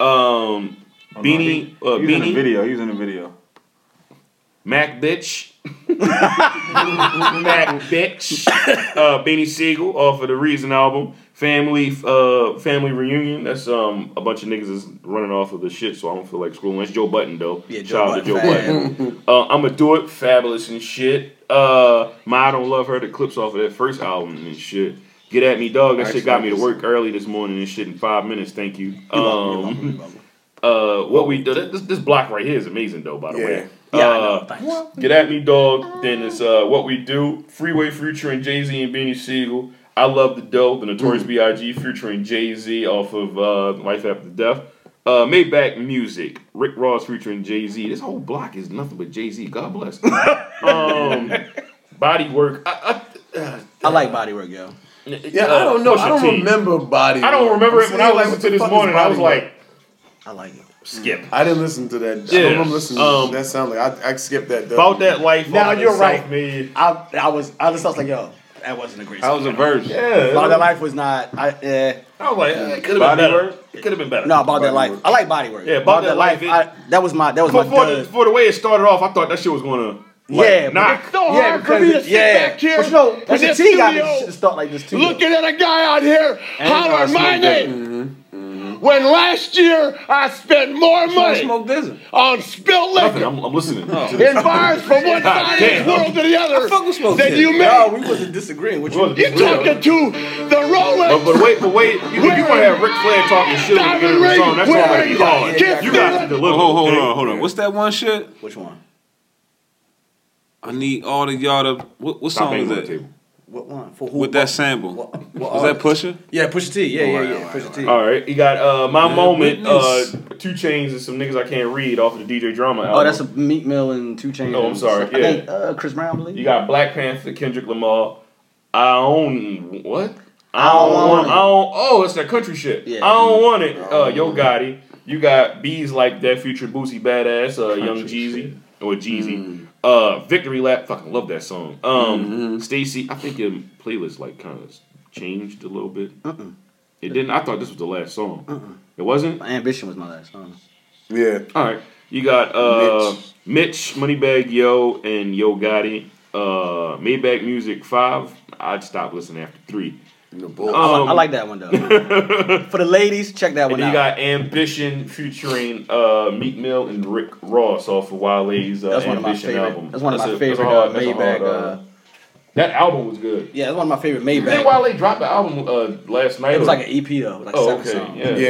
Speaker 15: Oh, no,
Speaker 3: Beanie,
Speaker 15: he-
Speaker 3: uh,
Speaker 15: he was in the
Speaker 3: Beanie,
Speaker 15: video. He was in the video.
Speaker 3: Mac Bitch, Mac Bitch, uh, Beanie Siegel off of the Reason album, Family, uh, Family Reunion. That's um, a bunch of niggas is running off of the shit, so I don't feel like scrolling. That's Joe Button though.
Speaker 4: Yeah, Joe
Speaker 3: Shout out to Joe
Speaker 4: Button,
Speaker 3: Button. Uh, I'm gonna do it, fabulous and shit. Uh, my I don't love her. The clips off of that first album and shit. Get at me, dog. That shit got me to work early this morning and shit in five minutes. Thank you. Um, uh, what we do? This, this block right here is amazing though. By the way,
Speaker 4: Yeah, I
Speaker 3: Uh,
Speaker 4: know. Thanks.
Speaker 3: Get at me, dog. Then it's uh, what we do. Freeway featuring Jay Z and Beanie Siegel. I love the dope. The Notorious
Speaker 2: Mm-hmm.
Speaker 3: B.I.G. featuring Jay Z off of uh, Life After Death. Uh, Maybach Music. Rick Ross featuring Jay Z. This whole block is nothing but Jay Z. God bless. um, body work. I,
Speaker 4: I like body work, yo.
Speaker 3: I,
Speaker 2: Yeah, I don't know. I don't remember body.
Speaker 3: I don't
Speaker 2: Work.
Speaker 3: remember
Speaker 2: I'm
Speaker 3: it when
Speaker 2: saying,
Speaker 3: I
Speaker 2: like,
Speaker 3: listened
Speaker 2: what
Speaker 3: to
Speaker 2: the
Speaker 3: this
Speaker 2: fuck is
Speaker 3: morning. I
Speaker 2: Body
Speaker 3: was
Speaker 2: Work?
Speaker 3: like,
Speaker 4: I like it.
Speaker 3: skip.
Speaker 2: I didn't listen to that. I
Speaker 3: Yeah.
Speaker 2: don't remember listening
Speaker 3: Um,
Speaker 2: to that. Sound like I, I skipped that. though.
Speaker 3: About that life.
Speaker 4: Now
Speaker 3: off
Speaker 4: you're
Speaker 3: of
Speaker 4: right.
Speaker 3: Self-Made.
Speaker 4: I I was I just I was like, yo, that wasn't a great.
Speaker 15: That was a verse.
Speaker 3: Yeah.
Speaker 4: About that life was not. I eh.
Speaker 3: I was like, eh, it could have been
Speaker 15: Body
Speaker 3: better.
Speaker 15: Work?
Speaker 3: It could have been better.
Speaker 4: No, about that life. I like body work.
Speaker 3: Yeah, About That Life, it-
Speaker 4: I, that was my that was
Speaker 3: For,
Speaker 4: my.
Speaker 3: for, the,
Speaker 4: dud.
Speaker 3: for the way it started off, I thought that shit was gonna. Like,
Speaker 4: yeah, but
Speaker 3: knock.
Speaker 4: that- yeah, because it- yeah. But you know,
Speaker 8: in
Speaker 4: Pusha
Speaker 8: this
Speaker 4: T got
Speaker 8: studio,
Speaker 4: this shit to start like this too. though.
Speaker 8: Looking at a guy out here hollering my name.
Speaker 15: Mm-hmm.
Speaker 8: When last year I spent more money
Speaker 5: Smoke Dizzle.
Speaker 8: on spilled
Speaker 3: Nothing.
Speaker 8: liquor
Speaker 3: I'm, I'm listening.
Speaker 15: Oh.
Speaker 8: in bars from one side of this
Speaker 3: damn.
Speaker 8: world to the other
Speaker 5: Fuck with Smoke
Speaker 8: than
Speaker 5: Dizzle.
Speaker 8: you
Speaker 4: No,
Speaker 8: made.
Speaker 4: we wasn't disagreeing with
Speaker 3: We
Speaker 4: you.
Speaker 3: wasn't
Speaker 8: You're talking to the
Speaker 3: But,
Speaker 8: Rolex
Speaker 3: but wait, but wait. You, you want to have Ric Flair talking shit at the beginning of the song? That's already hard. You got to deliver.
Speaker 15: Oh, hold
Speaker 3: okay?
Speaker 15: on, hold on. What's that one shit?
Speaker 4: Which one?
Speaker 15: I need all of y'all to. What, what
Speaker 3: Stop
Speaker 15: song is
Speaker 3: banging on the
Speaker 15: that?
Speaker 3: table.
Speaker 4: What one? For who?
Speaker 15: With that sample.
Speaker 4: What, what
Speaker 15: Was that Pusher?
Speaker 4: Yeah, Pusha T.
Speaker 3: Oh,
Speaker 4: Yeah, yeah, yeah. Pusha T.
Speaker 3: All right, you got uh, my moment, uh,
Speaker 15: witness.
Speaker 3: two chains and some niggas I can't read off of the DJ drama album.
Speaker 4: Oh, that's a Meat Mill and Two Chainz.
Speaker 3: Oh, I'm sorry,
Speaker 4: I think,
Speaker 3: yeah.
Speaker 4: uh, Chris Brown, I believe.
Speaker 3: You got Black Panther, Kendrick Lamar. I own what? I
Speaker 4: I
Speaker 3: don't
Speaker 4: don't
Speaker 3: want.
Speaker 4: want
Speaker 3: I don't. Oh, it's that country shit.
Speaker 4: Yeah.
Speaker 3: I don't want it. Uh, Yo Gotti. You got bees like that. Future Boosie Badass. Uh, Young Jeezy or Jeezy. Uh, Victory Lap. Fucking love that song. Um, Stacy. I think your playlist like kind of changed a little bit. It didn't. I thought this was the last song. It wasn't.
Speaker 4: Ambition was my last song.
Speaker 2: Yeah.
Speaker 3: All right. You got uh, Mitch. Moneybag Yo, and Yo Gotti. uh, Maybach Music five. I'd stop listening after three. Uh, Um,
Speaker 4: I, li- I like that one though. For the ladies, check
Speaker 3: And
Speaker 4: that one
Speaker 3: you
Speaker 4: out.
Speaker 3: got Ambition featuring uh, Meek Mill and Rick Ross off of Wale's uh,
Speaker 4: That's one of my
Speaker 3: Ambition
Speaker 4: favorite.
Speaker 3: album.
Speaker 4: That's one of my
Speaker 3: a-
Speaker 4: favorite
Speaker 3: a
Speaker 4: uh,
Speaker 3: that's a
Speaker 4: Maybach.
Speaker 3: hard,
Speaker 4: uh,
Speaker 3: that album was good.
Speaker 4: yeah, it's one of my favorite
Speaker 3: You think
Speaker 4: Maybach.
Speaker 3: Wale dropped the album uh, last night?
Speaker 4: It was
Speaker 3: or-
Speaker 4: like an EP though, like
Speaker 3: oh,
Speaker 4: seven
Speaker 3: okay.
Speaker 4: songs.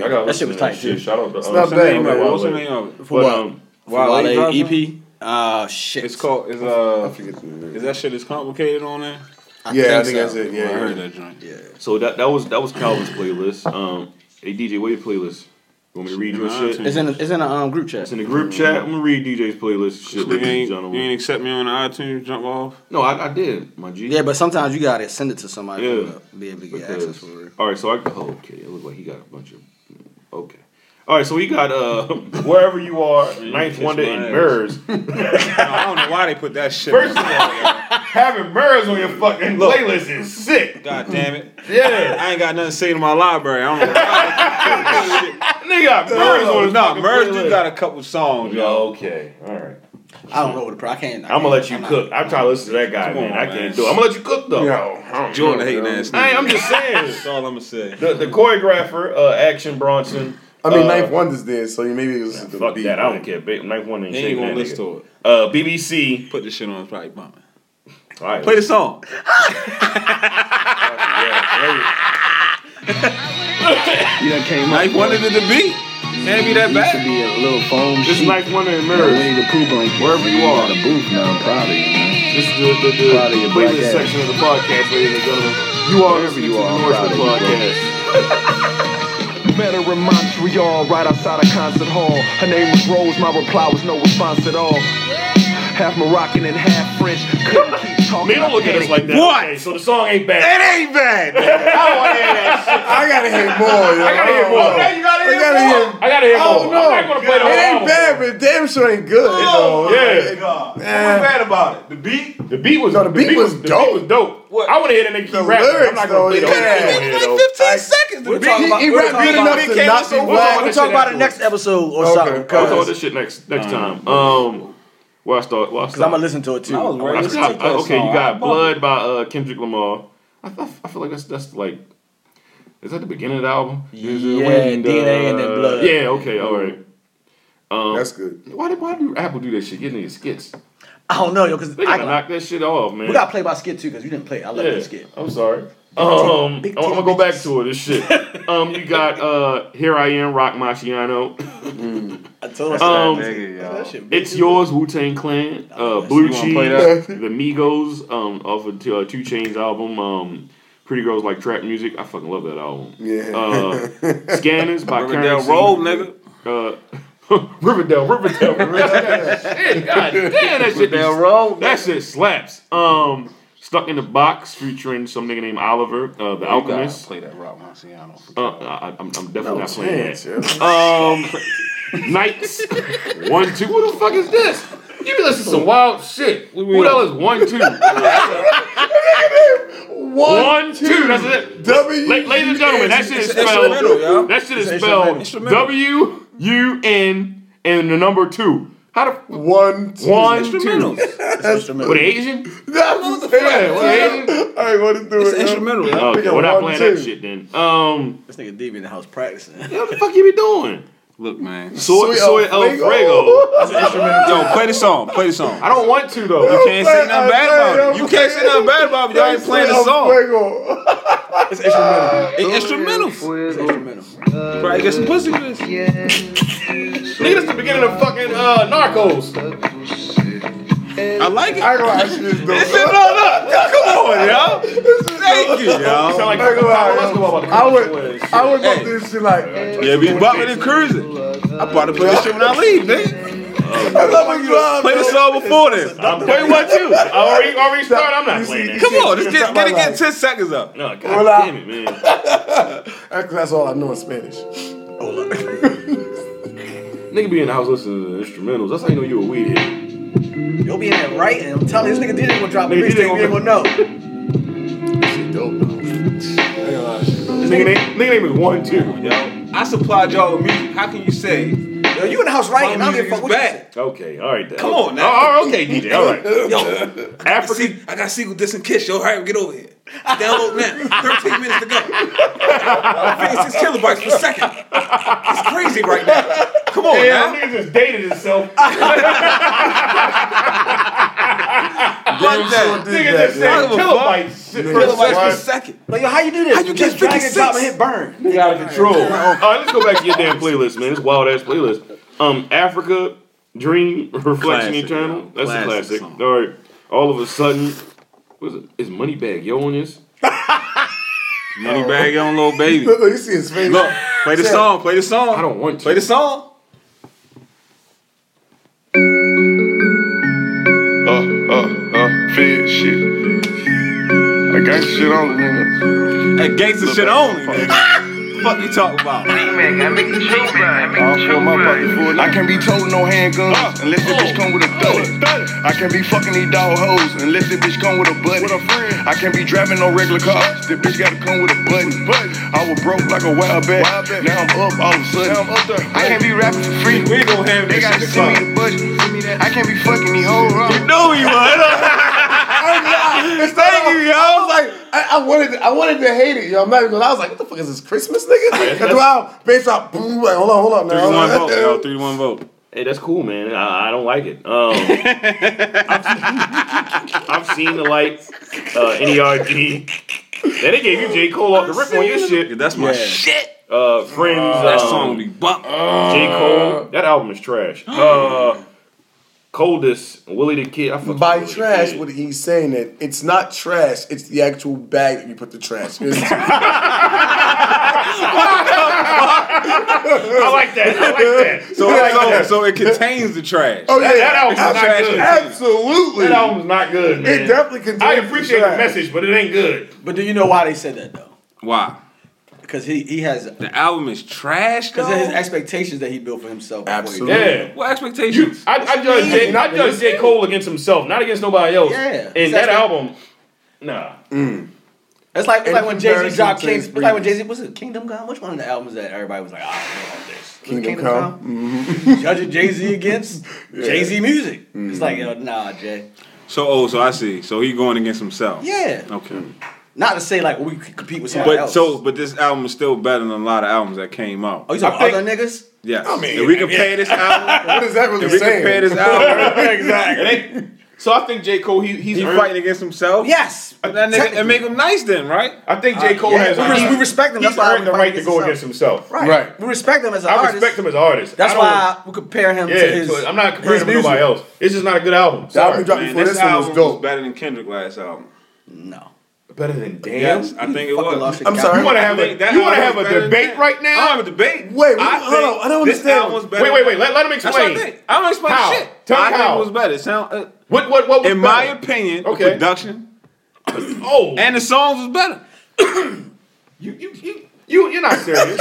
Speaker 3: Yeah. I got
Speaker 4: That shit was tight too.
Speaker 3: Shout out to
Speaker 4: It's
Speaker 3: uh,
Speaker 4: not
Speaker 3: what's the
Speaker 4: bad,
Speaker 3: name
Speaker 4: man.
Speaker 3: of it?
Speaker 4: What's the
Speaker 3: Wale?
Speaker 4: name of it? For
Speaker 3: But,
Speaker 4: what?
Speaker 3: um,
Speaker 4: For Wale
Speaker 5: Wale
Speaker 4: EP?
Speaker 5: EP?
Speaker 4: Uh, E shit.
Speaker 5: It's called. Is uh. Is that shit is complicated on there? I heard that joint.
Speaker 4: Yeah.
Speaker 3: So that that was that was Calvin's playlist. Um, a DJ Wave playlist. You want me to read your shit?
Speaker 4: It's in it's in a um, group chat.
Speaker 3: It's in the group chat. I'm gonna read DJ's playlist. Shit,
Speaker 5: You
Speaker 3: ladies and
Speaker 5: ain't,
Speaker 3: gentlemen.
Speaker 5: you ain't accept me on the iTunes jump off?
Speaker 3: No, I, I did, my G.
Speaker 4: Yeah, but sometimes you gotta send it to somebody
Speaker 3: Yeah.
Speaker 4: to be able to get
Speaker 3: Because-
Speaker 4: access for it.
Speaker 3: All right, so I oh, okay. It looked like he got a bunch of okay. All right, so he got uh wherever you are, ninth
Speaker 5: kiss
Speaker 3: wonder
Speaker 5: my
Speaker 3: and
Speaker 5: ass.
Speaker 3: mirrors.
Speaker 5: I don't know why they put that shit.
Speaker 3: First of all, having mirrors on your fucking
Speaker 5: Look.
Speaker 3: playlist is sick.
Speaker 5: God damn it!
Speaker 3: Yeah.
Speaker 5: I ain't got nothing saved in my library. I don't know.
Speaker 3: Nigga got mirrors on his
Speaker 5: no,
Speaker 3: fucking
Speaker 5: Murs
Speaker 3: playlist.
Speaker 5: do got a couple songs, y'all.
Speaker 3: Okay, all right.
Speaker 4: I don't know what the pro. I can't. I
Speaker 3: I'm gonna
Speaker 4: can't-
Speaker 3: let you
Speaker 4: I'm not-
Speaker 3: cook. I try to listen to that guy,
Speaker 5: Come
Speaker 3: man.
Speaker 5: on,
Speaker 3: I
Speaker 5: man.
Speaker 3: can't do it. I'm gonna let you cook though.
Speaker 5: Jordan the hating ass.
Speaker 3: I, I'm just saying.
Speaker 5: That's all I'm gonna say.
Speaker 3: The, the choreographer, uh, Action Bronson.
Speaker 2: I mean,
Speaker 3: uh,
Speaker 2: Knife Wonders did, so you maybe it was the
Speaker 3: Fuck
Speaker 2: beat,
Speaker 3: that. I don't
Speaker 2: but-
Speaker 3: care. Ba- Knife One ain't
Speaker 5: They ain't
Speaker 3: shaking
Speaker 5: gonna
Speaker 3: that
Speaker 5: listen
Speaker 3: nigga.
Speaker 5: to it.
Speaker 3: Uh, BBC.
Speaker 5: Put this shit on. It's probably bumming.
Speaker 3: All right.
Speaker 5: Play the song.
Speaker 3: Yeah,
Speaker 1: You done came up.
Speaker 5: Knife wanted it to be. Can't be that
Speaker 1: Used to
Speaker 5: bad.
Speaker 1: be a little foam
Speaker 3: This is
Speaker 1: sheet.
Speaker 3: Knife Wonder and
Speaker 1: But
Speaker 3: Mirrors.
Speaker 1: Winnie the Pooh blanket.
Speaker 3: Wherever you are.
Speaker 1: the booth now. I'm proud of you, man.
Speaker 3: This is the, the, the
Speaker 1: Proud of your black
Speaker 3: playlist
Speaker 1: ass.
Speaker 3: section of the podcast, ladies and gentlemen. You are
Speaker 1: Wherever
Speaker 3: listening
Speaker 1: you
Speaker 3: to
Speaker 1: are, I'm
Speaker 3: the
Speaker 1: proud
Speaker 3: Northwood
Speaker 1: of you, bro.
Speaker 3: Podcast.
Speaker 1: Veteran Montreal, right outside a concert hall. Her name was Rose, my reply was no response at all. Half Moroccan and half French. Couldn't keep talking.
Speaker 3: Man, don't look at us like that.
Speaker 5: What?
Speaker 3: Okay, so the song ain't bad.
Speaker 5: It ain't bad.
Speaker 3: I don't want to hear that shit.
Speaker 2: I gotta hear more. Yo.
Speaker 3: I gotta hear more.
Speaker 2: I
Speaker 3: gotta
Speaker 2: gotta hear.
Speaker 3: I gotta hear
Speaker 2: I
Speaker 1: Oh,
Speaker 3: more.
Speaker 2: don't know.
Speaker 3: I'm not gonna play the whole
Speaker 2: It ain't
Speaker 3: album.
Speaker 2: bad, but it damn sure ain't good. though.
Speaker 3: Yeah.
Speaker 2: Like, eh.
Speaker 5: about it? The beat.
Speaker 3: The beat was
Speaker 2: No, the beat was
Speaker 3: The beat
Speaker 2: dope.
Speaker 3: was dope. I want to hear that nigga
Speaker 2: The
Speaker 3: keep rapping. I'm
Speaker 2: lyrics,
Speaker 3: not
Speaker 2: though,
Speaker 3: gonna play the whole
Speaker 2: yeah.
Speaker 3: thing on here though.
Speaker 5: seconds.
Speaker 4: We're talking about,
Speaker 2: He
Speaker 4: we're
Speaker 2: rapped
Speaker 4: talking
Speaker 2: good
Speaker 4: about-
Speaker 2: enough to not be
Speaker 3: over
Speaker 4: we'll
Speaker 3: that
Speaker 2: whack.
Speaker 3: shit
Speaker 4: talk about it
Speaker 3: afterwards.
Speaker 4: next episode or
Speaker 2: Okay.
Speaker 4: something.
Speaker 3: I'll talk
Speaker 4: Cause,
Speaker 3: this shit next next time. Um, where I start? Where I
Speaker 4: Uh, I'm gonna
Speaker 3: start?
Speaker 4: listen to it too.
Speaker 5: I was
Speaker 3: I
Speaker 5: worried.
Speaker 3: forgot-
Speaker 5: Take that
Speaker 3: uh, okay, you
Speaker 5: song.
Speaker 3: got
Speaker 5: I-
Speaker 3: Blood by uh, Kendrick Lamar. I, I, I feel like that's that's like. Is that the beginning of the album? Is it
Speaker 4: Yeah,
Speaker 3: when the-
Speaker 4: DNA and then Blood.
Speaker 3: Yeah, okay, all right. Um,
Speaker 2: That's good.
Speaker 3: Why did why do Apple do that shit? Get niggas skits.
Speaker 4: I don't know, yo, cause
Speaker 3: They
Speaker 4: I,
Speaker 3: gotta knock that shit off, man.
Speaker 4: we gotta play by skit too, cause you didn't play. it. I love
Speaker 3: Yeah,
Speaker 4: that skit.
Speaker 3: I'm sorry. Um,
Speaker 4: big
Speaker 3: I'm
Speaker 4: titty
Speaker 3: gonna go back to it. This shit. um, you got uh, here I am, Rock Marciano.
Speaker 4: I told her
Speaker 3: Um,
Speaker 5: Nigga, y'all.
Speaker 3: It's yours, Wu Tang Clan, uh, Blue
Speaker 5: wanna
Speaker 3: Cheese,
Speaker 5: play
Speaker 3: The Migos, um, off of uh, Two Chains album, um, Pretty Girls Like Trap Music. I fucking love that album.
Speaker 2: Yeah.
Speaker 3: Uh, Scanners by
Speaker 5: Riverdale
Speaker 3: Currency.
Speaker 5: Roll, nigga.
Speaker 3: Uh, Riverdale, Riverdale, Riverdale. shit, God damn, that shit.
Speaker 5: Riverdale Roll.
Speaker 3: That shit slaps. Um, Stuck in the Box featuring some nigga named Oliver, uh, The Alchemist.
Speaker 5: Play that Rock Marciano.
Speaker 3: Uh, I, I'm, I'm definitely not playing that.
Speaker 2: Chance, yo.
Speaker 3: Um, Knights. One, two. What the fuck is this? You be listening to some wild shit. Who the hell is one, two?
Speaker 2: One,
Speaker 3: One, two. That's it.
Speaker 2: W.
Speaker 3: La- ladies and gentlemen, that shit is
Speaker 5: instrumental, y'all.
Speaker 3: spelled. That shit is spelled
Speaker 5: instrumental.
Speaker 3: W U N and the number two. How the
Speaker 2: One, two.
Speaker 3: one two?
Speaker 5: Instrumentals.
Speaker 3: Were they Asian?
Speaker 2: That's
Speaker 3: Yeah, were they Asian?
Speaker 2: All right, what to do?
Speaker 5: It's
Speaker 2: yo?
Speaker 5: instrumental. y'all.
Speaker 3: Okay, we're
Speaker 2: one,
Speaker 3: not playing
Speaker 2: two.
Speaker 3: that shit then. Um,
Speaker 4: this nigga D be in the house practicing.
Speaker 3: what the fuck you be doing?
Speaker 5: Look, man.
Speaker 3: Soy, soy
Speaker 2: Soy Alfredo.
Speaker 3: Alfredo.
Speaker 5: Yo, play the song. Play the song.
Speaker 3: I don't want to though.
Speaker 5: You can't say
Speaker 2: uh,
Speaker 5: nothing bad about it. You can't say nothing bad about it. Y'all ain't playing the song.
Speaker 2: Fuego.
Speaker 4: It's instrumental.
Speaker 5: It's instrumental.
Speaker 4: It's instrumental.
Speaker 5: Probably get some pussy for this.
Speaker 3: Nigga, that's the beginning of fucking uh, Narcos.
Speaker 5: I like it.
Speaker 2: I go ask you this though.
Speaker 5: It's it on up. Come on, y'all. Thank you,
Speaker 3: Sound
Speaker 5: y'all.
Speaker 3: like
Speaker 2: I go
Speaker 3: Let's go about the
Speaker 2: I would,
Speaker 3: Cowboys.
Speaker 2: I would
Speaker 5: Hey.
Speaker 2: go through this shit like.
Speaker 5: Yeah, we bumping and cruising. I probably play this shit when I leave, nigga.
Speaker 2: I love when you drive.
Speaker 5: Play the
Speaker 2: bro.
Speaker 5: song before this.
Speaker 3: I'm playing one too. I already already started. I'm not
Speaker 2: You see-
Speaker 3: playing that.
Speaker 5: Come on, let's get, get, get 10 seconds up.
Speaker 3: No, god
Speaker 2: Hola.
Speaker 3: damn it, man.
Speaker 2: That's- That's all I know in Spanish.
Speaker 3: Nigga be in the house listening to instrumentals. That's how you know you a weed head.
Speaker 4: You'll be in there right, and I'm telling you, this nigga D ain't gonna drop a
Speaker 3: Nigga, D
Speaker 4: mixtape.
Speaker 3: gonna-
Speaker 4: You ain't gonna know.
Speaker 2: Shit dope though. I ain't gonna lie, shit dope.
Speaker 3: Nigga name, nigga name is one two.
Speaker 5: Yo, I supplied y'all with music. How can you say? Yo,
Speaker 4: Yo, you in the house writing. I don't give a fuck what you say.
Speaker 3: Okay, all right. Then.
Speaker 18: Come
Speaker 3: Okay.
Speaker 18: on now.
Speaker 3: Oh, oh, okay, DJ. All right.
Speaker 18: Yo, African. I got single disc and kiss. Yo, hurry up, get over here. Download now. 13 minutes to go. 56 kilobytes per second. It's crazy right now. Come on
Speaker 3: Damn,
Speaker 18: now.
Speaker 3: nigga just dated himself.
Speaker 18: Run that.
Speaker 3: Nigga just said kilobytes. Shit,
Speaker 18: Kilobytes per
Speaker 3: What?
Speaker 18: second.
Speaker 4: Like, yo, how you do this?
Speaker 18: How you get
Speaker 4: Just drag and drop
Speaker 18: 56?
Speaker 4: and hit burn.
Speaker 3: You out of control. All right, let's go back to your damn playlist, man. This wild ass playlist. Um, Africa, Dream, Reflection
Speaker 5: Classic,
Speaker 3: Eternal.
Speaker 5: yo.
Speaker 3: That's
Speaker 5: Classic
Speaker 3: a classic.
Speaker 5: song.
Speaker 3: All right. All of a sudden, what's it? Is Moneybag yo on this?
Speaker 5: Money bag on little baby.
Speaker 2: Look, you see his face.
Speaker 5: Look, play the song. Play the song.
Speaker 3: I don't want to.
Speaker 5: Oh. Play the song.
Speaker 1: Uh, uh, uh, fed shit. I got shit on, nigga.
Speaker 5: That gangster shit only. nigga. Fuck you talking about?
Speaker 1: I don't feel my pocket full. I can't be told no handguns unless the bitch come with a thud. I can't be fucking these dog hoes unless the bitch come with a button. I can't be driving no regular cars. The bitch gotta come with a button. I was broke like a wild bat. Now I'm up all of a sudden. I can't be rapping for free.
Speaker 5: We gonna have
Speaker 1: They gotta send me the budget. I can't be fucking these hoes wrong.
Speaker 5: You know you would.
Speaker 2: Thank you, yo. I was like, I, I wanted, to, I wanted to hate it, yo. I'm not even gonna. I was like, what the fuck is this Christmas, nigga? Cause wow, bass out, boom. Like, hold on, hold on,
Speaker 5: Three to one vote,
Speaker 2: now.
Speaker 5: yo. Three to one vote.
Speaker 3: Hey, that's cool, man. I, I don't like it. Um, I've, I've seen the light, uh, NERD. Then they gave you J. Cole off the rip on your shit.
Speaker 5: That's my shit.
Speaker 3: Uh, Friends.
Speaker 5: That
Speaker 3: um,
Speaker 5: song be bump.
Speaker 3: J. Cole. That album is trash. Uh, Coldest, Willie the Kid. I fuck with
Speaker 2: By
Speaker 3: Willie the
Speaker 2: trash,
Speaker 3: Kid.
Speaker 2: what he's saying that it's not trash. It's the actual bag that you put the trash. in.
Speaker 3: I like that. I like that.
Speaker 5: So,
Speaker 3: I like
Speaker 5: so,
Speaker 3: that.
Speaker 5: so it contains the trash.
Speaker 2: oh yeah,
Speaker 3: That- that album's not
Speaker 5: Trash
Speaker 3: good.
Speaker 5: contains-
Speaker 2: absolutely.
Speaker 3: That album's not good, man.
Speaker 2: It definitely contains.
Speaker 3: I appreciate the
Speaker 2: trash.
Speaker 3: message, but it ain't good.
Speaker 4: But do you know why they said that though?
Speaker 5: Why?
Speaker 4: Because he he has
Speaker 5: The album is trash.
Speaker 4: because of his
Speaker 5: though?
Speaker 4: expectations that he built for himself. before he
Speaker 2: Absolutely.
Speaker 4: did it.
Speaker 3: Yeah.
Speaker 5: What expectations?
Speaker 3: I, I judge J, I judge J. Cole against himself, not against nobody else.
Speaker 4: Yeah.
Speaker 3: And that
Speaker 4: Exactly.
Speaker 3: album, nah.
Speaker 4: It's like it's
Speaker 2: In
Speaker 4: like when Jay Z
Speaker 2: comparison
Speaker 4: dropped
Speaker 2: to
Speaker 4: King.
Speaker 2: his
Speaker 4: It's like when
Speaker 2: previous-
Speaker 4: Jay Z was it Kingdom Come? Which one of the albums that everybody was like, "Ah, I don't know about this. Was it
Speaker 2: Kingdom Come.
Speaker 3: Mm-hmm.
Speaker 4: Judging Jay Z against Jay Z music. It's like, yo, nah, Jay.
Speaker 5: So oh, so I see. So he going against himself.
Speaker 4: Yeah.
Speaker 5: Okay.
Speaker 4: Not to say like we could compete with somebody
Speaker 5: But
Speaker 4: else.
Speaker 5: so but this album is still better than a lot of albums that came out.
Speaker 4: oh, you talking about other niggas?
Speaker 5: Yes. if we compare this album,
Speaker 2: What is that really
Speaker 5: if we
Speaker 2: saying?
Speaker 5: compare this album,
Speaker 3: It ain't- so I think J. Cole, he, he's
Speaker 5: he's
Speaker 3: earned-
Speaker 5: fighting against himself.
Speaker 4: Yes.
Speaker 5: That nigga, it make him nice then, right?
Speaker 3: I think J. Cole
Speaker 4: yeah,
Speaker 3: has
Speaker 4: we
Speaker 3: earned-
Speaker 4: res- we respect him,
Speaker 3: He's
Speaker 4: that's why
Speaker 3: earned the
Speaker 4: we
Speaker 3: right
Speaker 4: fight
Speaker 3: to go against himself.
Speaker 4: Right.
Speaker 2: Right.
Speaker 4: We respect him as an
Speaker 3: I
Speaker 4: artist.
Speaker 3: respect him as an artist.
Speaker 4: That's
Speaker 3: I don't-
Speaker 4: why we compare him
Speaker 3: Yeah,
Speaker 4: to his.
Speaker 3: so I'm not comparing
Speaker 4: his
Speaker 3: him to nobody
Speaker 4: music.
Speaker 3: else. It's just not a good album.
Speaker 2: The album
Speaker 3: Sorry.
Speaker 2: he dropped
Speaker 5: Man,
Speaker 2: before
Speaker 5: this,
Speaker 2: this one
Speaker 5: album
Speaker 2: was
Speaker 5: was,
Speaker 2: dope.
Speaker 5: better than Kendrick last album.
Speaker 4: No.
Speaker 3: Better than Damn.
Speaker 5: Yes, I think it
Speaker 4: Fucking
Speaker 5: was.
Speaker 4: lost your
Speaker 2: I'm
Speaker 4: guy.
Speaker 2: sorry.
Speaker 3: You want to have
Speaker 5: think
Speaker 3: a
Speaker 5: that
Speaker 3: you want to
Speaker 5: album's
Speaker 3: have a
Speaker 5: better than
Speaker 3: debate
Speaker 5: that.
Speaker 3: right
Speaker 5: I don't
Speaker 3: now?
Speaker 5: have a debate.
Speaker 2: Wait,
Speaker 5: I
Speaker 2: hold on, I don't
Speaker 5: this
Speaker 2: understand.
Speaker 5: album's better
Speaker 3: Wait, wait,
Speaker 5: than-
Speaker 3: wait. Let, let him
Speaker 5: That's what I
Speaker 3: explain.
Speaker 5: think. I don't explain
Speaker 3: How?
Speaker 5: shit.
Speaker 3: Tell me
Speaker 5: I
Speaker 3: how.
Speaker 5: think it was better. It Sound, uh,
Speaker 3: What what what? Was
Speaker 5: in my
Speaker 3: better?
Speaker 5: opinion,
Speaker 3: Okay.
Speaker 5: the production
Speaker 3: oh,
Speaker 5: and the songs was better.
Speaker 3: you you you you you're not serious.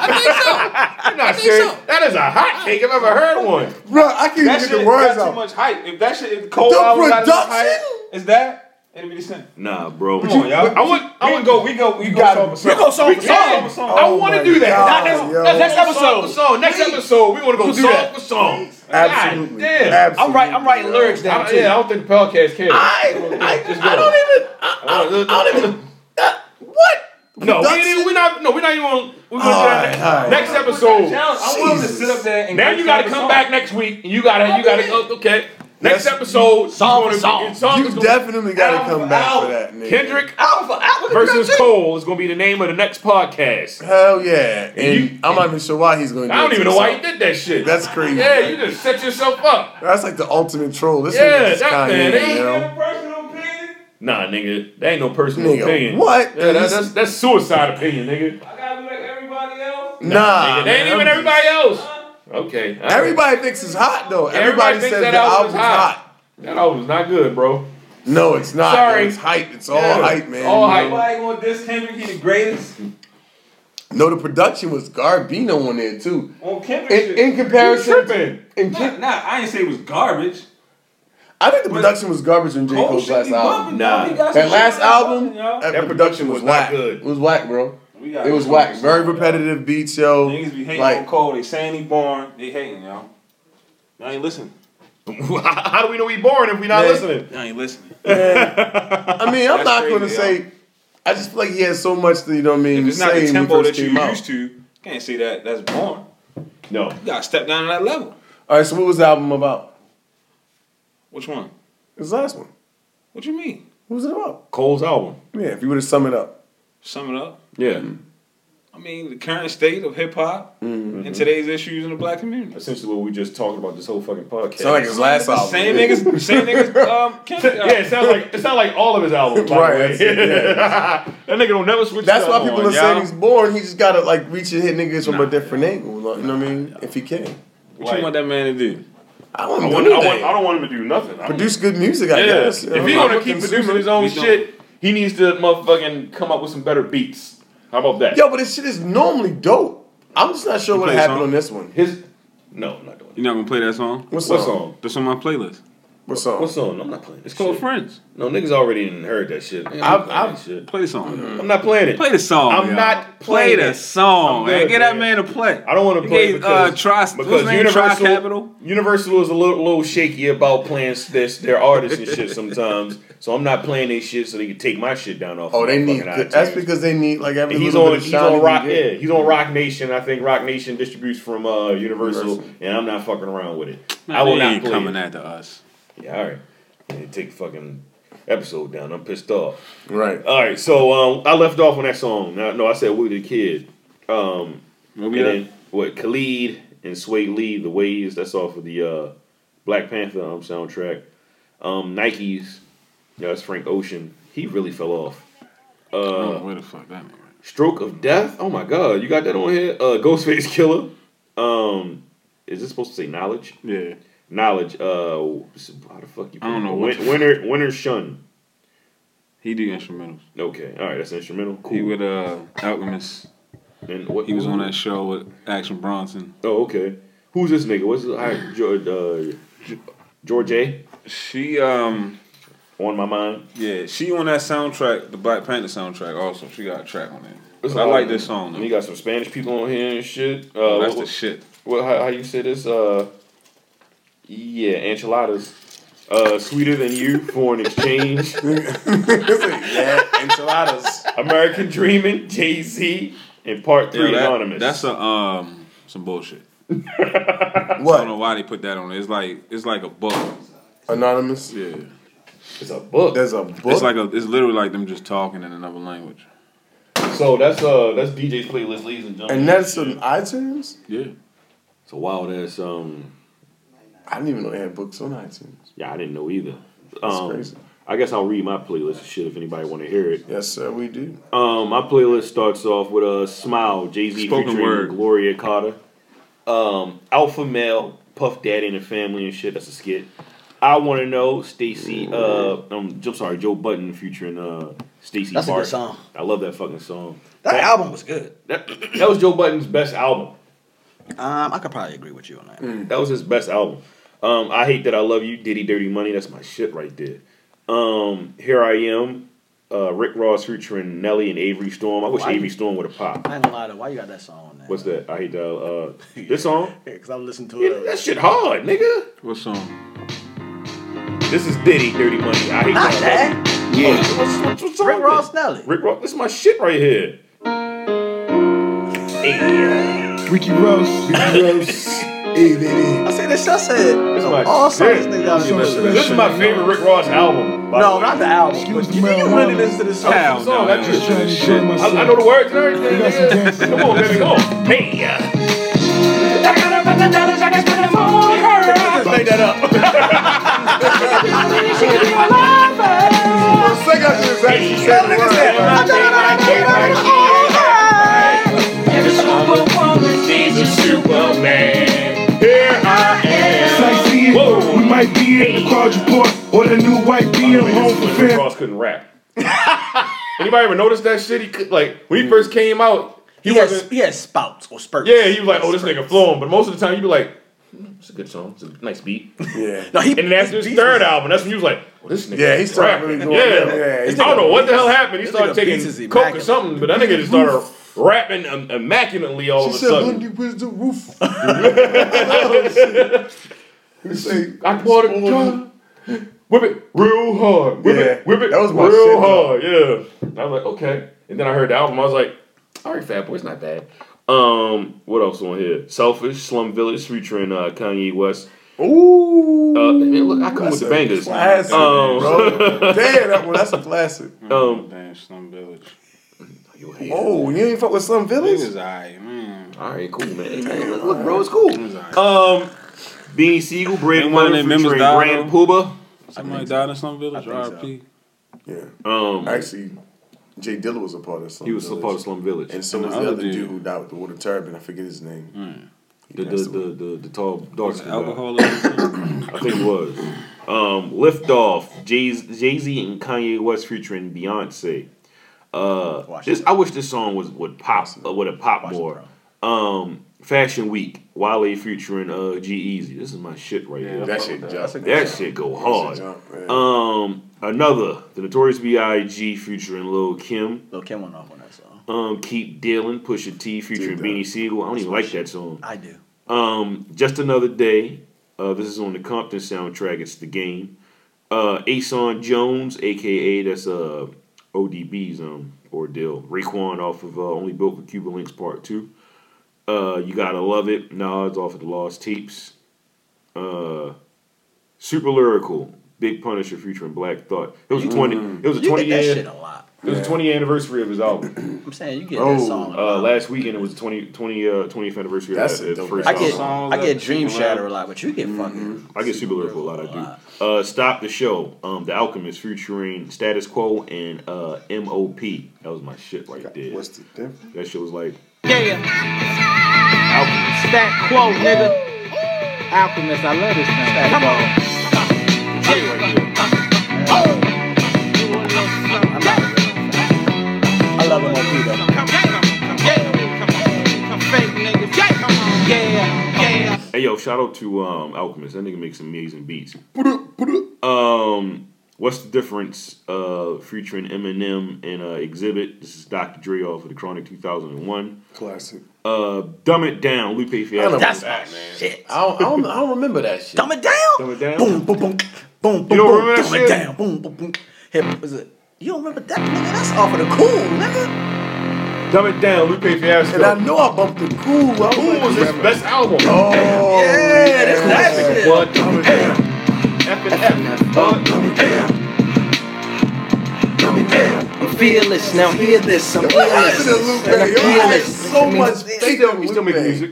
Speaker 3: You're not serious. That is a hot cake if I've ever heard one.
Speaker 2: Bro, I can't even
Speaker 5: That
Speaker 2: get
Speaker 5: shit
Speaker 2: the words
Speaker 5: got too
Speaker 2: out.
Speaker 5: much hype. If that shit, if Cole
Speaker 2: The
Speaker 5: album got as much
Speaker 2: production?
Speaker 5: hype, is that? It'll be the same.
Speaker 3: Nah, bro.
Speaker 5: Come on, y'all.
Speaker 3: I would I
Speaker 5: we
Speaker 3: would
Speaker 5: go. We go. We go. Song
Speaker 2: gotta-
Speaker 5: for
Speaker 4: We
Speaker 5: song.
Speaker 4: go song for
Speaker 3: Yeah,
Speaker 4: song.
Speaker 3: I want to
Speaker 2: my
Speaker 3: do that.
Speaker 2: God, yo.
Speaker 4: Next
Speaker 3: Song for
Speaker 4: episode.
Speaker 3: song. Next episode, we want to go
Speaker 4: do
Speaker 3: song
Speaker 4: that.
Speaker 3: for song.
Speaker 2: Absolutely.
Speaker 3: God damn.
Speaker 2: Absolutely.
Speaker 4: I'm right. I'm writing lyrics down
Speaker 3: I,
Speaker 4: too.
Speaker 3: yeah, I don't think the podcast cares.
Speaker 2: I,
Speaker 3: Just go.
Speaker 2: I don't even. I, I, don't- I don't even. Uh, what?
Speaker 3: No, we
Speaker 2: Production?
Speaker 3: ain't, we're not. No, we're not even. Gonna, we're gonna
Speaker 2: All
Speaker 3: do that
Speaker 2: right,
Speaker 3: next,
Speaker 2: all right.
Speaker 3: next episode.
Speaker 5: I'm willing to sit up there and
Speaker 3: Now you got to come back next week. And you got to. You got to go. Okay. Next episode.
Speaker 4: Song
Speaker 3: it's
Speaker 4: for
Speaker 3: gonna be-
Speaker 4: song.
Speaker 3: it's song
Speaker 2: You
Speaker 3: is gonna-
Speaker 2: definitely gotta come back for that, nigga.
Speaker 3: Kendrick
Speaker 4: Album for album.
Speaker 3: versus Cole is gonna be the name of the next podcast.
Speaker 2: Hell yeah. And
Speaker 3: you-
Speaker 2: I'm not even sure why he's going to
Speaker 3: I don't even know why you did that shit.
Speaker 2: That's crazy.
Speaker 3: yeah, you just set yourself up.
Speaker 2: That's like the ultimate troll. This
Speaker 3: Yeah,
Speaker 2: nigga's
Speaker 3: that man,
Speaker 2: Kanye,
Speaker 3: ain't
Speaker 2: you know?
Speaker 3: Nah, nigga, that ain't no personal
Speaker 2: Nigga,
Speaker 3: opinion.
Speaker 2: what?
Speaker 3: Yeah, that's, that's that's suicide opinion, nigga.
Speaker 2: Nah.
Speaker 3: Nigga, they ain't
Speaker 2: man.
Speaker 3: even everybody else. Okay. all right.
Speaker 2: Everybody thinks it's hot, though.
Speaker 3: Everybody
Speaker 2: Everybody,
Speaker 3: thinks
Speaker 2: says
Speaker 3: that
Speaker 2: the
Speaker 3: album's
Speaker 2: album's
Speaker 3: hot.
Speaker 2: hot.
Speaker 3: That album's not good, bro.
Speaker 2: No, it's not.
Speaker 3: Sorry.
Speaker 2: Sorry. It's hype. It's all
Speaker 3: Yeah,
Speaker 2: hype, man.
Speaker 3: all
Speaker 2: You
Speaker 3: hype.
Speaker 2: know?
Speaker 5: want this Kendrick? He the greatest
Speaker 2: No, the production was Garbino on there, too.
Speaker 5: on Kendrick.
Speaker 2: In, in
Speaker 3: You
Speaker 2: comparison.
Speaker 3: tripping?
Speaker 2: in Ken-
Speaker 5: nah, I ain't say it was garbage.
Speaker 2: I think the production was garbage on J. Cole's last album.
Speaker 3: Nah.
Speaker 2: That last album, that,
Speaker 3: That
Speaker 2: production was
Speaker 3: not
Speaker 2: whack.
Speaker 3: good.
Speaker 2: It was whack, bro.
Speaker 5: got-
Speaker 2: It was whack. Very repetitive beats, yo.
Speaker 5: Niggas be hating on
Speaker 2: Like,
Speaker 5: Cole. They saying he born. They hating, yo. I ain't listening.
Speaker 3: How do we know he born if we not listening?
Speaker 5: I ain't listening.
Speaker 2: I mean,
Speaker 5: That's
Speaker 2: I'm not
Speaker 5: crazy,
Speaker 2: going to say. I just feel like he had so much to you know what I mean.
Speaker 5: It's not the
Speaker 2: say when he
Speaker 5: tempo
Speaker 2: first
Speaker 5: that you
Speaker 2: came out.
Speaker 5: used to. You can't say that. That's born.
Speaker 3: No.
Speaker 5: You gotta step down to that level.
Speaker 2: All right, so what was the album about?
Speaker 5: Which one?
Speaker 2: His last one.
Speaker 5: What you mean?
Speaker 2: What was it about?
Speaker 3: Cole's album.
Speaker 2: Yeah, if you were to sum it up.
Speaker 5: Sum it up.
Speaker 3: Yeah.
Speaker 5: I mean, the current state of hip hop
Speaker 2: Mm-hmm.
Speaker 5: and today's issues in the black community.
Speaker 3: Essentially, what we just talked about this whole fucking podcast.
Speaker 5: Sound like his last album. Same niggas- same niggas, um, Kendrick
Speaker 3: yeah, it
Speaker 5: album.
Speaker 3: sounds like it sounds like all of his albums. by the
Speaker 2: Right,
Speaker 3: way.
Speaker 2: that's it, yeah.
Speaker 3: that nigga don't never switch.
Speaker 2: That's
Speaker 3: it
Speaker 2: why
Speaker 3: up
Speaker 2: people
Speaker 3: on,
Speaker 2: are saying
Speaker 3: y'all.
Speaker 2: he's born. He just gotta like reach and hit niggas from a different angle. like, you know what I mean? If he can.
Speaker 5: What you want that man to do?
Speaker 2: I want
Speaker 3: I
Speaker 2: him to
Speaker 3: want-
Speaker 2: do
Speaker 3: I want-
Speaker 2: anything.
Speaker 3: I don't want him to do nothing. I
Speaker 2: Produce good music, I guess.
Speaker 3: If he want to keep producing his own shit, he needs to motherfucking come up with some better beats. How about that?
Speaker 2: Yo, but this shit is normally dope. I'm just not sure what
Speaker 5: play
Speaker 2: happened
Speaker 5: song?
Speaker 2: on this one.
Speaker 3: His no, I'm not doing
Speaker 5: You're not gonna play that song?
Speaker 2: What song? What song?
Speaker 5: That's on my playlist.
Speaker 2: What song?
Speaker 3: What song? I'm not playing. It's
Speaker 5: called Friends.
Speaker 3: No, niggas already done heard that shit. Man,
Speaker 5: I've-
Speaker 3: I'm playing that shit.
Speaker 5: Play the song.
Speaker 3: I'm not playing it.
Speaker 5: Play the song.
Speaker 3: I'm
Speaker 5: y'all.
Speaker 3: not
Speaker 5: Play
Speaker 3: playing
Speaker 5: the
Speaker 3: it.
Speaker 5: song,
Speaker 3: I'm
Speaker 5: man.
Speaker 3: good,
Speaker 5: Get that man to play.
Speaker 3: I don't want to
Speaker 5: He
Speaker 3: play
Speaker 5: gave,
Speaker 3: because,
Speaker 5: uh, Tri- what's
Speaker 3: because
Speaker 5: his name? Tri Capital.
Speaker 3: Universal is a little, little shaky about playing this, their artists and shit sometimes. So I'm not playing their shit so they can take my shit down off.
Speaker 2: Oh,
Speaker 3: of
Speaker 2: they
Speaker 3: my
Speaker 2: need.
Speaker 3: fucking
Speaker 2: That's
Speaker 3: iTunes.
Speaker 2: because they need like every
Speaker 3: And he's
Speaker 2: little
Speaker 3: on
Speaker 2: bit of
Speaker 3: he's
Speaker 2: shine he
Speaker 3: on
Speaker 2: can
Speaker 3: Rock
Speaker 2: get.
Speaker 3: yeah he's on Rock Nation I think Rock Nation distributes from uh, Universal, and I'm not fucking around with it.
Speaker 5: Man,
Speaker 3: I will
Speaker 5: they
Speaker 3: not
Speaker 5: ain't
Speaker 3: play
Speaker 5: coming
Speaker 3: it.
Speaker 5: after us.
Speaker 3: Yeah, all right. Yeah, take fucking episode down. I'm pissed off.
Speaker 2: Right.
Speaker 3: All right. So um, I left off on that song. No, no I said we the kid. Um,
Speaker 5: we
Speaker 3: and
Speaker 5: at?
Speaker 3: then what? Khalid and Sway Lee, the ways. That's off of the uh, Black Panther um, soundtrack. Um, Nikes. Yeah, that's Frank Ocean. He really fell off. Uh,
Speaker 5: Oh, where the fuck that nigga?
Speaker 3: Stroke of Death. Oh my God, you got that on here. Uh, Ghostface Killer. Um, is this supposed to say knowledge?
Speaker 5: Yeah.
Speaker 3: Knowledge. Uh, how the fuck you?
Speaker 5: I don't know what
Speaker 3: Win-
Speaker 5: the fuck.
Speaker 3: winter. Winter Shun.
Speaker 5: He do instrumentals.
Speaker 3: Okay. All right. That's instrumental. Cool.
Speaker 5: He with uh, Alchemist.
Speaker 3: And what
Speaker 5: he was on that show with Action Bronson.
Speaker 3: Oh, okay. Who's this nigga? What's his hi, George? Uh, Ge- George A.
Speaker 5: She um.
Speaker 3: On my mind.
Speaker 5: Yeah, she on that soundtrack, the Black Panther soundtrack. Also, she got a track on it.
Speaker 3: It's a
Speaker 5: I
Speaker 3: lot
Speaker 5: like
Speaker 3: of-
Speaker 5: this song. Though.
Speaker 3: You got some Spanish people on here and shit. Uh,
Speaker 5: Oh, that's
Speaker 3: what-
Speaker 5: the shit.
Speaker 3: What? How, how you say this? Uh, yeah, enchiladas. Uh, sweeter than you, foreign exchange.
Speaker 2: yeah, enchiladas.
Speaker 3: American dreaming, Jay Z, and part three
Speaker 5: Yeah, that-
Speaker 3: anonymous.
Speaker 5: That's a um some bullshit.
Speaker 2: what?
Speaker 5: I don't know why they put that on. it. It's like it's like a book.
Speaker 2: Anonymous.
Speaker 5: Yeah.
Speaker 3: It's a book.
Speaker 2: There's a book.
Speaker 5: It's like a. It's literally like them just talking in another language.
Speaker 3: so that's uh that's DJ's playlist, ladies and gentlemen.
Speaker 2: and that's on iTunes.
Speaker 5: Yeah.
Speaker 3: It's a wild ass um.
Speaker 2: I didn't even know they had books on iTunes.
Speaker 3: Yeah, I didn't know either.
Speaker 2: That's
Speaker 3: Um,
Speaker 2: crazy.
Speaker 3: I guess I'll read my playlist and shit if anybody want to hear it.
Speaker 2: Yes, sir. We do.
Speaker 3: Um, my playlist starts off with a uh, smile, Jay Z
Speaker 5: Spoken
Speaker 3: featuring
Speaker 5: word.
Speaker 3: Gloria Carter, um, Alpha Male, Puff Daddy and the Family and shit. That's a skit. I want to know Stacy. Uh, um, I'm sorry, Joe Button featuring uh Stacy.
Speaker 4: That's a good
Speaker 3: Park.
Speaker 4: song.
Speaker 3: I love that fucking song.
Speaker 4: That album was good.
Speaker 3: That, that was Joe Button's best album.
Speaker 4: Um, I could probably agree with you on that.
Speaker 3: That was his best album. Um, I hate that I love you, Diddy Dirty Money. That's my shit right there. Um, Here I am, uh, Rick Ross featuring Nelly and Avery Storm. I wish
Speaker 4: Why?
Speaker 3: Avery Storm would have popped.
Speaker 4: I ain't gonna lie to why you got that song on there?
Speaker 3: What's that? I hate that. Uh, this song.
Speaker 4: Because I listened to
Speaker 3: Yeah,
Speaker 4: it.
Speaker 3: that shit hard, nigga.
Speaker 5: What song?
Speaker 3: This is Diddy Dirty Money. I hate
Speaker 4: Not
Speaker 3: that.
Speaker 4: that.
Speaker 3: Yeah. What's, what's, what's
Speaker 4: Rick
Speaker 3: wrong
Speaker 4: Ross
Speaker 3: with
Speaker 4: Nelly.
Speaker 3: it? Rick Ross. This is my shit right here.
Speaker 1: Ricky Ross. Ricky Ross. Hey, baby.
Speaker 4: I said this. I said
Speaker 3: This is my
Speaker 4: all songs
Speaker 3: shit.
Speaker 4: this nigga got
Speaker 3: This
Speaker 4: on
Speaker 3: is my favorite Rick Ross album. by the
Speaker 4: No,
Speaker 3: way.
Speaker 4: not the album.
Speaker 1: Excuse
Speaker 4: but You
Speaker 1: me,
Speaker 4: you
Speaker 1: man.
Speaker 4: really listen to this song?
Speaker 5: Hell no.
Speaker 3: that
Speaker 5: that
Speaker 3: just-
Speaker 5: shit.
Speaker 1: Shit.
Speaker 3: I, I know the words and everything. nigga. Come on, baby, come on. Hey, yeah. Just make that up.
Speaker 2: Second after this, actually said the word.
Speaker 1: Sightseeing. We might be in the quadruport or the new white BM home for
Speaker 3: Rick
Speaker 1: fair.
Speaker 3: Ross couldn't rap. Anybody ever noticed that shit? He could, like when he first came out, he
Speaker 4: He has,
Speaker 3: wasn't.
Speaker 4: he has spouts or spurts.
Speaker 3: Yeah, he was like, "Oh, this nigga flowing," but most of the time, you'd be like, "Hmm, "It's a good song. It's a nice beat."
Speaker 2: Yeah.
Speaker 4: No, he,
Speaker 3: And then after his third album, that's when he was like, well, this nigga.
Speaker 2: Yeah, he started
Speaker 3: rapping.
Speaker 2: really going
Speaker 3: yeah.
Speaker 2: down. Yeah, he
Speaker 3: I don't know what the hell happened. He
Speaker 4: this
Speaker 3: started
Speaker 4: nigga beats is
Speaker 3: taking coke or
Speaker 4: immaculate.
Speaker 3: something, but that nigga just started rapping im- immaculately all of a sudden.
Speaker 2: where's the roof?
Speaker 3: I poured it, John. Whip it real hard. Whip it, whip it that was
Speaker 2: my
Speaker 3: real
Speaker 2: shit,
Speaker 3: hard. Yeah. I was like, okay. And then I heard the album. I was like, all right, Fat Boy's not bad. Um, what else on here? Selfish, Slum Village, featuring uh, Kanye West. Ooh. Uh, man, look, I come with the bangers.
Speaker 2: classic,
Speaker 3: Um,
Speaker 2: bro. Damn, that one, that's a classic.
Speaker 3: Um,
Speaker 5: Damn, Slum Village.
Speaker 2: Oh, you ain't fuck with Slum Village?
Speaker 5: Niggas, alright, man.
Speaker 3: All right, cool, man. Look, bro, it's cool. Um, Beanie Siegel, Brady
Speaker 5: Ain't one of
Speaker 3: Money,
Speaker 5: their members
Speaker 3: featuring
Speaker 5: died,
Speaker 3: Grand Pooba.
Speaker 5: Somebody died in Slum Village.
Speaker 2: I think
Speaker 5: R.I.P.
Speaker 2: Yeah.
Speaker 3: Um,
Speaker 2: Actually, Jay Dilla was a part of Slum
Speaker 3: He was a
Speaker 2: Village.
Speaker 3: part of Slum Village.
Speaker 2: And so
Speaker 3: And the
Speaker 2: was the
Speaker 3: other
Speaker 2: other dude,
Speaker 3: dude. Mm.
Speaker 2: who died with the water turban. I forget his name.
Speaker 3: The, the, the, the, the tall dark skin guy.
Speaker 5: Alcoholic.
Speaker 3: I think it was. Um, Lift Off, Jay Z and Kanye West featuring Beyonce. Uh, this, I wish this song was would pop uh, would have popped more. Um, Fashion Week, Wale featuring uh, G Easy. This is my shit right here.
Speaker 2: that shit jump.
Speaker 3: That shit go hard.
Speaker 2: man.
Speaker 3: Um, another, the Notorious B.I.G. featuring Lil Kim.
Speaker 4: Lil Kim went off on that song.
Speaker 3: Um, Keep Dealing, Pusha T featuring Beanie Siegel. I don't even like that song.
Speaker 4: I do.
Speaker 3: Um, Just Another Day. Uh, this is on the Compton soundtrack. It's the game. Uh, Ason Jones, aka that's uh ODB's um ordeal. Raekwon off of uh, Only Built for Cuba Links Part Two. Uh, you gotta love it. Nas off of the Lost Tapes. Uh, super lyrical. Big Punisher featuring Black Thought. It was a twenty. It was a
Speaker 4: You
Speaker 3: twenty
Speaker 4: get that
Speaker 3: year.
Speaker 4: shit a lot.
Speaker 3: It was a 20th anniversary of his album.
Speaker 4: I'm saying you get that song. a
Speaker 3: Oh, uh,
Speaker 4: lot.
Speaker 3: last weekend it was 20, 20 uh, 20th anniversary
Speaker 4: That's
Speaker 3: of
Speaker 4: a
Speaker 3: his
Speaker 4: dope
Speaker 3: first
Speaker 4: I get
Speaker 3: album.
Speaker 4: I get Dream Shatter a lot, but you get fucking.
Speaker 3: I get super lyrical a lot. I do. Uh, Stop the show. Um, the Alchemist featuring Status Quo and uh, M.O.P. That was my shit right there. What's
Speaker 2: the difference?
Speaker 3: That shit was like
Speaker 1: Yeah. Stat quo, nigga. Alchemist, I love this thing. Come on.
Speaker 4: I love him on though.
Speaker 3: Hey yo, shout out to um, Alchemist. That nigga makes amazing beats. Um, what's the difference? Uh, featuring Eminem and uh, Exhibit. This is Dr. Dre off of the Chronic 2001.
Speaker 2: Classic.
Speaker 3: Uh, Dumb It Down, Lupe
Speaker 2: I
Speaker 3: Fiasco.
Speaker 2: don't know about that, man. I don't, I, don't, I don't remember that shit.
Speaker 4: Dumb it down.
Speaker 3: Dumb It Down.
Speaker 4: Boom, boom, boom, boom, boom,
Speaker 3: You don't
Speaker 4: boom.
Speaker 3: remember that
Speaker 4: Dumb it
Speaker 3: shit?
Speaker 4: down. Boom, boom, boom. Hip was it? You don't remember that nigga? That's off of the cool nigga.
Speaker 3: Dumb It Down, Lupe Fiasco.
Speaker 2: And I know I bumped the cool. I was
Speaker 3: Cool
Speaker 2: like,
Speaker 3: was his best album.
Speaker 2: Oh,
Speaker 4: yeah, that's classic.
Speaker 3: What? Dumb It Down. F and F. Uh, Dumb It Down.
Speaker 1: I'm fearless. Now hear this. I'm fearless. And I'm fearless.
Speaker 2: so much
Speaker 3: He's still making music.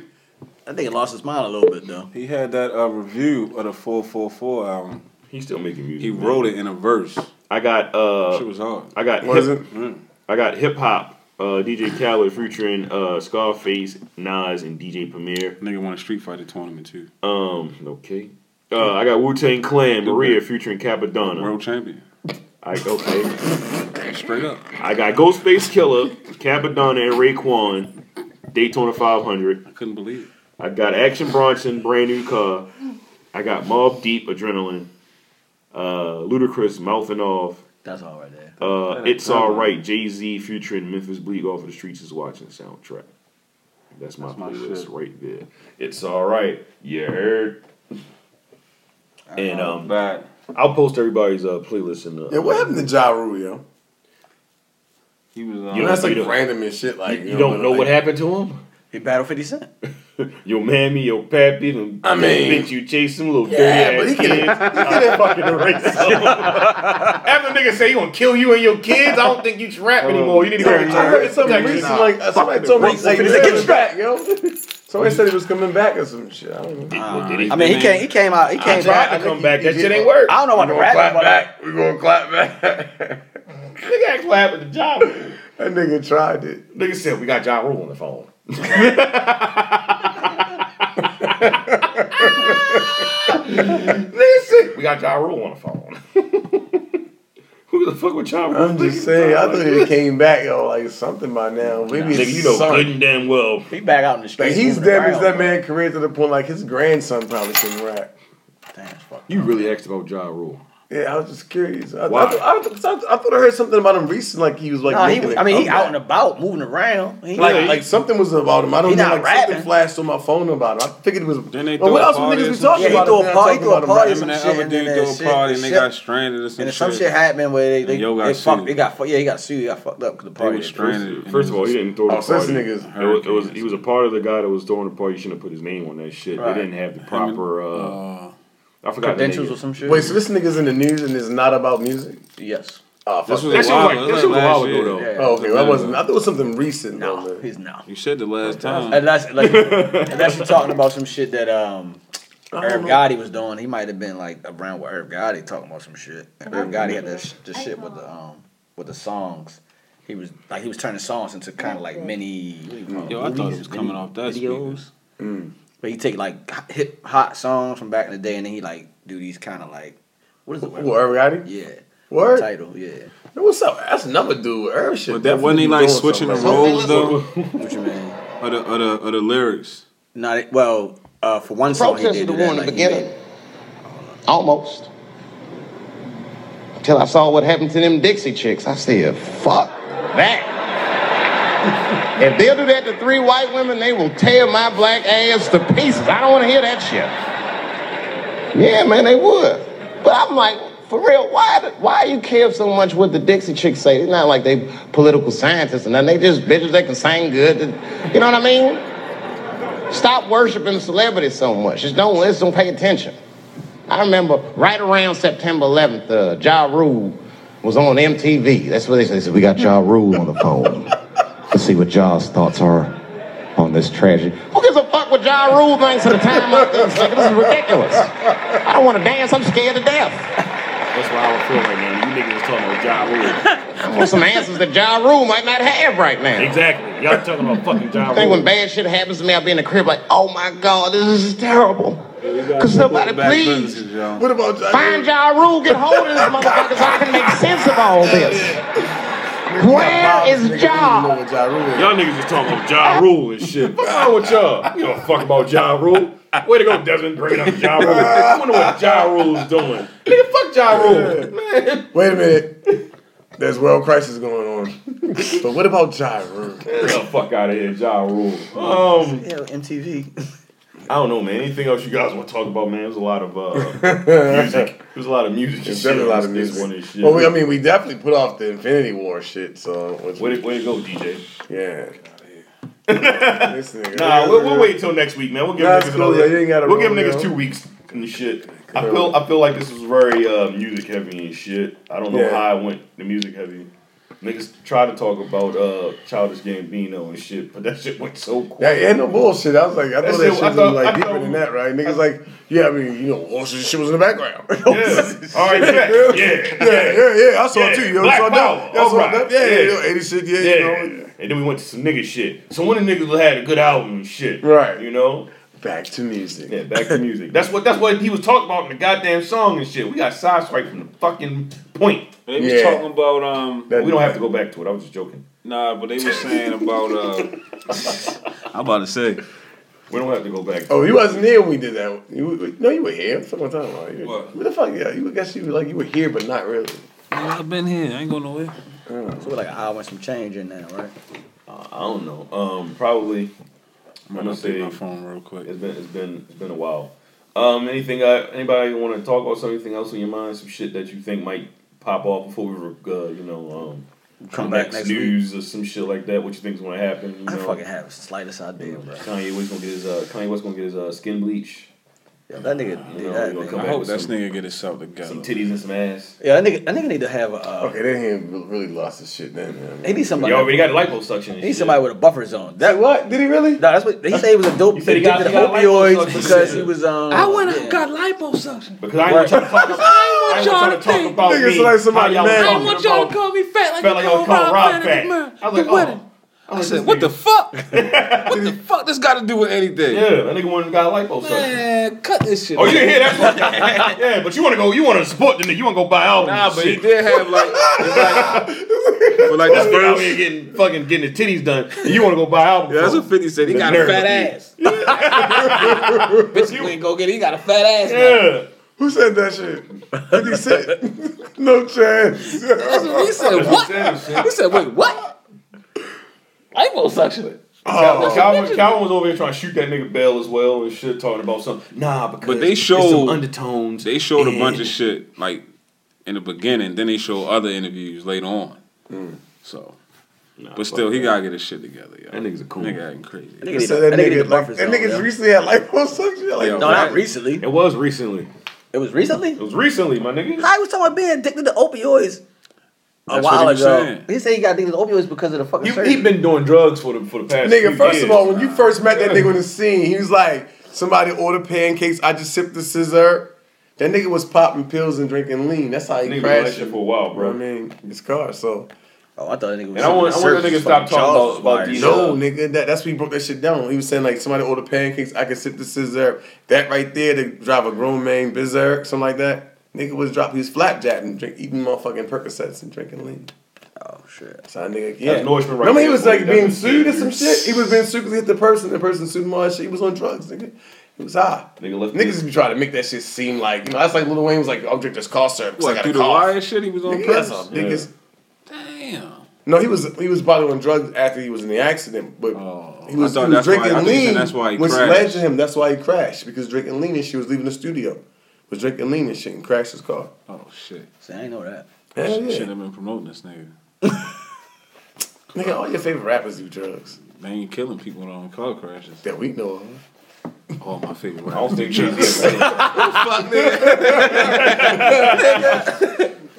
Speaker 4: I think he lost his mind a little bit though.
Speaker 5: He had that uh, review of the 444 album.
Speaker 3: He's still making music.
Speaker 5: He
Speaker 3: man.
Speaker 5: wrote it in a verse.
Speaker 3: I got uh
Speaker 5: Shit was hard.
Speaker 3: I got
Speaker 5: Was
Speaker 3: hip, Mm.
Speaker 5: it?
Speaker 3: I got hip hop. Uh, DJ Khaled featuring uh, Scarface, Nas, and DJ Premier.
Speaker 5: Nigga won a Street Fighter tournament too.
Speaker 3: Um, okay. Uh, I got Wu Tang Clan, Maria featuring Capadonna.
Speaker 5: World champion.
Speaker 3: I okay.
Speaker 5: Straight up.
Speaker 3: I got Ghostface Killer, Capadonna, and Raekwon, Daytona 500. I
Speaker 5: couldn't believe it.
Speaker 3: I got Action Bronson, brand new car. I got Mob Deep, Adrenaline. Uh, Ludacris, mouthing off.
Speaker 4: That's all right there.
Speaker 3: Uh,
Speaker 4: That
Speaker 3: it's
Speaker 4: ain't
Speaker 3: all
Speaker 4: problem.
Speaker 3: right. Jay Z featuring Memphis Bleak off of the Streets is watching soundtrack. That's my playlist right there. It's all right. You heard. And um, I'll post everybody's uh, playlist in the.
Speaker 2: Yeah, what happened to Ja Rule, yo?
Speaker 5: He was.
Speaker 3: You
Speaker 2: that's
Speaker 3: don't-
Speaker 2: like
Speaker 3: you don't-
Speaker 2: random and shit. Like
Speaker 3: you, you don't know
Speaker 2: like-
Speaker 3: what happened to him?
Speaker 4: He battled Fifty Cent.
Speaker 3: Your mammy, your pappy, them
Speaker 2: I mean-
Speaker 3: bitch you chasing little
Speaker 2: Yeah,
Speaker 3: dirty
Speaker 2: but
Speaker 3: ass
Speaker 2: he
Speaker 3: kids.
Speaker 2: could have fucking erased
Speaker 3: After a nigga say you gonna kill you and your kids, I don't think you should rap anymore. You need to go
Speaker 2: Yeah, I heard
Speaker 3: retire.
Speaker 2: some reason, like, uh, somebody told me, like,
Speaker 3: Fifty
Speaker 2: yeah,
Speaker 3: Cent.
Speaker 2: it's back, yo. Somebody said he was coming back or some shit. I don't know.
Speaker 4: I mean, he came. He came out. He
Speaker 2: I
Speaker 4: came
Speaker 2: tried
Speaker 4: back.
Speaker 2: to
Speaker 4: I think
Speaker 2: come
Speaker 4: he-
Speaker 2: back.
Speaker 4: he
Speaker 2: That
Speaker 4: did
Speaker 2: shit ain't
Speaker 4: well.
Speaker 2: work.
Speaker 4: I don't know what
Speaker 2: We
Speaker 4: the
Speaker 2: gonna
Speaker 4: rap
Speaker 2: clap
Speaker 4: about.
Speaker 2: back. We gonna clap back.
Speaker 3: Nigga asked what happened to John.
Speaker 2: That nigga tried it.
Speaker 3: Nigga said we got John Rule on the phone. Nigga said we got John Rule on the phone. Who the fuck with John Rule?
Speaker 2: I'm just saying, I thought he came back, yo, like something by now. Maybe
Speaker 3: Nigga,
Speaker 2: it's
Speaker 3: you know
Speaker 2: something.
Speaker 3: good and damn well.
Speaker 4: He back out in the
Speaker 2: Like
Speaker 4: streets.
Speaker 2: he's
Speaker 4: moving
Speaker 2: damaged
Speaker 4: around.
Speaker 2: that man career to the point like his grandson probably couldn't rap.
Speaker 3: You really asked about Ja Rule.
Speaker 2: Yeah, I was just curious. I, I, I, I, thought I heard something about him recently. Like he was like,
Speaker 4: Nah, he,
Speaker 2: making a
Speaker 4: I mean, he
Speaker 2: comeback.
Speaker 4: out and about, moving around. He,
Speaker 2: like, like something was about him. I
Speaker 4: He
Speaker 2: don't know.
Speaker 4: not
Speaker 2: Like
Speaker 4: rapping.
Speaker 2: something flashed on my phone about him. I figured it was. Then
Speaker 15: they
Speaker 2: well,
Speaker 15: threw
Speaker 2: what
Speaker 15: a
Speaker 2: else were
Speaker 15: party or
Speaker 2: niggas we
Speaker 15: some
Speaker 2: talking
Speaker 15: shit.
Speaker 2: about?
Speaker 15: Yeah, he threw a
Speaker 2: if they're not
Speaker 15: party- he threw
Speaker 2: talking
Speaker 15: a
Speaker 2: about him
Speaker 15: party or
Speaker 2: rapping?
Speaker 15: some shit. Other dude
Speaker 4: then
Speaker 15: threw a
Speaker 4: that
Speaker 15: party and they got stranded or some
Speaker 4: and some
Speaker 15: shit.
Speaker 4: shit happened where they, they,
Speaker 15: And yo got
Speaker 4: they fucked.
Speaker 15: sued.
Speaker 4: They got fucked. Yeah, he got sued. He got fucked up because the party.
Speaker 3: was First, first of all, he didn't throw the
Speaker 2: Oh,
Speaker 3: party.
Speaker 2: so this nigga's
Speaker 3: It was, it was- he was a part of the guy that was throwing the party. You shouldn't have put his name on that shit.
Speaker 2: Right.
Speaker 3: They didn't have the proper. Uh, I forgot the nigga.
Speaker 2: Wait, so this nigga's in the news and it's not about music?
Speaker 4: Yes.
Speaker 2: Oh,
Speaker 3: This
Speaker 2: fuck.
Speaker 3: was a That shit while- was like- that that shit was a last while ago, year. though. Yeah.
Speaker 2: Oh, okay. That wasn't. I thought it was something recent. No,
Speaker 4: he's not.
Speaker 15: You said the last time.
Speaker 4: Unless, unless, unless you're talking about some shit that um, Irv
Speaker 15: know.
Speaker 4: Gotti was doing, he might have been like around with Irv Gotti talking about some shit. And Irv
Speaker 15: Mhm.
Speaker 4: Gotti had this, this shit with the um, with the songs. He was like he was turning songs into kind of like mini. What do you call them,
Speaker 15: Yo, I thought it
Speaker 4: movies,
Speaker 15: was
Speaker 4: mini
Speaker 15: coming off that
Speaker 4: videos. But he take like h- hip hot songs from back in the day, and then he like do these kind of like what is it?
Speaker 2: Who, Irv Gotti?
Speaker 4: Yeah.
Speaker 2: Word?
Speaker 4: Title, yeah.
Speaker 2: What's up? That's another dude. Irv shit.
Speaker 15: But that wasn't he like switching the roles though?
Speaker 4: what you mean?
Speaker 15: Or the or the or the lyrics?
Speaker 4: Not well. Uh, for one song, he
Speaker 19: Protest
Speaker 4: did
Speaker 19: is the
Speaker 4: do
Speaker 19: war
Speaker 4: that,
Speaker 19: in the
Speaker 4: like, he
Speaker 19: beginning. Almost. Until I saw what happened to them Dixie chicks. I said, fuck that. if they'll do that to three white women, they will tear my black ass to pieces. I don't want to hear that shit. Yeah, man, they would. But I'm like, for real, why why you care so much what the Dixie chicks say? It's not like they political scientists and nothing. They just bitches that can sing good. You know what I mean? Stop worshiping celebrities so much. Just don't listen, don't pay attention. I remember right around September 11th, uh, Ja Rule was on MTV. That's what they said. They said, We got Ja Rule on the phone. Let's see what Ja's thoughts are on this tragedy. Who gives a fuck what Ja Rule thinks at the time? of this? Like, this is ridiculous. I don't want to dance. I'm scared to death.
Speaker 3: That's why I would feel right now. You niggas was talking about Ja Rule.
Speaker 19: I want some answers that Ja Rule might not have right now.
Speaker 3: Exactly. Y'all talking about fucking Ja
Speaker 19: I
Speaker 3: Rule.
Speaker 19: think when bad shit happens to me, I'll be in the crib like, oh my God, this is terrible. Because somebody, please,
Speaker 2: What about
Speaker 19: Find Ja Rule, get hold of this motherfucker so I can make sense of all this. Where is Ja?
Speaker 3: Y'all niggas was talking about Ja Rule and shit. What's wrong with y'all? You don't fuck about Ja Rule. Way to go, Desmond, bringing up Ja Rule. I wonder what Ja Rule's doing. Nigga, fuck Ja Rule.
Speaker 2: Wait a minute. There's world crisis going on. but what about Ja Rule?
Speaker 3: Get the fuck out of here, Ja Rule. Um,
Speaker 4: yeah, MTV.
Speaker 3: I don't know, man. Anything else you guys want to talk about, man? It was a lot of uh, music. It was a lot of music.
Speaker 2: There's definitely a lot of music.
Speaker 3: One and shit.
Speaker 2: Well, we, I mean, we definitely put off the Infinity War shit. So
Speaker 3: Way to- way to go, DJ.
Speaker 2: Yeah. this nigga.
Speaker 3: Nah, we'll, we'll wait till next week, man. We'll give
Speaker 2: Nah,
Speaker 3: niggas
Speaker 2: it's cool,
Speaker 3: another.
Speaker 2: yo. You ain't gotta
Speaker 3: we'll give
Speaker 2: roll,
Speaker 3: niggas
Speaker 2: yo.
Speaker 3: two weeks and shit. I feel I feel like this was very uh, music heavy and shit. I don't know
Speaker 2: Yeah.
Speaker 3: how I went the music heavy. Niggas try to talk about uh, childish Gambino and shit, but that shit went so quick.
Speaker 2: That ain't no bullshit. I was like, I
Speaker 3: That
Speaker 2: thought
Speaker 3: shit-
Speaker 2: that shit
Speaker 3: I
Speaker 2: was
Speaker 3: thought- I
Speaker 2: like deeper
Speaker 3: thought-
Speaker 2: than that, right? Niggas like, yeah, I mean, you know, all this shit was in the background.
Speaker 3: All right, yeah, yeah,
Speaker 2: yeah, yeah, yeah. I saw it too. Yo,
Speaker 3: Black
Speaker 2: saw that.
Speaker 3: Power.
Speaker 2: Yo,
Speaker 3: all
Speaker 2: saw
Speaker 3: right.
Speaker 2: that. Yeah, yeah, yo, 80 shit, yeah, you know.
Speaker 3: And then we went to some nigga shit. So when the niggas had a good album and shit,
Speaker 2: Right.
Speaker 3: You know,
Speaker 2: back to music.
Speaker 3: Yeah, back to music. That's what that's what he was talking about in the goddamn song and shit. We got sideswiped from the fucking point.
Speaker 15: They was talking about um.
Speaker 3: we don't have to go back to it. I was just joking.
Speaker 15: Nah, but they were saying about uh. I'm about to say.
Speaker 3: We don't have to go back.
Speaker 2: Oh, you wasn't here when we did that. You, no, you were here. That's what I'm talking about. You, what? the fuck? Yeah, you I guess you were like you were here, but not really.
Speaker 15: I've been here. I ain't going nowhere.
Speaker 4: So we're like an hour and some change in now, right?
Speaker 3: I don't know. Um, probably. I'm
Speaker 15: gonna
Speaker 3: say
Speaker 15: my phone real quick.
Speaker 3: It's been it's been it's been a while. Um, anything? Uh, anybody want to talk about something anything else on your mind? Some shit that you think might pop off before we, uh, you know, um,
Speaker 4: Come back next
Speaker 3: news or some shit like that. What you think is gonna happen? You
Speaker 4: I
Speaker 3: know?
Speaker 4: fucking have the slightest idea, bro.
Speaker 3: Kanye West gonna get his uh, Kanye West gonna get his uh, skin bleach.
Speaker 4: Yeah, that nigga.
Speaker 3: You know,
Speaker 4: that
Speaker 3: he gonna
Speaker 4: nigga.
Speaker 3: come
Speaker 4: I
Speaker 3: back
Speaker 4: hope
Speaker 3: with
Speaker 4: that
Speaker 3: some-
Speaker 15: nigga get himself together.
Speaker 3: Some titties and some ass.
Speaker 4: Yeah, that nigga. That nigga need to have a. Uh,
Speaker 2: Okay, they ain't really lost his shit then, man.
Speaker 4: He need somebody.
Speaker 3: He already got liposuction.
Speaker 4: He need somebody with a buffer zone. That
Speaker 2: what? Did he really? No,
Speaker 4: that's what he said. He was a dope. He
Speaker 3: said he got-
Speaker 4: addicted
Speaker 3: he
Speaker 4: to
Speaker 3: got
Speaker 4: opioids
Speaker 3: liposuction.
Speaker 4: because he was. Um,
Speaker 5: I went and got liposuction.
Speaker 3: Because I ain't want y'all to talk about, I ain't want y'all to talk about
Speaker 5: Niggas
Speaker 3: me.
Speaker 5: like
Speaker 3: somebody
Speaker 5: I didn't want y'all to call me fat like
Speaker 3: Felt
Speaker 5: you
Speaker 3: like I was
Speaker 5: called Rob,
Speaker 3: called
Speaker 5: fat.
Speaker 3: Rob fat.
Speaker 5: at the mer-
Speaker 3: I was
Speaker 5: the
Speaker 3: like, oh.
Speaker 5: wedding.
Speaker 3: I
Speaker 5: said, what the fuck? what the fuck this got to do with anything?
Speaker 3: oh, Yeah, that nigga wanted to got liposuction.
Speaker 5: Man, cut this shit.
Speaker 3: Oh, you didn't hear that? part? yeah, but you want to go, you want to support the nigga, you want to go buy albums.
Speaker 15: Nah,
Speaker 3: and
Speaker 15: but
Speaker 3: shit.
Speaker 15: he did have like,
Speaker 3: but
Speaker 15: like this
Speaker 3: out
Speaker 15: first.
Speaker 3: here getting fucking getting his titties done, and you want to go buy albums.
Speaker 15: Yeah, that's what Fifty said. He
Speaker 3: The
Speaker 15: got
Speaker 3: nerve
Speaker 15: a fat
Speaker 3: of you.
Speaker 15: ass.
Speaker 5: Bitch, you ain't go get it. He got a fat ass. now.
Speaker 3: Yeah.
Speaker 2: Who said that shit? 50 Cent. no chance.
Speaker 20: That's what he said. What? He said, wait, what? I will suction it.
Speaker 3: Oh, Calvin, Calvin was over here trying to shoot that nigga Bell as well and shit, talking about something. Nah, because
Speaker 15: But they
Speaker 3: it's some
Speaker 15: showed
Speaker 3: undertones.
Speaker 15: They showed a bunch of
Speaker 3: and-
Speaker 15: shit like in the beginning. Then they show other interviews later on.
Speaker 3: Mm.
Speaker 15: So, but still, he gotta get his shit together. Yo. That nigga's a cool nigga. Acting crazy.
Speaker 2: Nigga said that nigga, like, that nigga's recently had liposuction. Like,
Speaker 15: Yo,
Speaker 2: what?
Speaker 3: recently. It was recently.
Speaker 4: It was recently.
Speaker 3: It was recently, my nigga.
Speaker 4: I was talking about being addicted to opioids a
Speaker 3: That's
Speaker 4: while
Speaker 3: what he was
Speaker 4: ago.
Speaker 3: saying.
Speaker 4: He said he got addicted to opioids because of the fucking.
Speaker 3: He
Speaker 4: surgery.
Speaker 3: been doing drugs for the for the past.
Speaker 2: Nigga,
Speaker 3: few
Speaker 2: first
Speaker 3: years.
Speaker 2: of all, when you first met that nigga on the scene, he was like, somebody ordered pancakes, I just sipped the scissor. That nigga was popping pills and drinking lean. That's how he
Speaker 3: Nigga been like
Speaker 2: crashed.
Speaker 3: that for a while, bro.
Speaker 2: You know what I mean, his car, so.
Speaker 4: Oh, I thought that nigga
Speaker 2: was
Speaker 3: And I want- I want that nigga to stop talking about- about these,
Speaker 2: No,
Speaker 3: uh,
Speaker 2: nigga, that, that's when he broke that shit down. He was saying, like, somebody ordered pancakes, I can sip the scissor. That right there to drive a grown man berserk, something like that. Nigga was dropping his flapjack and drink, eating motherfucking Percocets and drinking lean.
Speaker 4: Oh shit.
Speaker 2: So that nigga, yeah.
Speaker 3: That's Norseman right
Speaker 2: Remember he
Speaker 3: there,
Speaker 2: was
Speaker 3: boy.
Speaker 2: like
Speaker 3: That
Speaker 2: being
Speaker 3: was
Speaker 2: sued or some
Speaker 3: serious.
Speaker 2: shit? He was being sued because he hit the person. The person sued him all that shit. He was on drugs, nigga. He was high.
Speaker 3: Nigga left
Speaker 2: Niggas be trying to make that shit seem like, you know, that's like Lil Wayne was like, I'll drink this cough syrup 'cause
Speaker 15: What,
Speaker 2: I got
Speaker 15: through
Speaker 2: a
Speaker 15: the
Speaker 2: cough.
Speaker 15: wire shit he was on
Speaker 2: Nigga, that's
Speaker 15: purpose?
Speaker 2: the biggest-
Speaker 15: Damn.
Speaker 2: No, he was he was probably on drugs after he was in the accident, but he was,
Speaker 15: Oh, I thought
Speaker 2: he was
Speaker 15: that's why- I
Speaker 2: drinking
Speaker 15: thought you said
Speaker 2: lean,
Speaker 15: that's why he
Speaker 2: which
Speaker 15: crashed.
Speaker 2: led to him. That's why he crashed because drinking lean and she was leaving the studio, was drinking lean and shit and crashed his car.
Speaker 15: Oh shit.
Speaker 4: See, I ain't know that.
Speaker 2: Hell yeah.
Speaker 15: Should have been promoting this nigga.
Speaker 2: Nigga, all your favorite rappers do drugs
Speaker 15: They ain't killing people on car crashes.
Speaker 2: that we know of.
Speaker 15: All my favorite rappers.
Speaker 3: I don't think
Speaker 15: do
Speaker 3: Jay-Z
Speaker 15: drugs.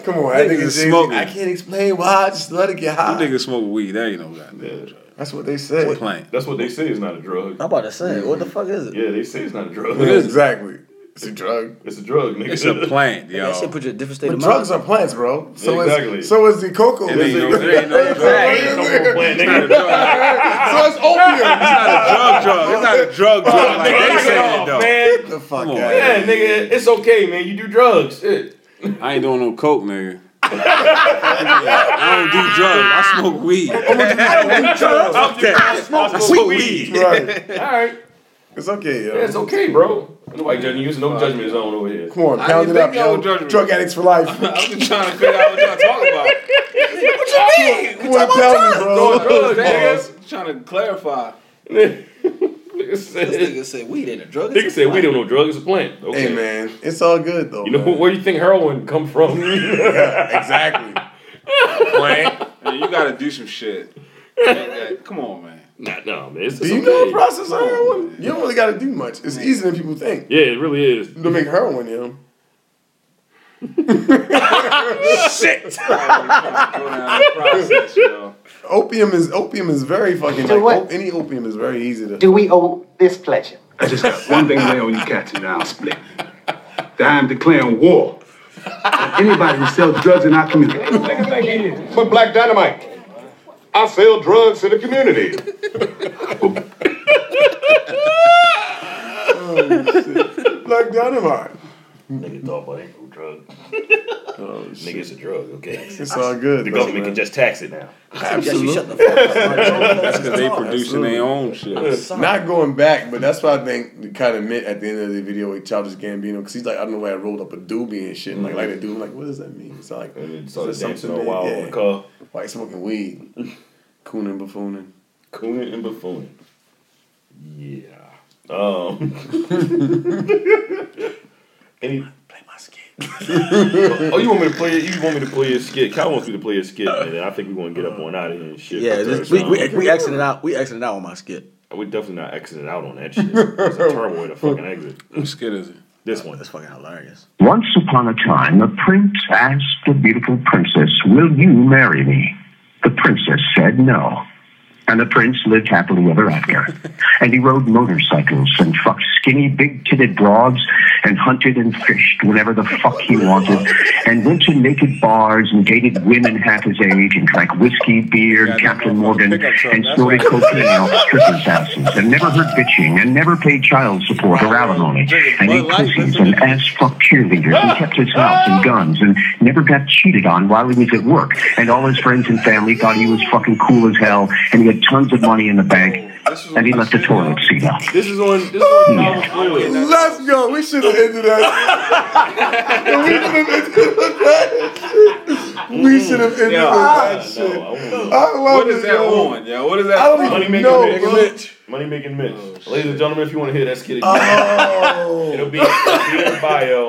Speaker 2: Come on, I think
Speaker 15: Niggas
Speaker 2: it's
Speaker 15: smoking.
Speaker 2: I can't explain why. I just let it get high.
Speaker 15: Them niggas smoke weed. That ain't no goddamn drug.
Speaker 2: That's what they say.
Speaker 15: Quit playing.
Speaker 3: That's what they say is not a drug.
Speaker 4: I'm about to say, what the fuck is it?
Speaker 3: Yeah, they say it's not a drug.
Speaker 2: Yeah, exactly. It's a drug.
Speaker 3: It's a drug, nigga.
Speaker 15: It's a plant,
Speaker 4: Nigga, That
Speaker 15: yo.
Speaker 4: shit put you in a different state
Speaker 2: But
Speaker 4: of mind.
Speaker 2: drugs are plants, bro. So
Speaker 3: Exactly.
Speaker 2: is so is the cocoa.
Speaker 15: It ain't no, there ain't no drug.
Speaker 3: Ain't no more plant, nigga.
Speaker 2: so it's opium.
Speaker 15: Drug, drug. It's not a drug, drug. Like
Speaker 3: Nigga,
Speaker 15: they
Speaker 3: knock it
Speaker 15: say
Speaker 3: off,
Speaker 15: it though.
Speaker 3: man.
Speaker 2: the fuck
Speaker 15: on,
Speaker 2: out.
Speaker 15: man.
Speaker 3: Yeah, nigga, it's okay, man. You do drugs. Shit.
Speaker 15: I ain't doing no coke, nigga. I don't do drugs. I smoke weed. Fuck that.
Speaker 3: smoke, weed.
Speaker 2: Right.
Speaker 3: All right.
Speaker 2: It's okay, yo.
Speaker 3: Yeah, it's okay, bro. Nobody judging you. It's no judgment zone over here.
Speaker 2: Come on,
Speaker 15: I
Speaker 2: pound it
Speaker 15: didn't
Speaker 2: up,
Speaker 15: think y'all
Speaker 2: yo.
Speaker 15: were judging me.
Speaker 2: Drug addicts for life. Come
Speaker 15: I'm just trying to figure out what y'all talking about.
Speaker 2: on, pound me, bro.
Speaker 15: Drugs, nigga. Trying to clarify.
Speaker 3: nigga said,
Speaker 20: This nigga said weed ain't a drug.
Speaker 3: nigga said we don't know drugs. It's a plant. Okay.
Speaker 2: Hey, man, it's all good though.
Speaker 3: You know
Speaker 2: man.
Speaker 3: where you think heroin come from?
Speaker 2: exactly.
Speaker 15: Man, you gotta do some shit. Come on, man.
Speaker 3: nah, no, man. It's,
Speaker 2: Do
Speaker 3: it's
Speaker 2: you
Speaker 3: okay.
Speaker 2: know the process of heroin? You don't really got to do much. It's easier than people think.
Speaker 3: Yeah, it really is.
Speaker 2: To make heroin, yo.
Speaker 15: Go down the process, yo.
Speaker 2: Opium is opium is very fucking. Like,
Speaker 21: what?
Speaker 2: op- any opium is very easy to.
Speaker 21: Do we owe this pleasure?
Speaker 1: I just got one thing to lay on you cats and I'll split. That I am declaring war. on Anybody who sells drugs in our community.
Speaker 22: But Black Dynamite, I sell drugs to the community.
Speaker 2: Oh, Black dynamite.
Speaker 3: Nigga thought about ain't no drug. Nigga, it's a drug. Okay.
Speaker 2: Oh, It's all good.
Speaker 3: The
Speaker 2: though,
Speaker 3: government can
Speaker 2: man.
Speaker 3: just tax it now.
Speaker 4: Yes, you shut the fuck up.
Speaker 15: That's because they producing their own shit.
Speaker 2: Not going back, but that's what I think we kind of meant at the end of the video with Childish Gambino because he's like, I don't know why I rolled up a doobie and shit. And like, like the dude, like, what does that mean? It's like,
Speaker 3: Mm. And then
Speaker 2: is
Speaker 3: started
Speaker 2: it
Speaker 3: dancing
Speaker 2: something
Speaker 3: all wild
Speaker 2: that-
Speaker 3: on the
Speaker 2: yeah.
Speaker 3: car.
Speaker 2: Like smoking weed, cooning, buffooning.
Speaker 3: Cooning and buffooning. Yeah. Um. Any, play my skit. oh, you want me to play it? You want me to play your skit? Kyle wants me to play your skit, and I think we want to get up on out of here and shit.
Speaker 4: Yeah,
Speaker 3: Because,
Speaker 4: this, we, we,
Speaker 3: um,
Speaker 4: we exited out. We exited out on my skit.
Speaker 3: we're definitely not exiting out on that shit. It's a terrible way to fucking exit.
Speaker 15: Whose skit is it?
Speaker 3: This one.
Speaker 4: That's fucking hilarious.
Speaker 21: Once upon a time, a prince asked the beautiful princess, Will you marry me? The princess said no. And the prince lived happily ever after. and he rode motorcycles and fucked skinny, big titted broads and hunted and fished whenever the fuck he wanted and went to naked bars and dated women half his age and drank whiskey, beer,
Speaker 15: Yeah, I
Speaker 21: Captain
Speaker 15: know,
Speaker 21: Morgan,
Speaker 15: pickup truck,
Speaker 21: and
Speaker 15: that's
Speaker 21: snorted
Speaker 15: right.
Speaker 21: cocaine off strippers' asses and never heard bitching and never paid child support or alimony and ate pussies and ass fuck cheerleaders and kept his house and guns and never got cheated on while he was at work and all his friends and family thought he was fucking cool as hell and he with tons of money in the bank, and he left the toilet seat up.
Speaker 3: This is on. This is on Power Forward.
Speaker 7: Let's go. We should have ended that. we should have ended that. We should have ended
Speaker 15: Yeah,
Speaker 7: that shit. I love
Speaker 15: What is
Speaker 7: it,
Speaker 15: that
Speaker 7: yo.
Speaker 15: on, yo? What is that?
Speaker 7: I don't
Speaker 3: Money
Speaker 7: even
Speaker 3: making
Speaker 7: know, bro.
Speaker 3: Mitch. Money making Mitch. Ladies and gentlemen, if you want to hear that skit again, it'll be, it'll be in the bio.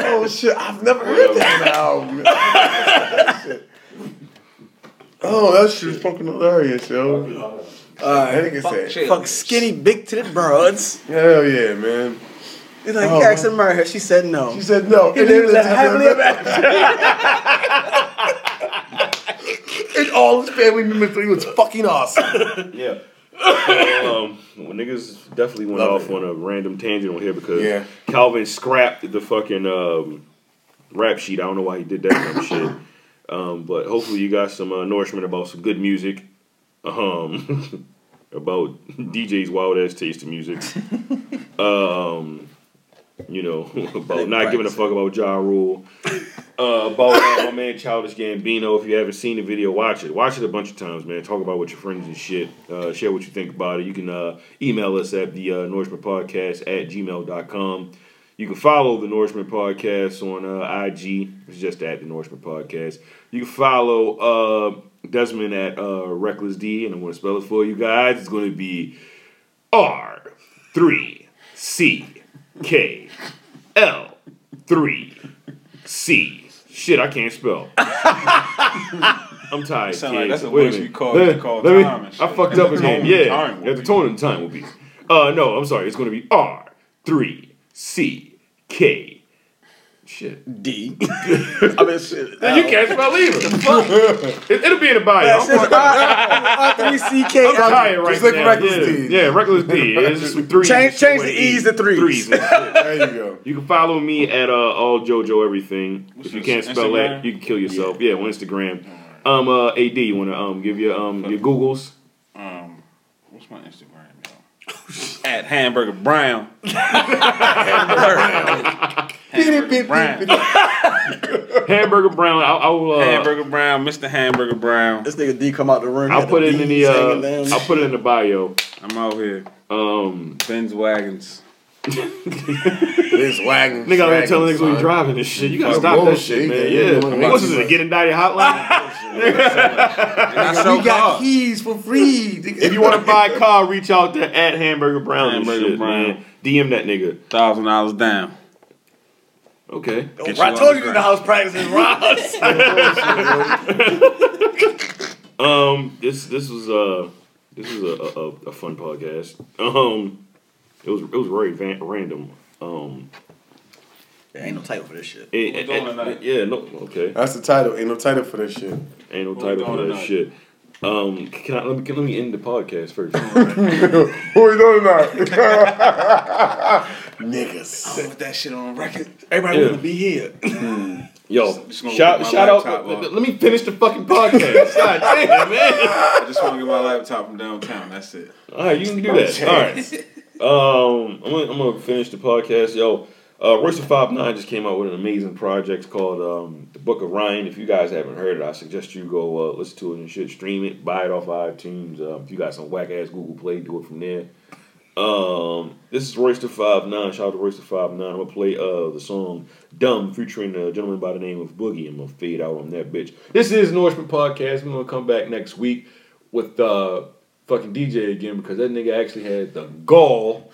Speaker 7: Oh shit! I've never heard that in an album. Shit. oh, that shit's fucking hilarious, yo. Uh, I think
Speaker 4: Fuck
Speaker 7: it's
Speaker 4: shit.
Speaker 7: that.
Speaker 4: Fuck
Speaker 5: skinny big to the broads.
Speaker 7: Hell yeah, man.
Speaker 4: He's like,
Speaker 7: Oh,
Speaker 4: he asked her to marry her. She said no. She
Speaker 7: said no.
Speaker 4: He lived a happily ever after.
Speaker 7: And all his family members thought he was fucking awesome.
Speaker 3: Yeah. So, um, well, niggas definitely went off on a random tangent on here because
Speaker 7: Yeah.
Speaker 3: Calvin scrapped the fucking um, rap sheet. I don't know why he did that kind of shit. Um, but hopefully you got some uh, nourishment about some good music. Um, about DJ's wild ass taste in music. um, you know about not giving a fuck about Ja Rule. Uh, about uh, my man Childish Gambino. If you haven't seen the video, watch it. Watch it a bunch of times, man. Talk about it with your friends and shit. Uh, share what you think about it. You can uh, email us at the uh, Nourishment Podcast at gmail.com. You can follow the Nourishment Podcast on uh, IG. It's just at the Nourishment Podcast. You can follow uh, Desmond at uh, Reckless D, and I'm going to spell it for you guys. It's going to be R three C K L three C. Shit, I can't spell. I'm tired.
Speaker 15: Sound
Speaker 3: kids.
Speaker 15: like that's the
Speaker 3: Wait a
Speaker 15: voice
Speaker 3: minute.
Speaker 15: you call- you
Speaker 3: Let-
Speaker 15: call
Speaker 3: let me-
Speaker 15: time and
Speaker 3: I
Speaker 15: shit.
Speaker 3: fucked
Speaker 15: The
Speaker 3: up again.
Speaker 15: tone and
Speaker 3: Yeah,
Speaker 15: time will
Speaker 3: yeah, the tone and time will be. Uh, no, I'm sorry. It's going to be R three C K. Shit. D. I mean, shit. Now, you can't spell either. It, will be in the bio.
Speaker 17: That's
Speaker 3: I'm
Speaker 17: just
Speaker 3: fucking-
Speaker 4: R3CK.
Speaker 3: I'm tired right
Speaker 4: Just look
Speaker 3: now.
Speaker 4: Reckless
Speaker 3: yeah.
Speaker 4: D.
Speaker 3: yeah, reckless D. It's just some threes.
Speaker 4: Change- change the
Speaker 3: Wait,
Speaker 4: E's to threes.
Speaker 3: and shit. there you go. You can follow me at uh, all JoJo everything. if you can't spell
Speaker 15: Instagram?
Speaker 3: that, you can kill yourself. Yeah, on Instagram. Um, uh, Ad, you wanna um give your um your Googles?
Speaker 15: Um, what's my Instagram? Yo? At Hamburger Brown. Hamburger Brown.
Speaker 3: Hamburger Brown. I, I will. Uh,
Speaker 15: Hamburger Brown. Mr. Hamburger Brown.
Speaker 4: This nigga D come out the room.
Speaker 3: I'll put it in the uh, I'll put it in the bio.
Speaker 15: I'm out here.
Speaker 3: Um,
Speaker 15: Ben's wagons.
Speaker 7: This wagon.
Speaker 3: Nigga, I'm telling niggas when you driving this shit. You gotta stop that shit, man. Yeah. What's this? a Get indicted hotline.
Speaker 7: we got keys for free.
Speaker 3: If you want to buy a car, reach out to at Hamburger Brown. Hamburger shit, Man. DM that nigga.
Speaker 15: Thousand dollars down.
Speaker 3: Okay.
Speaker 15: Get
Speaker 7: I
Speaker 15: you
Speaker 7: told
Speaker 15: on
Speaker 7: you
Speaker 15: the
Speaker 7: in the house practicing rods.
Speaker 3: Um, this this was uh this was a, a, a- a fun podcast. Um, it was it was very van- random. Um,
Speaker 4: There ain't no title for this shit.
Speaker 3: it- it-
Speaker 15: doing
Speaker 3: it-
Speaker 15: tonight?
Speaker 3: yeah, no, okay.
Speaker 7: That's the title. Ain't no title for this shit.
Speaker 3: Ain't no
Speaker 7: What we
Speaker 3: title for
Speaker 7: doing
Speaker 3: that
Speaker 7: tonight?
Speaker 3: shit. Um, can I let me can, let me end the podcast first?
Speaker 7: Who we doing tonight? Niggas.
Speaker 5: Put that shit on record. Everybody
Speaker 3: Yeah. Hmm.
Speaker 5: want to be here.
Speaker 3: Yo,
Speaker 5: Just gonna
Speaker 3: shout
Speaker 5: get my
Speaker 3: shout out.
Speaker 5: laptop
Speaker 3: Let,
Speaker 5: up.
Speaker 3: let me finish the fucking podcast. God damn, man.
Speaker 15: I just want to get my laptop from downtown. That's it.
Speaker 3: All right, you can do that. All right. Um, I'm gonna, I'm gonna finish the podcast. Yo, uh, Royce Five Nine just came out with an amazing project called um, The Book of Ryan. If you guys haven't heard it, I suggest you go uh, listen to it and shit. Stream it, buy it off iTunes. Uh, if you got some whack ass Google Play, do it from there. Um, this is Royce Five Nine. Shout out to Royce Five Nine. I'm gonna play uh the song "Dumb" featuring a gentleman by the name of Boogie. I'm gonna fade out on that bitch. This is Norseman Podcast. We're gonna come back next week with uh fucking DJ again because that nigga actually had the gall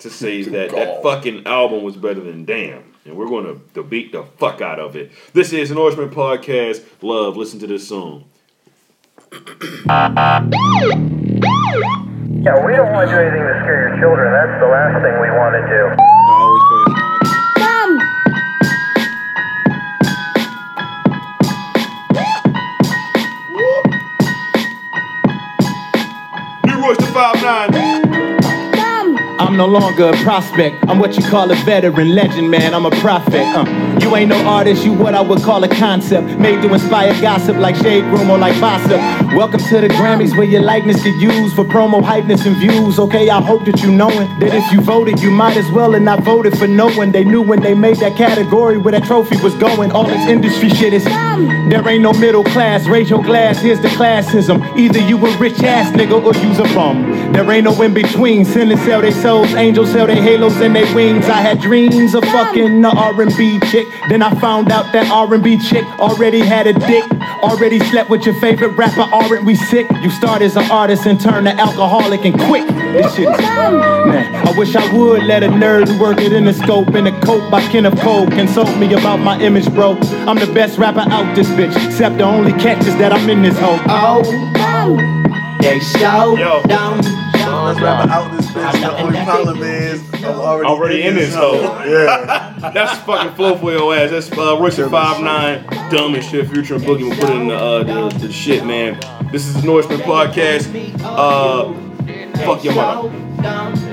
Speaker 3: to say that that fucking album was better than Damn. And we're gonna debate the fuck out of it. This is Norseman Podcast. Love, listen to this song.
Speaker 23: Yeah, we don't want to do anything to scare your children. That's the last thing we want to do.
Speaker 17: Dumb.
Speaker 3: New Royce the Five Nine.
Speaker 24: I'm no longer a prospect. I'm what you call a veteran legend, man. I'm a prophet. Uh, you
Speaker 1: You ain't no artist, you what I would call a concept. Made to inspire gossip like Shade Room or like Gossip. Welcome to the Grammys where your likeness get used for promo hypeness and views. Okay, I hope that you know it. That if you voted, you might as well. And I voted for no one. They knew when they made that category where that trophy was going. All this industry shit is. There ain't no middle class. Raise your glass. Here's the classism. Either you a rich ass nigga or you's a bum. There ain't no in between. Sin and sell their souls. Angels sell their halos and their wings. I had dreams of fucking the R&B chick. Then I found out that R&B chick already had a dick. Already slept with your favorite rapper. Aren't we sick? You start as an artist and turn to alcoholic and quick. This shit is man. I wish I would let a nerd who work it in the scope and a cope by Kenneth Cole consult me about my image, bro. I'm the best rapper out this bitch, except the only catch is that I'm in this hole. Oh, oh, they show down.
Speaker 2: Let's wrap it out this bitch. The only problem is I'm already,
Speaker 3: Already in this hole.
Speaker 2: Yeah.
Speaker 3: That's fucking flow for your ass. That's uh, Royce five nine, dumb and shit. Future and Boogie will put it in the, uh, the the shit, man. This is the Norseman podcast. Uh, fuck your mother.